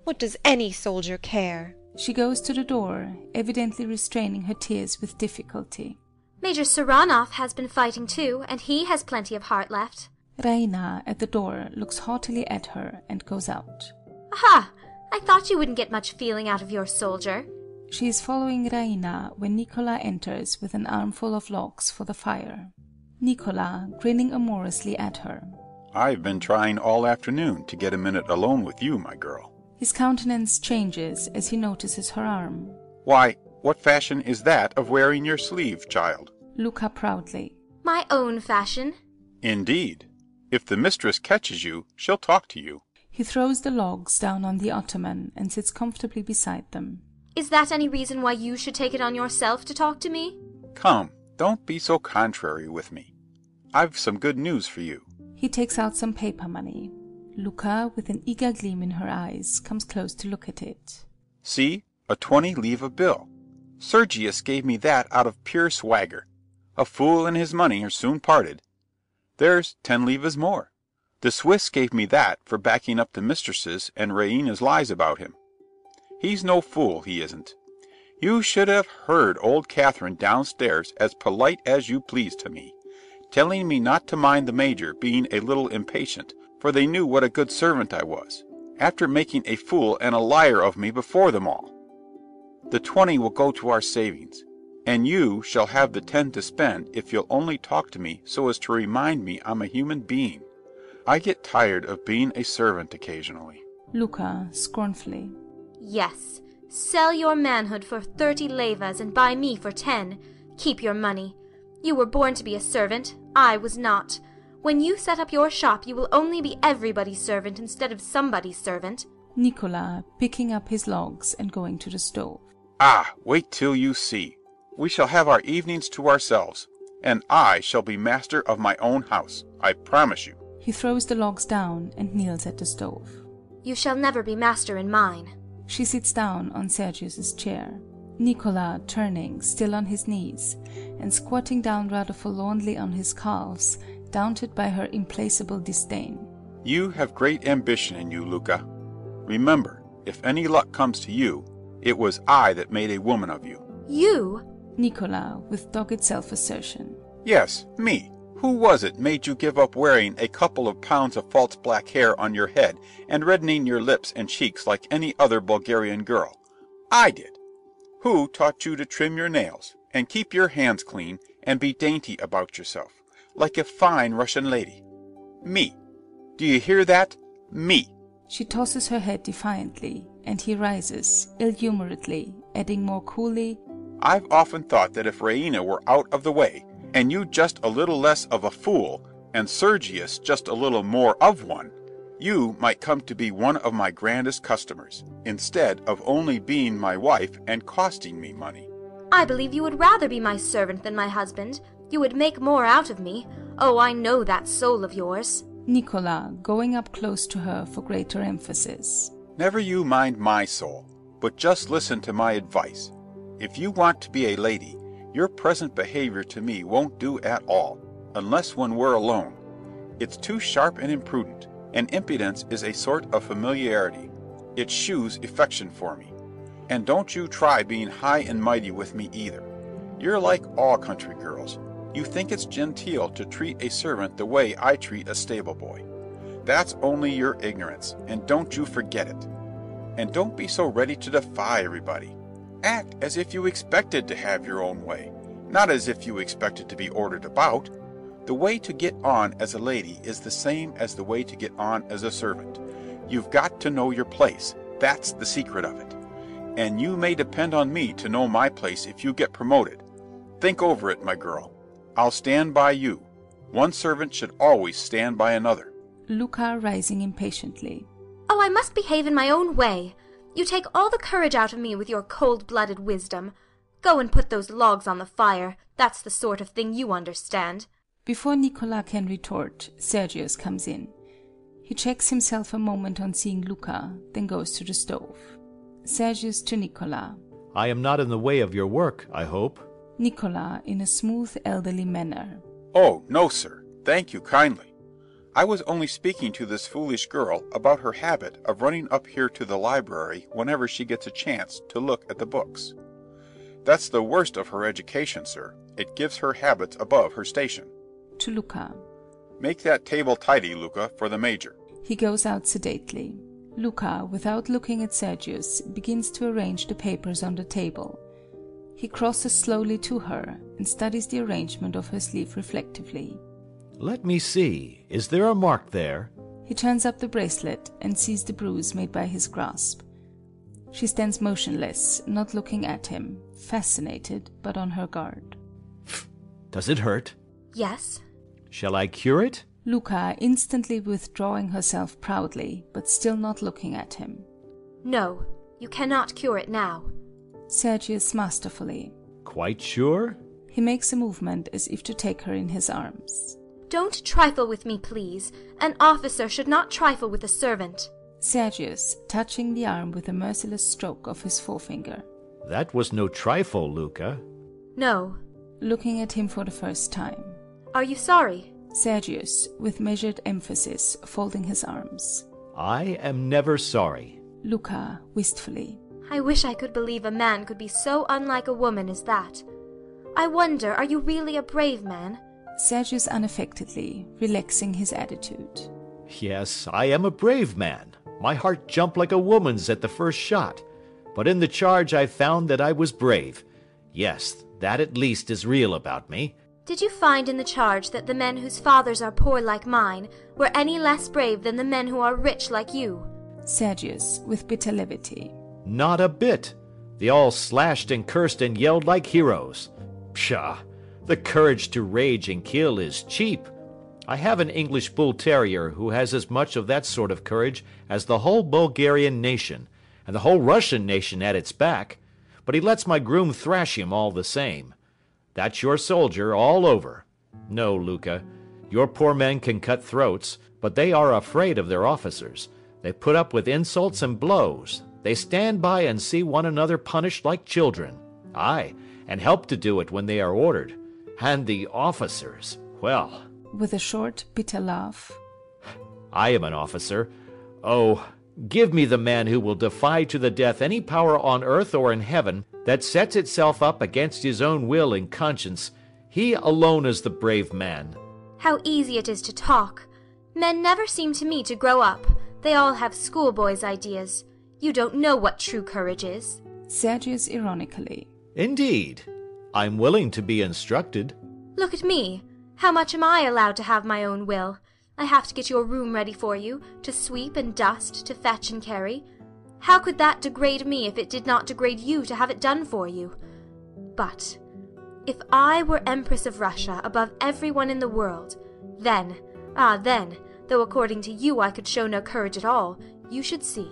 Speaker 3: What does any soldier care?
Speaker 2: She goes to the door, evidently restraining her tears with difficulty.
Speaker 6: Major Saranoff has been fighting too, and he has plenty of heart left.
Speaker 2: Raina at the door looks haughtily at her and goes out.
Speaker 6: Aha! I thought you wouldn't get much feeling out of your soldier.
Speaker 2: She is following Raina when Nicola enters with an armful of logs for the fire. Nicola grinning amorously at her.
Speaker 9: I've been trying all afternoon to get a minute alone with you, my girl.
Speaker 2: His countenance changes as he notices her arm.
Speaker 9: Why, what fashion is that of wearing your sleeve, child?
Speaker 2: Luca proudly.
Speaker 6: My own fashion.
Speaker 9: Indeed. If the mistress catches you, she'll talk to you.
Speaker 2: He throws the logs down on the ottoman and sits comfortably beside them.
Speaker 6: Is that any reason why you should take it on yourself to talk to me?
Speaker 9: Come, don't be so contrary with me. I've some good news for you.
Speaker 2: He takes out some paper money. Luca, with an eager gleam in her eyes, comes close to look at it.
Speaker 9: See, a twenty leva bill. Sergius gave me that out of pure swagger. A fool and his money are soon parted. There's ten levas more. The Swiss gave me that for backing up the mistresses and Raina's lies about him. He's no fool, he isn't. You should have heard old Catherine downstairs as polite as you please to me, telling me not to mind the major being a little impatient, for they knew what a good servant I was, after making a fool and a liar of me before them all. The twenty will go to our savings, and you shall have the ten to spend if you'll only talk to me so as to remind me I'm a human being. I get tired of being a servant occasionally.
Speaker 2: Luca scornfully.
Speaker 6: Yes. Sell your manhood for thirty levas and buy me for ten. Keep your money. You were born to be a servant. I was not. When you set up your shop, you will only be everybody's servant instead of somebody's servant.
Speaker 2: Nicola picking up his logs and going to the stove.
Speaker 9: Ah, wait till you see. We shall have our evenings to ourselves, and I shall be master of my own house, I promise you.
Speaker 2: He throws the logs down and kneels at the stove.
Speaker 6: You shall never be master in mine.
Speaker 2: She sits down on Sergius's chair. Nicola, turning, still on his knees, and squatting down rather forlornly on his calves, daunted by her implacable disdain.
Speaker 9: You have great ambition in you, Luca. Remember, if any luck comes to you, it was I that made a woman of you.
Speaker 6: You?
Speaker 2: Nicola, with dogged self assertion.
Speaker 9: Yes, me. Who was it made you give up wearing a couple of pounds of false black hair on your head and reddening your lips and cheeks like any other Bulgarian girl? I did. Who taught you to trim your nails and keep your hands clean and be dainty about yourself, like a fine Russian lady? Me. Do you hear that? Me.
Speaker 2: She tosses her head defiantly, and he rises, ill humoredly, adding more coolly,
Speaker 9: I've often thought that if Raina were out of the way, and you just a little less of a fool, and Sergius just a little more of one, you might come to be one of my grandest customers, instead of only being my wife and costing me money.
Speaker 6: I believe you would rather be my servant than my husband. You would make more out of me. Oh, I know that soul of yours.
Speaker 2: Nicola, going up close to her for greater emphasis.
Speaker 9: Never you mind my soul, but just listen to my advice. If you want to be a lady, your present behavior to me won't do at all, unless when we're alone. It's too sharp and imprudent, and impudence is a sort of familiarity. It shews affection for me. And don't you try being high and mighty with me either. You're like all country girls. You think it's genteel to treat a servant the way I treat a stable boy. That's only your ignorance, and don't you forget it. And don't be so ready to defy everybody. Act as if you expected to have your own way, not as if you expected to be ordered about. The way to get on as a lady is the same as the way to get on as a servant. You've got to know your place. That's the secret of it. And you may depend on me to know my place if you get promoted. Think over it, my girl. I'll stand by you. One servant should always stand by another.
Speaker 2: Luca rising impatiently.
Speaker 6: Oh, I must behave in my own way. You take all the courage out of me with your cold-blooded wisdom. Go and put those logs on the fire. That's the sort of thing you understand.
Speaker 2: Before Nicola can retort, Sergius comes in. He checks himself a moment on seeing Luca, then goes to the stove. Sergius to Nicola.
Speaker 8: I am not in the way of your work, I hope.
Speaker 2: Nicola in a smooth elderly manner.
Speaker 9: Oh, no, sir. Thank you kindly. I was only speaking to this foolish girl about her habit of running up here to the library whenever she gets a chance to look at the books. That's the worst of her education, sir. It gives her habits above her station.
Speaker 2: To Luca.
Speaker 9: Make that table tidy, Luca, for the major.
Speaker 2: He goes out sedately. Luca, without looking at Sergius, begins to arrange the papers on the table. He crosses slowly to her and studies the arrangement of her sleeve reflectively.
Speaker 8: Let me see. Is there a mark there?
Speaker 2: He turns up the bracelet and sees the bruise made by his grasp. She stands motionless, not looking at him, fascinated but on her guard.
Speaker 8: Does it hurt?
Speaker 6: Yes.
Speaker 8: Shall I cure it?
Speaker 2: Luca, instantly withdrawing herself proudly, but still not looking at him.
Speaker 6: No, you cannot cure it now.
Speaker 2: Sergius masterfully.
Speaker 8: Quite sure?
Speaker 2: He makes a movement as if to take her in his arms.
Speaker 6: Don't trifle with me, please. An officer should not trifle with a servant.
Speaker 2: Sergius, touching the arm with a merciless stroke of his forefinger.
Speaker 8: That was no trifle, Luca.
Speaker 6: No.
Speaker 2: Looking at him for the first time.
Speaker 6: Are you sorry?
Speaker 2: Sergius, with measured emphasis, folding his arms.
Speaker 8: I am never sorry.
Speaker 2: Luca, wistfully.
Speaker 6: I wish I could believe a man could be so unlike a woman as that. I wonder, are you really a brave man?
Speaker 2: Sergius unaffectedly, relaxing his attitude.
Speaker 8: Yes, I am a brave man. My heart jumped like a woman's at the first shot. But in the charge I found that I was brave. Yes, that at least is real about me.
Speaker 6: Did you find in the charge that the men whose fathers are poor like mine were any less brave than the men who are rich like you?
Speaker 2: Sergius, with bitter levity.
Speaker 8: Not a bit. They all slashed and cursed and yelled like heroes. Pshaw! The courage to rage and kill is cheap. I have an English bull terrier who has as much of that sort of courage as the whole Bulgarian nation, and the whole Russian nation at its back, but he lets my groom thrash him all the same. That's your soldier all over. No, Luca, your poor men can cut throats, but they are afraid of their officers. They put up with insults and blows. They stand by and see one another punished like children. Ay, and help to do it when they are ordered. And the officers, well,
Speaker 2: with a short, bitter laugh.
Speaker 8: I am an officer. Oh, give me the man who will defy to the death any power on earth or in heaven that sets itself up against his own will and conscience. He alone is the brave man.
Speaker 6: How easy it is to talk. Men never seem to me to grow up. They all have schoolboys' ideas. You don't know what true courage is.
Speaker 2: Sergius ironically.
Speaker 8: Indeed. I'm willing to be instructed.
Speaker 6: Look at me. How much am I allowed to have my own will? I have to get your room ready for you, to sweep and dust, to fetch and carry. How could that degrade me if it did not degrade you to have it done for you? But if I were Empress of Russia above everyone in the world, then, ah, then, though according to you I could show no courage at all, you should see,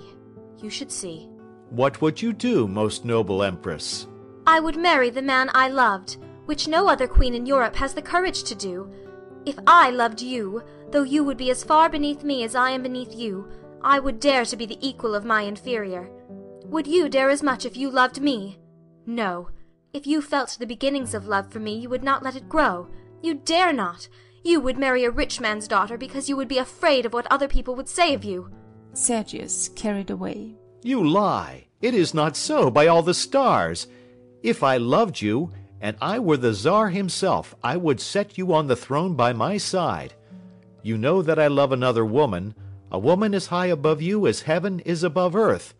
Speaker 6: you should see.
Speaker 8: What would you do, most noble Empress?
Speaker 6: I would marry the man I loved which no other queen in Europe has the courage to do. If I loved you, though you would be as far beneath me as I am beneath you, I would dare to be the equal of my inferior. Would you dare as much if you loved me? No. If you felt the beginnings of love for me, you would not let it grow. You dare not. You would marry a rich man's daughter because you would be afraid of what other people would say of you.
Speaker 2: Sergius, carried away.
Speaker 8: You lie. It is not so, by all the stars. If I loved you, and I were the Czar himself, I would set you on the throne by my side. You know that I love another woman, a woman as high above you as heaven is above earth,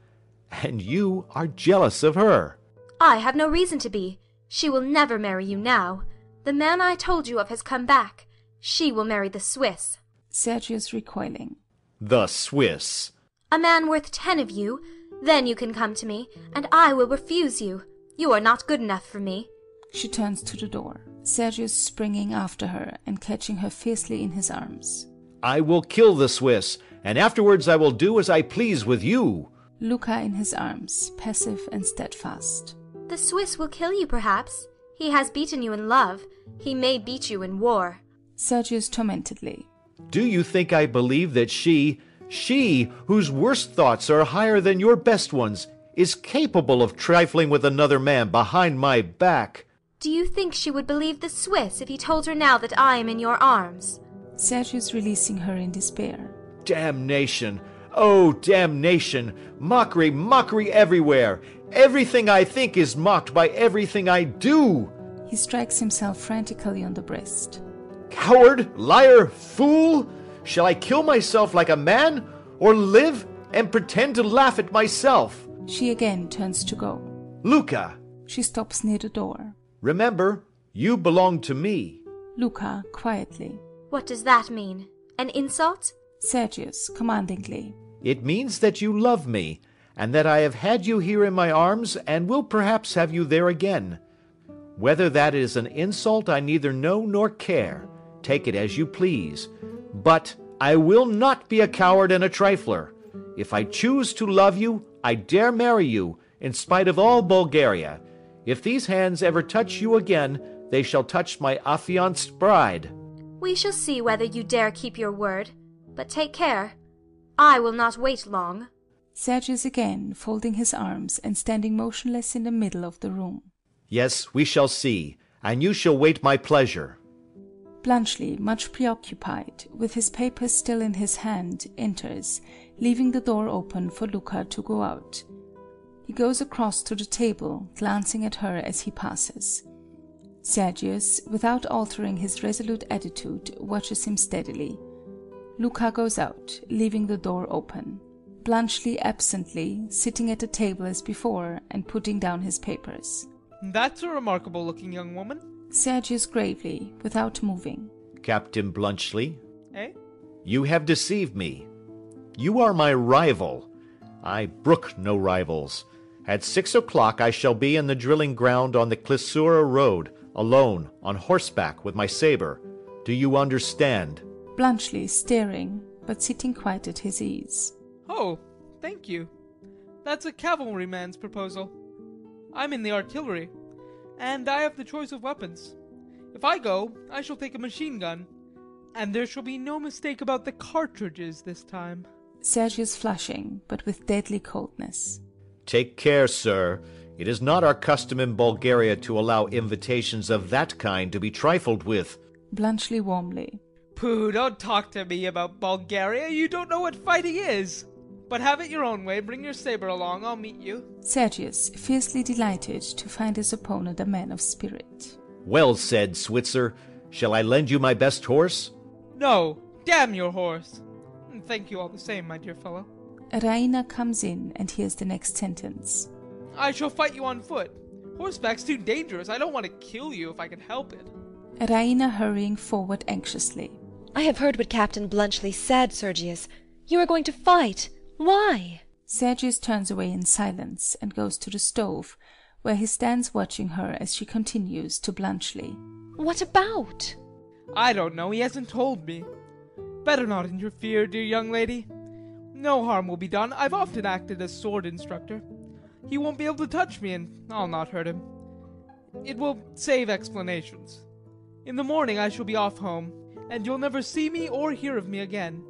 Speaker 8: and you are jealous of her.
Speaker 6: I have no reason to be. She will never marry you now. The man I told you of has come back. She will marry the Swiss.
Speaker 2: Sergius recoiling.
Speaker 8: The Swiss.
Speaker 6: A man worth ten of you. Then you can come to me, and I will refuse you. You are not good enough for me.
Speaker 2: She turns to the door, Sergius springing after her and catching her fiercely in his arms.
Speaker 8: I will kill the Swiss, and afterwards I will do as I please with you.
Speaker 2: Luca in his arms, passive and steadfast.
Speaker 6: The Swiss will kill you, perhaps. He has beaten you in love. He may beat you in war.
Speaker 2: Sergius tormentedly.
Speaker 8: Do you think I believe that she, she, whose worst thoughts are higher than your best ones, is capable of trifling with another man behind my back?
Speaker 6: Do you think she would believe the Swiss if he told her now that I am in your arms?
Speaker 2: Sergius releasing her in despair.
Speaker 8: Damnation! Oh, damnation! Mockery, mockery everywhere! Everything I think is mocked by everything I do!
Speaker 2: He strikes himself frantically on the breast.
Speaker 8: Coward, liar, fool! Shall I kill myself like a man, or live and pretend to laugh at myself?
Speaker 2: She again turns to go.
Speaker 8: Luca,
Speaker 2: She stops near the door.
Speaker 8: remember, you belong to me.
Speaker 2: Luca quietly.
Speaker 6: What does that mean? An insult?
Speaker 2: Sergius commandingly.
Speaker 8: It means that you love me, and that I have had you here in my arms and will perhaps have you there again. Whether that is an insult, I neither know nor care. Take it as you please. But I will not be a coward and a trifler. If I choose to love you, I dare marry you, in spite of all Bulgaria. If these hands ever touch you again, they shall touch my affianced bride.
Speaker 6: We shall see whether you dare keep your word. But take care. I will not wait long.
Speaker 2: Sergius again folding his arms and standing motionless in the middle of the room.
Speaker 8: Yes, we shall see, and you shall wait my pleasure.
Speaker 2: Bluntschli, much preoccupied, with his papers still in his hand, enters, leaving the door open for Luca to go out. He goes across to the table, glancing at her as he passes. Sergius, without altering his resolute attitude, watches him steadily. Luca goes out, leaving the door open. Bluntschli absently, sitting at the table as before, and putting down his papers.
Speaker 4: That's a remarkable looking young woman,
Speaker 2: Sergius gravely, without moving.
Speaker 8: Captain Bluntschli,
Speaker 4: eh?
Speaker 8: You have deceived me. You are my rival. I brook no rivals. At six o'clock I shall be in the drilling ground on the Klissura road, alone, on horseback, with my sabre. Do you understand?
Speaker 2: Bluntschli staring, but sitting quite at his ease.
Speaker 4: Oh, thank you. That's a cavalryman's proposal. I'm in the artillery, and I have the choice of weapons. If I go, I shall take a machine gun, and there shall be no mistake about the cartridges this time.
Speaker 2: Sergius flushing, but with deadly coldness.
Speaker 8: Take care, sir. It is not our custom in Bulgaria to allow invitations of that kind to be trifled with.
Speaker 2: Bluntschli warmly.
Speaker 4: Pooh, don't talk to me about Bulgaria. You don't know what fighting is. But have it your own way. Bring your saber along. I'll meet you.
Speaker 2: Sergius, fiercely delighted to find his opponent a man of spirit.
Speaker 8: Well said, Switzer. Shall I lend you my best horse?
Speaker 4: No, damn your horse. And Thank you all the same, my dear fellow.
Speaker 2: Raina comes in and hears the next sentence.
Speaker 4: I shall fight you on foot. Horseback's too dangerous. I don't want to kill you if I can help it.
Speaker 2: Raina hurrying forward anxiously.
Speaker 3: I have heard what Captain Bluntschli said, Sergius. You are going to fight. Why?
Speaker 2: Sergius turns away in silence and goes to the stove, where he stands watching her as she continues to Bluntschli.
Speaker 3: What about?
Speaker 4: I don't know. He hasn't told me. Better not interfere, dear young lady. No harm will be done. I've often acted as sword instructor. He won't be able to touch me, and I'll not hurt him. It will save explanations. In the morning I shall be off home, and you'll never see me or hear of me again.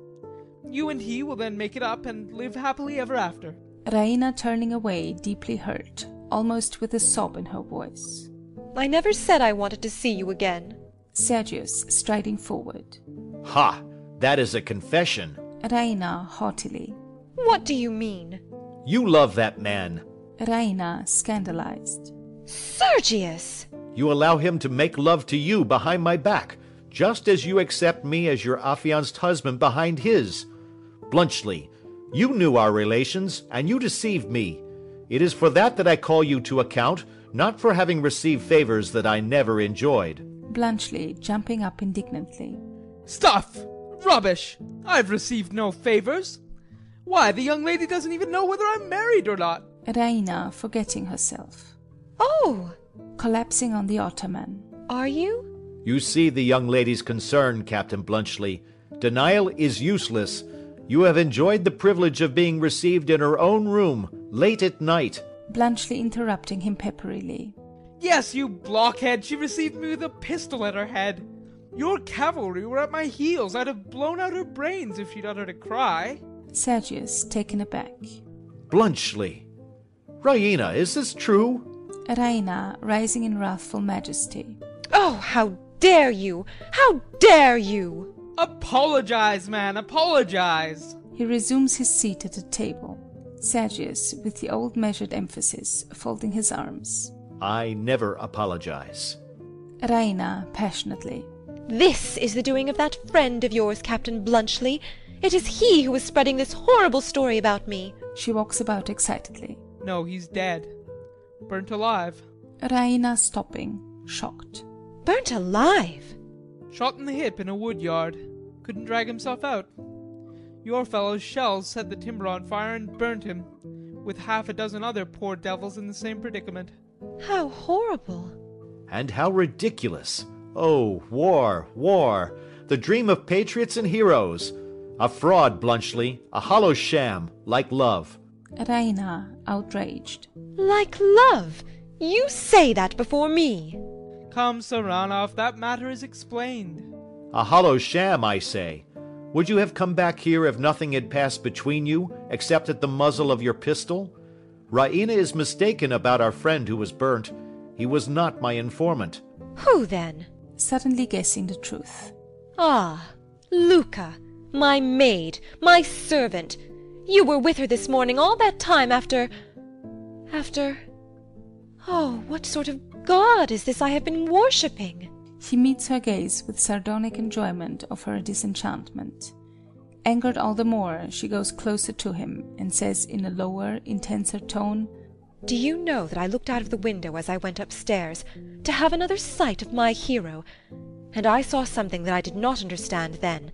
Speaker 4: You and he will then make it up and live happily ever after.
Speaker 2: Raina turning away, deeply hurt, almost with a sob in her voice.
Speaker 3: I never said I wanted to see you again.
Speaker 2: Sergius striding forward.
Speaker 8: Ha! That is a confession.
Speaker 2: Raina haughtily.
Speaker 3: What do you mean?
Speaker 8: You love that man.
Speaker 2: Raina scandalized.
Speaker 3: Sergius!
Speaker 8: You allow him to make love to you behind my back, just as you accept me as your affianced husband behind his. Bluntschli, you knew our relations, and you deceived me. It is for that that I call you to account, not for having received favors that I never enjoyed.
Speaker 2: Bluntschli jumping up indignantly.
Speaker 4: Stuff! Rubbish! I've received no favors. Why, the young lady doesn't even know whether I'm married or not.
Speaker 2: Raina forgetting herself.
Speaker 3: Oh!
Speaker 2: Collapsing on the ottoman.
Speaker 3: Are you?
Speaker 8: You see the young lady's concern, Captain Bluntschli. Denial is useless. You have enjoyed the privilege of being received in her own room, late at night.
Speaker 2: Bluntschli interrupting him pepperily.
Speaker 4: Yes, you blockhead, she received me with a pistol at her head. Your cavalry were at my heels. I'd have blown out her brains if she'd uttered a cry.
Speaker 2: Sergius taken aback.
Speaker 8: Bluntschli. Raina, is this true?
Speaker 2: Raina rising in wrathful majesty.
Speaker 3: Oh, how dare you! How dare you!
Speaker 4: Apologize, man, apologize.
Speaker 2: He resumes his seat at the table. Sergius, with the old measured emphasis, folding his arms.
Speaker 8: I never apologize.
Speaker 2: Raina, passionately.
Speaker 3: This is the doing of that friend of yours, Captain Bluntschli. It is he who is spreading this horrible story about me.
Speaker 2: She walks about excitedly.
Speaker 4: No, he's dead. Burnt alive.
Speaker 2: Raina stopping, shocked.
Speaker 3: Burnt alive!
Speaker 4: Shot in the hip in a wood yard. Couldn't drag himself out. Your fellow's shells set the timber on fire and burnt him, with half a dozen other poor devils in the same predicament.
Speaker 3: How horrible!
Speaker 8: And how ridiculous! Oh, war, war! The dream of patriots and heroes! A fraud, Bluntschli, a hollow sham, like love.
Speaker 2: Raina, outraged.
Speaker 3: Like love! You say that before me!
Speaker 4: Come, Saranov, that matter is explained.
Speaker 8: A hollow sham, I say. Would you have come back here if nothing had passed between you, except at the muzzle of your pistol? Raina is mistaken about our friend who was burnt. He was not my informant.
Speaker 3: Who then?
Speaker 2: Suddenly guessing the truth.
Speaker 3: Ah, Luca, my maid, my servant. You were with her this morning all that time after. after. Oh, what sort of god is this I have been worshipping?
Speaker 2: He meets her gaze with sardonic enjoyment of her disenchantment. Angered all the more, she goes closer to him and says in a lower, intenser tone,
Speaker 3: Do you know that I looked out of the window as I went upstairs to have another sight of my hero, and I saw something that I did not understand then.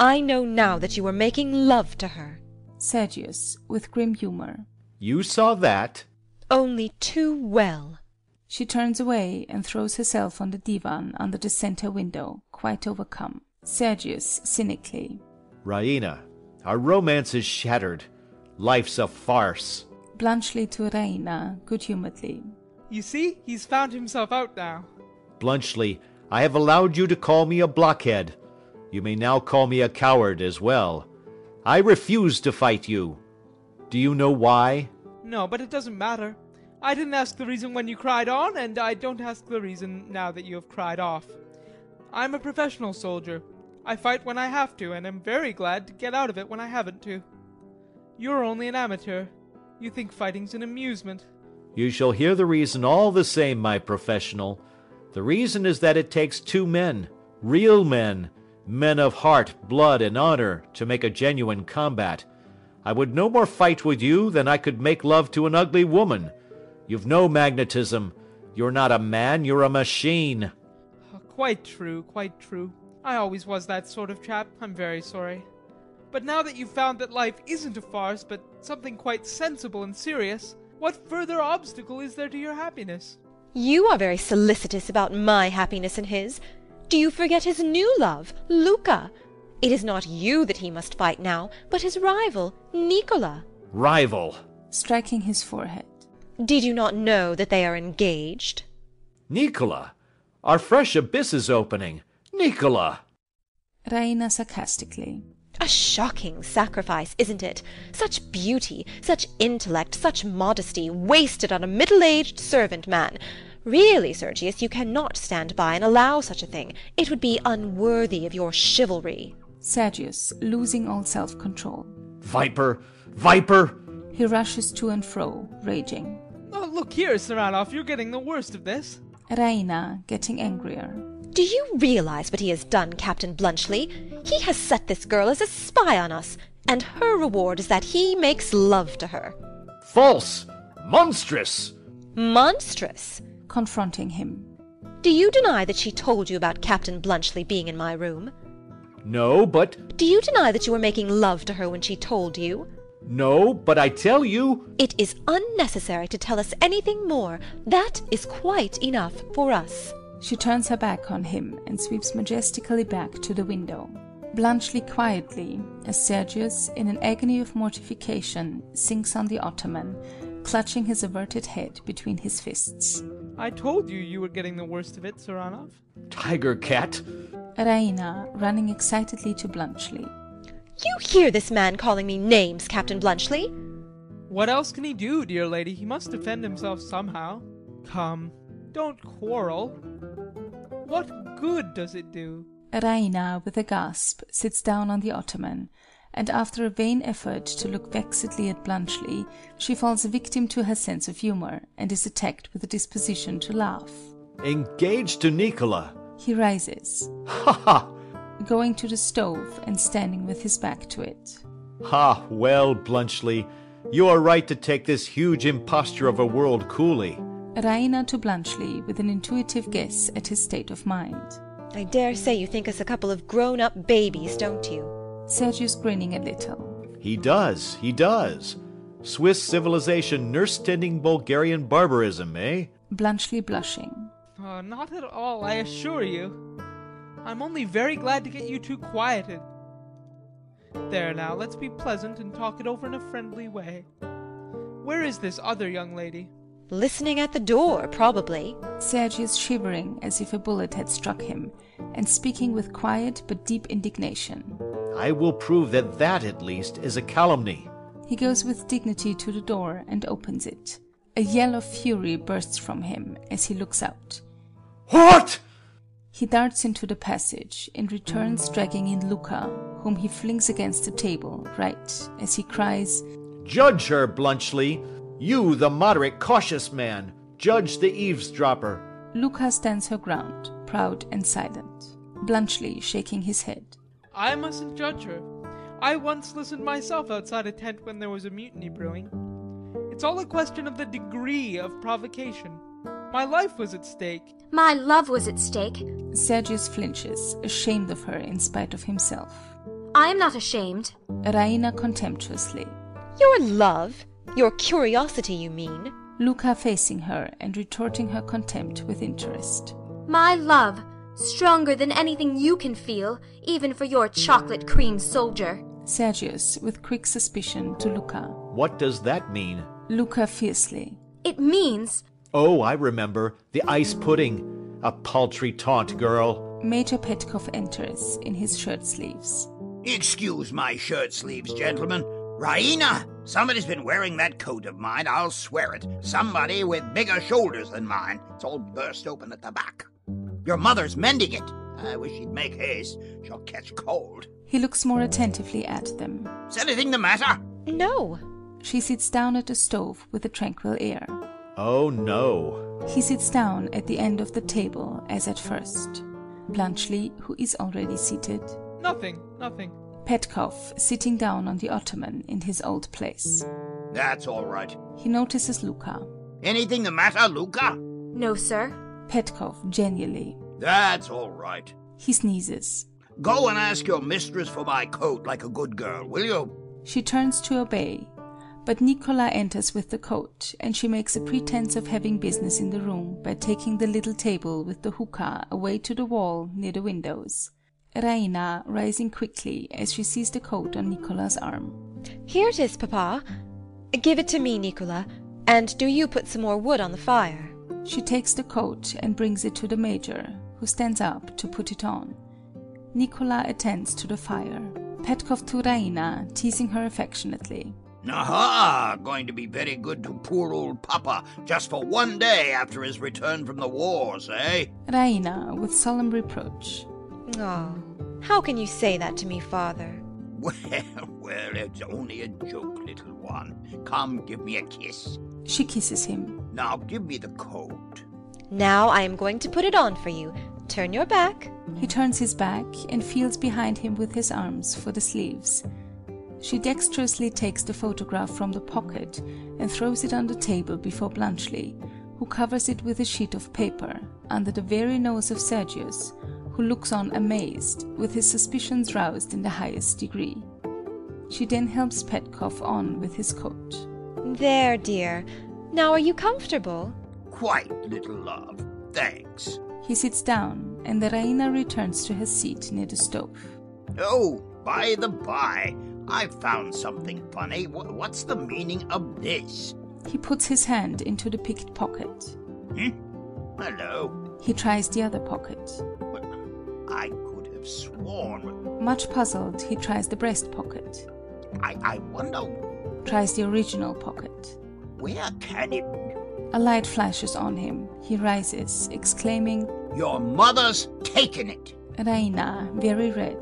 Speaker 3: I know now that you were making love to her.
Speaker 2: Sergius, with grim humor.
Speaker 8: You saw that?
Speaker 3: Only too well.
Speaker 2: She turns away and throws herself on the divan under the center window, quite overcome. Sergius, cynically.
Speaker 8: Raina, our romance is shattered. Life's a farce.
Speaker 2: Bluntschli to Raina, good-humoredly.
Speaker 4: You see, he's found himself out now.
Speaker 8: Bluntschli, I have allowed you to call me a blockhead. You may now call me a coward as well. I refuse to fight you. Do you know why?
Speaker 4: No, but it doesn't matter. I didn't ask the reason when you cried on, and I don't ask the reason now that you have cried off. I'm a professional soldier. I fight when I have to, and am very glad to get out of it when I haven't to. You're only an amateur. You think fighting's an amusement.
Speaker 8: You shall hear the reason all the same, my professional. The reason is that it takes two men, real men, men of heart, blood, and honor, to make a genuine combat. I would no more fight with you than I could make love to an ugly woman. You've no magnetism. You're not a man, you're a machine.
Speaker 4: Ah, Quite true, quite true. I always was that sort of chap. I'm very sorry. But now that you've found that life isn't a farce, but something quite sensible and serious, what further obstacle is there to your happiness?
Speaker 3: You are very solicitous about my happiness and his. Do you forget his new love, Luca? It is not you that he must fight now, but his rival, Nicola.
Speaker 8: Rival.
Speaker 2: Striking his forehead.
Speaker 3: Did you not know that they are engaged?
Speaker 8: Nicola! Our fresh abyss is opening. Nicola!
Speaker 2: Raina sarcastically.
Speaker 3: A shocking sacrifice, isn't it? Such beauty, such intellect, such modesty, wasted on a middle-aged servant man. Really, Sergius, you cannot stand by and allow such a thing. It would be unworthy of your chivalry.
Speaker 2: Sergius, losing all self-control.
Speaker 8: Viper! Viper!
Speaker 2: He rushes to and fro, raging.
Speaker 4: Oh, look here, Saranov, you're getting the worst of this.
Speaker 2: Raina, getting angrier.
Speaker 3: Do you realize what he has done, Captain Bluntschli? He has set this girl as a spy on us, and her reward is that he makes love to her.
Speaker 8: False! Monstrous!
Speaker 3: Monstrous!
Speaker 2: Confronting him.
Speaker 3: Do you deny that she told you about Captain Bluntschli being in my room?
Speaker 8: No, but.
Speaker 3: Do you deny that you were making love to her when she told you?
Speaker 8: No, but I tell you.
Speaker 3: It is unnecessary to tell us anything more. That is quite enough for us.
Speaker 2: She turns her back on him and sweeps majestically back to the window. Bluntschli quietly, as Sergius, in an agony of mortification, sinks on the ottoman, clutching his averted head between his fists.
Speaker 4: I told you you were getting the worst of it, Saranov.
Speaker 8: Tiger cat!
Speaker 2: Raina, running excitedly to Bluntschli.
Speaker 3: You hear this man calling me names, Captain Bluntschli?
Speaker 4: What else can he do, dear lady? He must defend himself somehow. Come, don't quarrel. What good does it do?
Speaker 2: Raina, with a gasp, sits down on the ottoman, and after a vain effort to look vexedly at Bluntschli, she falls a victim to her sense of humor, and is attacked with a disposition to laugh.
Speaker 8: Engaged to Nicola!
Speaker 2: He rises,
Speaker 8: Ha ha!
Speaker 2: going to the stove and standing with his back to it.
Speaker 8: Ha! Well, Bluntschli, you are right to take this huge imposture of a world coolly.
Speaker 2: Raina to Bluntschli with an intuitive guess at his state of mind.
Speaker 3: I dare say you think us a couple of grown-up babies, don't you?
Speaker 2: Sergius grinning a little.
Speaker 8: He does, he does. Swiss civilization nurse-tending Bulgarian barbarism, eh?
Speaker 2: Bluntschli blushing.
Speaker 4: Uh, not at all, I assure you. I'm only very glad to get you two quieted. There now, let's be pleasant and talk it over in a friendly way. Where is this other young lady?
Speaker 3: Listening at the door, probably.
Speaker 2: Sergius shivering as if a bullet had struck him, and speaking with quiet but deep indignation.
Speaker 8: I will prove that that, at least, is a calumny.
Speaker 2: He goes with dignity to the door and opens it. A yell of fury bursts from him as he looks out.
Speaker 8: What?
Speaker 2: He darts into the passage and returns dragging in Luca, whom he flings against the table, right as he cries,
Speaker 8: Judge her, Bluntschli. You, the moderate, cautious man, judge the eavesdropper.
Speaker 2: Luca stands her ground, proud and silent. Bluntschli shaking his head.
Speaker 4: I mustn't judge her. I once listened myself outside a tent when there was a mutiny brewing. It's all a question of the degree of provocation. My life was at stake.
Speaker 6: My love was at stake.
Speaker 2: Sergius flinches, ashamed of her in spite of himself.
Speaker 6: I am not ashamed.
Speaker 2: Raina contemptuously.
Speaker 3: Your love? Your curiosity, you mean?
Speaker 2: Luca facing her and retorting her contempt with interest.
Speaker 6: My love, stronger than anything you can feel, even for your chocolate cream soldier.
Speaker 2: Sergius with quick suspicion to Luca.
Speaker 8: What does that mean?
Speaker 2: Luca fiercely.
Speaker 6: It means
Speaker 8: Oh, I remember. The ice pudding. A paltry taunt, girl.
Speaker 2: Major Petkov enters in his shirt sleeves.
Speaker 1: Excuse my shirt sleeves, gentlemen. Raina, somebody's been wearing that coat of mine, I'll swear it. Somebody with bigger shoulders than mine. It's all burst open at the back. Your mother's mending it. I wish she'd make haste. She'll catch cold.
Speaker 2: He looks more attentively at them.
Speaker 1: Is anything the matter?
Speaker 3: No.
Speaker 2: She sits down at the stove with a tranquil air.
Speaker 8: Oh, no.
Speaker 2: He sits down at the end of the table as at first. Blanchly, who is already seated,
Speaker 4: Nothing, nothing.
Speaker 2: Petkov sitting down on the ottoman in his old place.
Speaker 1: That's all right.
Speaker 2: He notices Luca.
Speaker 1: Anything the matter, Luca?
Speaker 6: no, sir.
Speaker 2: Petkov genially.
Speaker 1: That's all right.
Speaker 2: He sneezes.
Speaker 1: Go and ask your mistress for my coat like a good girl, will you?
Speaker 2: She turns to obey, but Nicola enters with the coat, and she makes a pretense of having business in the room by taking the little table with the hookah away to the wall near the windows. Raina rising quickly as she sees the coat on Nicola's arm.
Speaker 3: Here it is, Papa. Give it to me, Nicola, and do you put some more wood on the fire.
Speaker 2: She takes the coat and brings it to the major, who stands up to put it on. Nicola attends to the fire. Petkov to Raina, teasing her affectionately.
Speaker 1: Aha! Going to be very good to poor old Papa just for one day after his return from the wars, eh? (laughs)
Speaker 2: Raina with solemn reproach.
Speaker 3: Ah, how can you say that to me, Father?
Speaker 1: Well, well, it's only a joke, little one. Come, give me a kiss.
Speaker 2: She kisses him.
Speaker 1: Now, give me the coat.
Speaker 3: Now I am going to put it on for you. Turn your back.
Speaker 2: He turns his back and feels behind him with his arms for the sleeves. She dexterously takes the photograph from the pocket and throws it on the table before Bluntschli, who covers it with a sheet of paper, under the very nose of Sergius, who looks on amazed, with his suspicions roused in the highest degree. She then helps Petkov on with his coat.
Speaker 3: There, dear. Now are you comfortable?
Speaker 1: Quite, little love. Thanks.
Speaker 2: He sits down, and the Raina returns to her seat near the stove.
Speaker 1: Oh, by the by, I found something funny. Wh- what's the meaning of this?
Speaker 2: He puts his hand into the picked pocket.
Speaker 1: Hmm? Hello.
Speaker 2: He tries the other pocket.
Speaker 1: Well, I could have sworn.
Speaker 2: Much puzzled, he tries the breast pocket,
Speaker 1: I, I wonder
Speaker 2: tries the original pocket.
Speaker 1: where can it?
Speaker 2: A light flashes on him. He rises, exclaiming,
Speaker 1: Your mother's taken it.
Speaker 2: Raina, very red.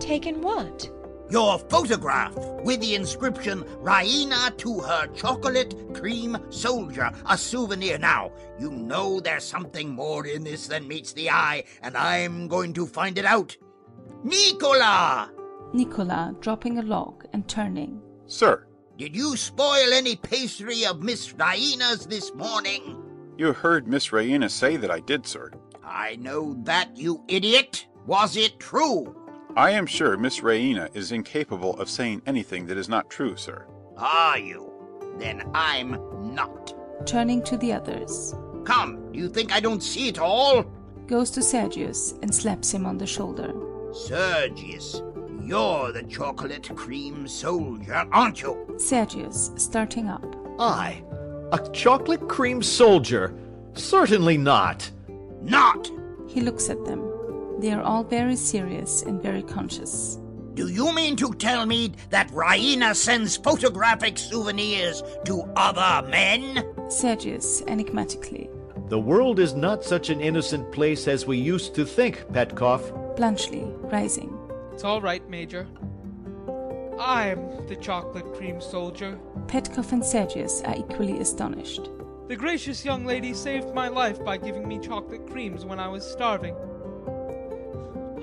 Speaker 3: Taken what?
Speaker 1: Your photograph with the inscription Raina to her chocolate cream soldier, a souvenir. Now, you know there's something more in this than meets the eye, and I'm going to find it out. Nicola!
Speaker 2: Nicola, dropping a log and turning.
Speaker 9: Sir,
Speaker 1: Did you spoil any pastry of Miss Raina's this morning?
Speaker 9: you heard Miss Raina say that I did, sir.
Speaker 1: I know that, you idiot. Was it true?
Speaker 9: I am sure Miss Raina is incapable of saying anything that is not true, sir.
Speaker 1: Are you? Then I'm not.
Speaker 2: Turning to the others,
Speaker 1: Come, do you think I don't see it all?
Speaker 2: goes to Sergius and slaps him on the shoulder.
Speaker 1: Sergius, you're the chocolate cream soldier, aren't you?
Speaker 2: Sergius, starting up.
Speaker 8: I? A chocolate cream soldier? Certainly not!
Speaker 1: Not!
Speaker 2: He looks at them. They are all very serious and very conscious.
Speaker 1: Do you mean to tell me that Raina sends photographic souvenirs to other men?
Speaker 2: Sergius, enigmatically.
Speaker 8: The world is not such an innocent place as we used to think, Petkoff.
Speaker 2: Bluntschli, rising.
Speaker 4: It's all right, Major. I'm the chocolate cream soldier.
Speaker 2: Petkoff and Sergius are equally astonished.
Speaker 4: The gracious young lady saved my life by giving me chocolate creams when I was starving.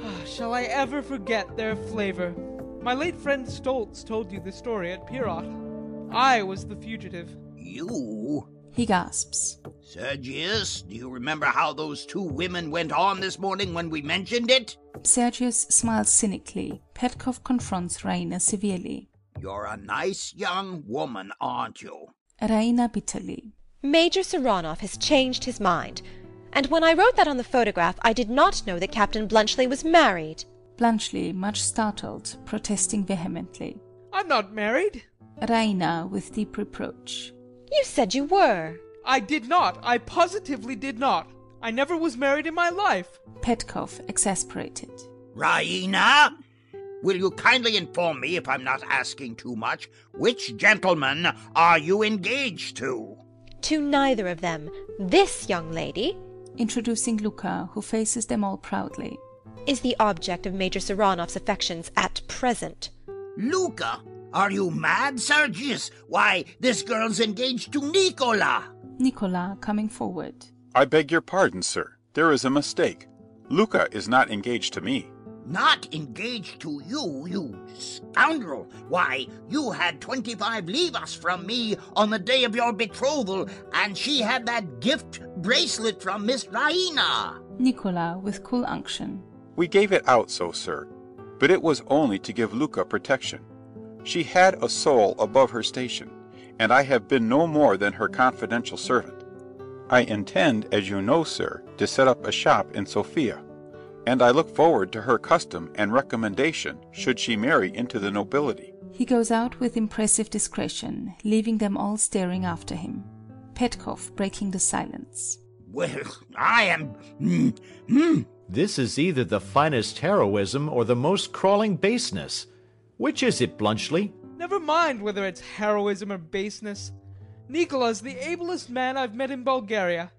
Speaker 4: Ah, Shall I ever forget their flavor? My late friend Stoltz told you the story at Pirot. I was the fugitive.
Speaker 1: You?
Speaker 2: He gasps.
Speaker 1: Sergius, do you remember how those two women went on this morning when we mentioned it?
Speaker 2: Sergius smiles cynically. Petkoff confronts Raina severely.
Speaker 1: You're a nice young woman, aren't you?
Speaker 2: Raina bitterly.
Speaker 3: Major Saronov has changed his mind. And when I wrote that on the photograph, I did not know that Captain Bluntschli was married.
Speaker 2: Bluntschli, much startled, protesting vehemently.
Speaker 4: I'm not married.
Speaker 2: Raina with deep reproach.
Speaker 3: You said you were.
Speaker 4: I did not. I positively did not. I never was married in my life.
Speaker 2: Petkoff, exasperated.
Speaker 1: Raina? Will you kindly inform me, if I'm not asking too much, which gentleman are you engaged to?
Speaker 3: To neither of them. This young lady
Speaker 2: Introducing Luca, who faces them all proudly.
Speaker 3: is the object of Major Saranov's affections at present.
Speaker 1: Luca? Are you mad, Sergius? Why, this girl's engaged to Nicola!
Speaker 2: Nicola, coming forward.
Speaker 9: I beg your pardon, sir. There is a mistake. Luca is not engaged to me.
Speaker 1: Not engaged to you, you scoundrel! Why, you had 25 levas from me on the day of your betrothal, and she had that gift bracelet from Miss Raina!
Speaker 2: Nicola, with cool unction.
Speaker 9: We gave it out so, sir, but it was only to give Luca protection. She had a soul above her station, and I have been no more than her confidential servant. I intend, as you know, sir, to set up a shop in Sofia, and I look forward to her custom and recommendation should she marry into the nobility.
Speaker 2: He goes out with impressive discretion, leaving them all staring after him. Petkoff breaking the silence.
Speaker 1: Well, I am. Hmm. Hmm.
Speaker 8: This is either the finest heroism or the most crawling baseness. Which is it, Bluntschli?
Speaker 4: Never mind whether it's heroism or baseness. Nicola's the ablest man I've met in Bulgaria.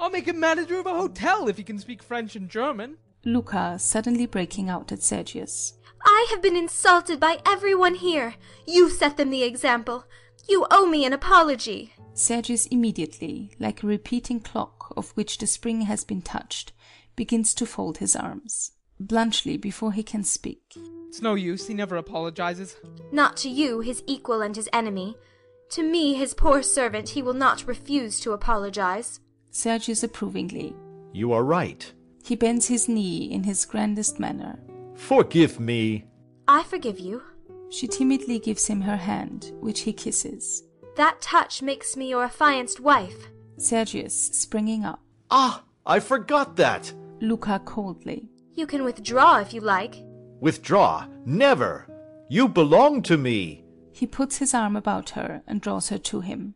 Speaker 4: I'll make him manager of a hotel if he can speak French and German.
Speaker 2: Luca, suddenly breaking out at Sergius.
Speaker 6: I have been insulted by everyone here. You set them the example. You owe me an apology.
Speaker 2: Sergius immediately, like a repeating clock of which the spring has been touched, begins to fold his arms. Bluntschli, before he can speak.
Speaker 4: It's no use, he never apologizes.
Speaker 6: Not to you, his equal and his enemy. To me, his poor servant, he will not refuse to apologize.
Speaker 2: Sergius approvingly.
Speaker 8: You are right.
Speaker 2: He bends his knee in his grandest manner.
Speaker 8: Forgive me.
Speaker 6: I forgive you.
Speaker 2: She timidly gives him her hand, which he kisses.
Speaker 6: That touch makes me your affianced wife.
Speaker 2: Sergius, springing up.
Speaker 8: Ah, I forgot that.
Speaker 2: Luca coldly.
Speaker 6: You can withdraw if you like.
Speaker 8: Withdraw. Never. You belong to me.
Speaker 2: He puts his arm about her and draws her to him.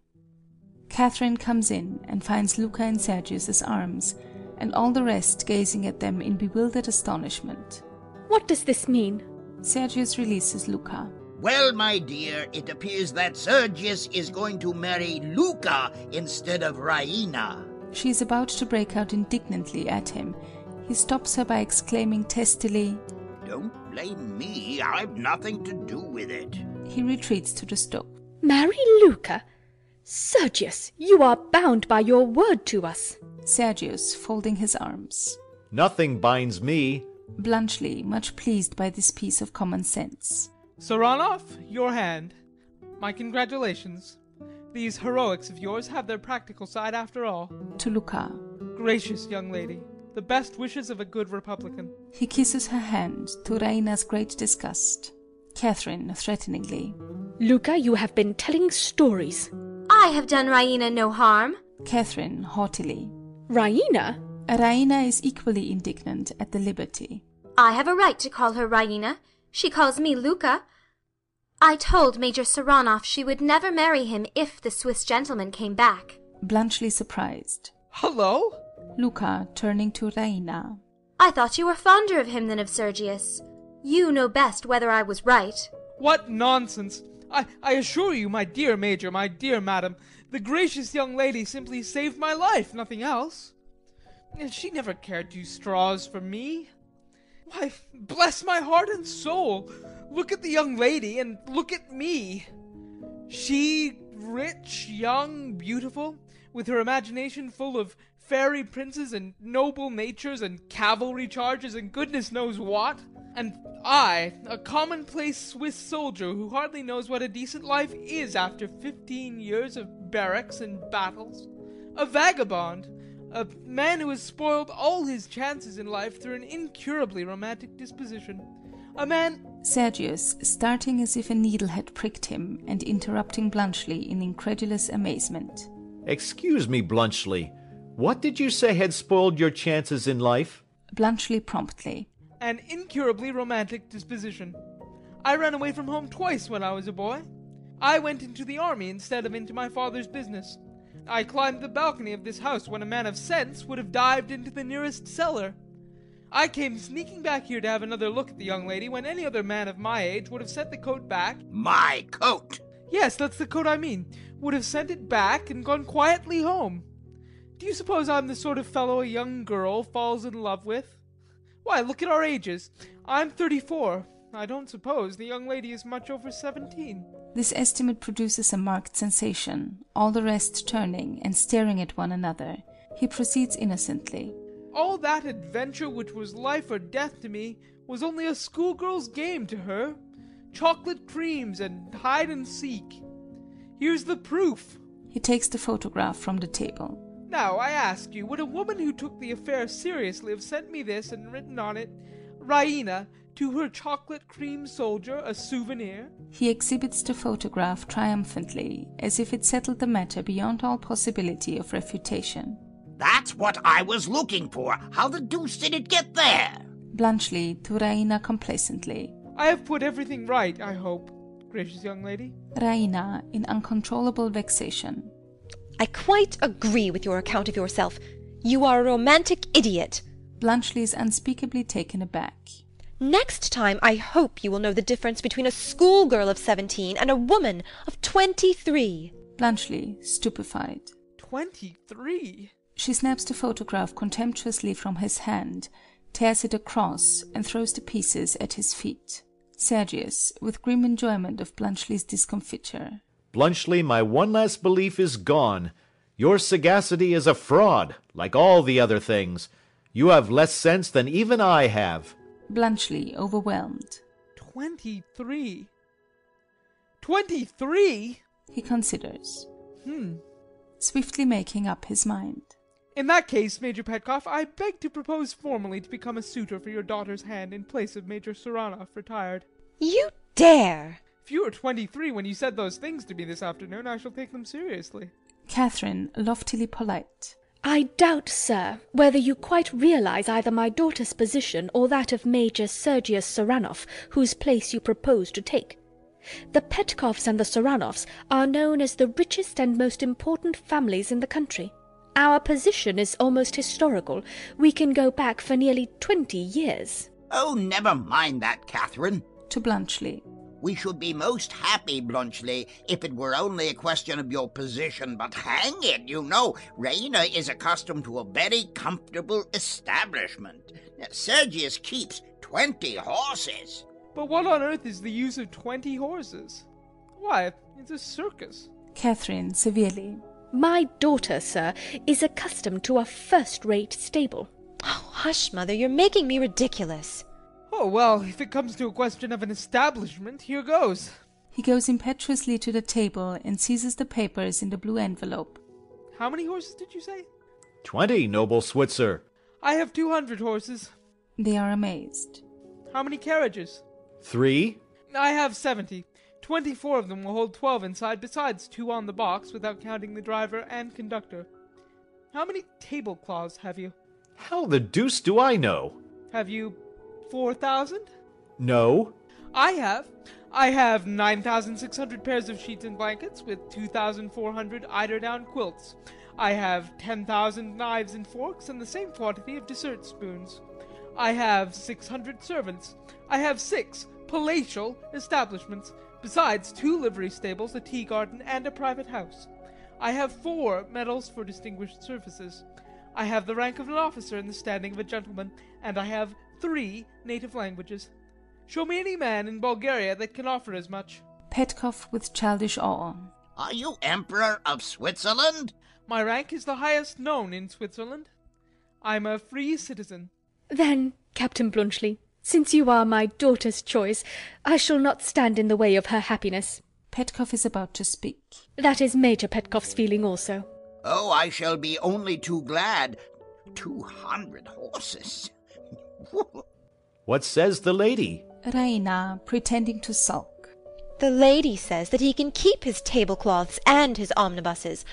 Speaker 2: Catherine comes in and finds Luca in Sergius's arms, and all the rest gazing at them in bewildered astonishment.
Speaker 5: What does this mean?
Speaker 2: Sergius releases Luca.
Speaker 1: Well, my dear, it appears that Sergius is going to marry Luca instead of Raina.
Speaker 2: She is about to break out indignantly at him. He stops her by exclaiming testily,
Speaker 1: Don't blame me. I've nothing to do with it.
Speaker 2: He retreats to the stove.
Speaker 5: Marry Luca? Sergius, you are bound by your word to us.
Speaker 2: Sergius, folding his arms.
Speaker 8: Nothing binds me.
Speaker 2: Bluntschli, much pleased by this piece of common sense.
Speaker 4: Saranoff, your hand. My congratulations. These heroics of yours have their practical side after all.
Speaker 2: To Luca.
Speaker 4: Gracious young lady, the best wishes of a good Republican.
Speaker 2: He kisses her hand, to Raina's great disgust. Catherine, threateningly.
Speaker 5: Luca, you have been telling stories.
Speaker 6: I have done Raina no harm.
Speaker 2: Catherine, haughtily.
Speaker 5: Raina?
Speaker 2: Raina is equally indignant at the liberty.
Speaker 6: I have a right to call her Raina. She calls me Luca. I told Major Saranoff she would never marry him if the Swiss gentleman came back.
Speaker 2: Bluntschli surprised.
Speaker 4: Hello?
Speaker 2: Luca, turning to Raina.
Speaker 6: I thought you were fonder of him than of Sergius. You know best whether I was right.
Speaker 4: What nonsense! I, I assure you, my dear Major, my dear Madam, the gracious young lady simply saved my life, nothing else. And She never cared two straws for me. Why, bless my heart and soul! Look at the young lady and look at me. She, rich, young, beautiful, with her imagination full of fairy princes and noble natures and cavalry charges and goodness knows what. And I, a commonplace Swiss soldier who hardly knows what a decent life is after fifteen years of barracks and battles. A vagabond, a man who has spoiled all his chances in life through an incurably romantic disposition. A man
Speaker 2: Sergius, starting as if a needle had pricked him, and interrupting Bluntschli in incredulous amazement.
Speaker 8: Excuse me, Bluntschli. What did you say had spoiled your chances in life?
Speaker 2: Bluntschli promptly.
Speaker 4: an incurably romantic disposition. I ran away from home twice when I was a boy. I went into the army instead of into my father's business. I climbed the balcony of this house when a man of sense would have dived into the nearest cellar. I came sneaking back here to have another look at the young lady when any other man of my age would have sent the coat back.
Speaker 1: My coat!
Speaker 4: Yes, that's the coat I mean. Would have sent it back and gone quietly home. Do you suppose I'm the sort of fellow a young girl falls in love with? Why, look at our ages. I'm thirty four. I don't suppose the young lady is much over seventeen.
Speaker 2: This estimate produces a marked sensation, all the rest turning and staring at one another. He proceeds innocently.
Speaker 4: All that adventure which was life or death to me was only a schoolgirl's game to her. Chocolate creams and hide and seek. Here's the proof.
Speaker 2: He takes the photograph from the table.
Speaker 4: Now, I ask you, would a woman who took the affair seriously have sent me this and written on it, Raina, to her chocolate cream soldier, a souvenir?
Speaker 2: He exhibits the photograph triumphantly, as if it settled the matter beyond all possibility of refutation.
Speaker 1: That's what I was looking for. How the deuce did it get there?
Speaker 2: Bluntschli to Raina complacently.
Speaker 4: I have put everything right, I hope, gracious young lady.
Speaker 2: Raina in uncontrollable vexation.
Speaker 3: I quite agree with your account of yourself. You are a romantic idiot.
Speaker 2: Bluntschli is unspeakably taken aback.
Speaker 3: Next time I hope you will know the difference between a schoolgirl of seventeen and a woman of twenty-three.
Speaker 2: Bluntschli, stupefied.
Speaker 4: Twenty-three?
Speaker 2: She snaps the photograph contemptuously from his hand, tears it across, and throws the pieces at his feet. Sergius, with grim enjoyment of Bluntschli's discomfiture.
Speaker 8: Bluntschli, my one last belief is gone. Your sagacity is a fraud, like all the other things. You have less sense than even I have.
Speaker 2: Bluntschli, overwhelmed.
Speaker 4: Twenty-three? Twenty-three?
Speaker 2: He considers,
Speaker 4: Hmm.
Speaker 2: swiftly making up his mind.
Speaker 4: In that case, Major Petkoff, I beg to propose formally to become a suitor for your daughter's hand in place of Major Saranoff, retired.
Speaker 3: You dare!
Speaker 4: If you were twenty-three when you said those things to me this afternoon, I shall take them seriously.
Speaker 2: Catherine, loftily polite.
Speaker 5: I doubt, sir, whether you quite realize either my daughter's position or that of Major Sergius Saranoff, whose place you propose to take. The Petkoffs and the Saranoffs are known as the richest and most important families in the country. Our position is almost historical. We can go back for nearly twenty years.
Speaker 1: Oh, never mind that, Catherine.
Speaker 2: To Bluntschli,
Speaker 1: We should be most happy, Blunchley, if it were only a question of your position, but hang it, you know, Raina is accustomed to a very comfortable establishment. Sergius keeps twenty horses.
Speaker 4: But what on earth is the use of twenty horses? Why, it's a circus.
Speaker 2: Catherine severely.
Speaker 5: My daughter, sir, is accustomed to a first-rate stable.
Speaker 3: Oh, hush, mother, you're making me ridiculous.
Speaker 4: Oh, well, if it comes to a question of an establishment, here goes.
Speaker 2: He goes impetuously to the table and seizes the papers in the blue envelope.
Speaker 4: How many horses did you say?
Speaker 8: Twenty, noble Switzer.
Speaker 4: I have two hundred horses.
Speaker 2: They are amazed.
Speaker 4: How many carriages?
Speaker 8: Three?
Speaker 4: I have seventy. Twenty-four of them will hold twelve inside, besides two on the box, without counting the driver and conductor. How many tablecloths have you?
Speaker 8: How the deuce do I know?
Speaker 4: Have you four thousand?
Speaker 8: No.
Speaker 4: I have. I have 9,600 pairs of sheets and blankets with 2,400 eiderdown quilts. I have 10,000 knives and forks and the same quantity of dessert spoons. I have 600 servants. I have six palatial establishments, besides two livery stables, a tea garden, and a private house. I have four medals for distinguished services. I have the rank of an officer and the standing of a gentleman, and I have three native languages. Show me any man in Bulgaria that can offer as much.
Speaker 2: Petkoff with childish awe.
Speaker 1: Are you Emperor of Switzerland?
Speaker 4: My rank is the highest known in Switzerland. I'm a free citizen.
Speaker 5: Then, Captain Blunchley, since you are my daughter's choice, I shall not stand in the way of her happiness.
Speaker 2: Petkoff is about to speak.
Speaker 5: That is Major Petkoff's feeling also.
Speaker 1: Oh, I shall be only too glad. Two hundred horses. (laughs)
Speaker 8: What says the lady?
Speaker 2: Raina pretending to sulk.
Speaker 3: The lady says that he can keep his tablecloths and his omnibuses.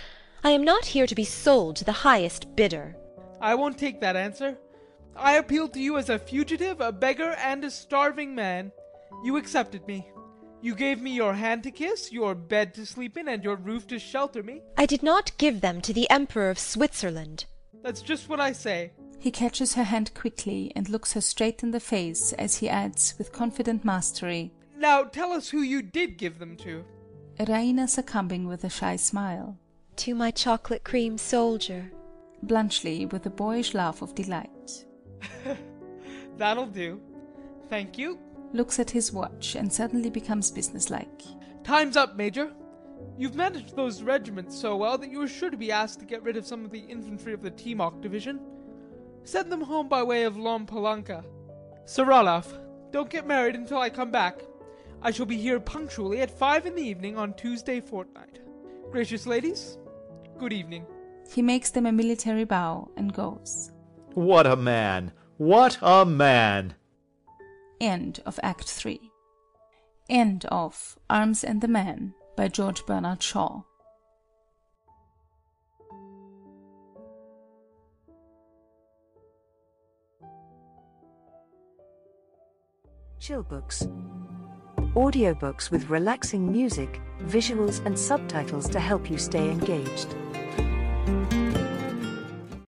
Speaker 3: I am not here to be sold to the highest bidder.
Speaker 4: I won't take that answer. I appealed to you as a fugitive, a beggar, and a starving man. You accepted me. You gave me your hand to kiss, your bed to sleep in, and your roof to shelter me.
Speaker 3: I did not give them to the Emperor of Switzerland.
Speaker 4: That's just what I say.
Speaker 2: He catches her hand quickly and looks her straight in the face as he adds with confident mastery,
Speaker 4: Now tell us who you did give them to.
Speaker 2: Raina succumbing with a shy smile.
Speaker 3: To my chocolate cream soldier.
Speaker 2: Blunchley with a boyish laugh of delight.
Speaker 4: That'll do. Thank you.
Speaker 2: Looks at his watch and suddenly becomes businesslike.
Speaker 4: Time's up, Major. You've managed those regiments so well that you were sure to be asked to get rid of some of the infantry of the Timok division. Send them home by way of Lompolanka. Saralov, don't get married until I come back. I shall be here punctually at five in the evening on Tuesday fortnight. Gracious ladies, good evening.
Speaker 2: He makes them a military bow and goes.
Speaker 8: What a man! What a man!
Speaker 2: End of Act 3. End of Arms and the Man by George Bernard Shaw.
Speaker 10: Chill books. Audiobooks with relaxing music, visuals, and subtitles to help you stay engaged.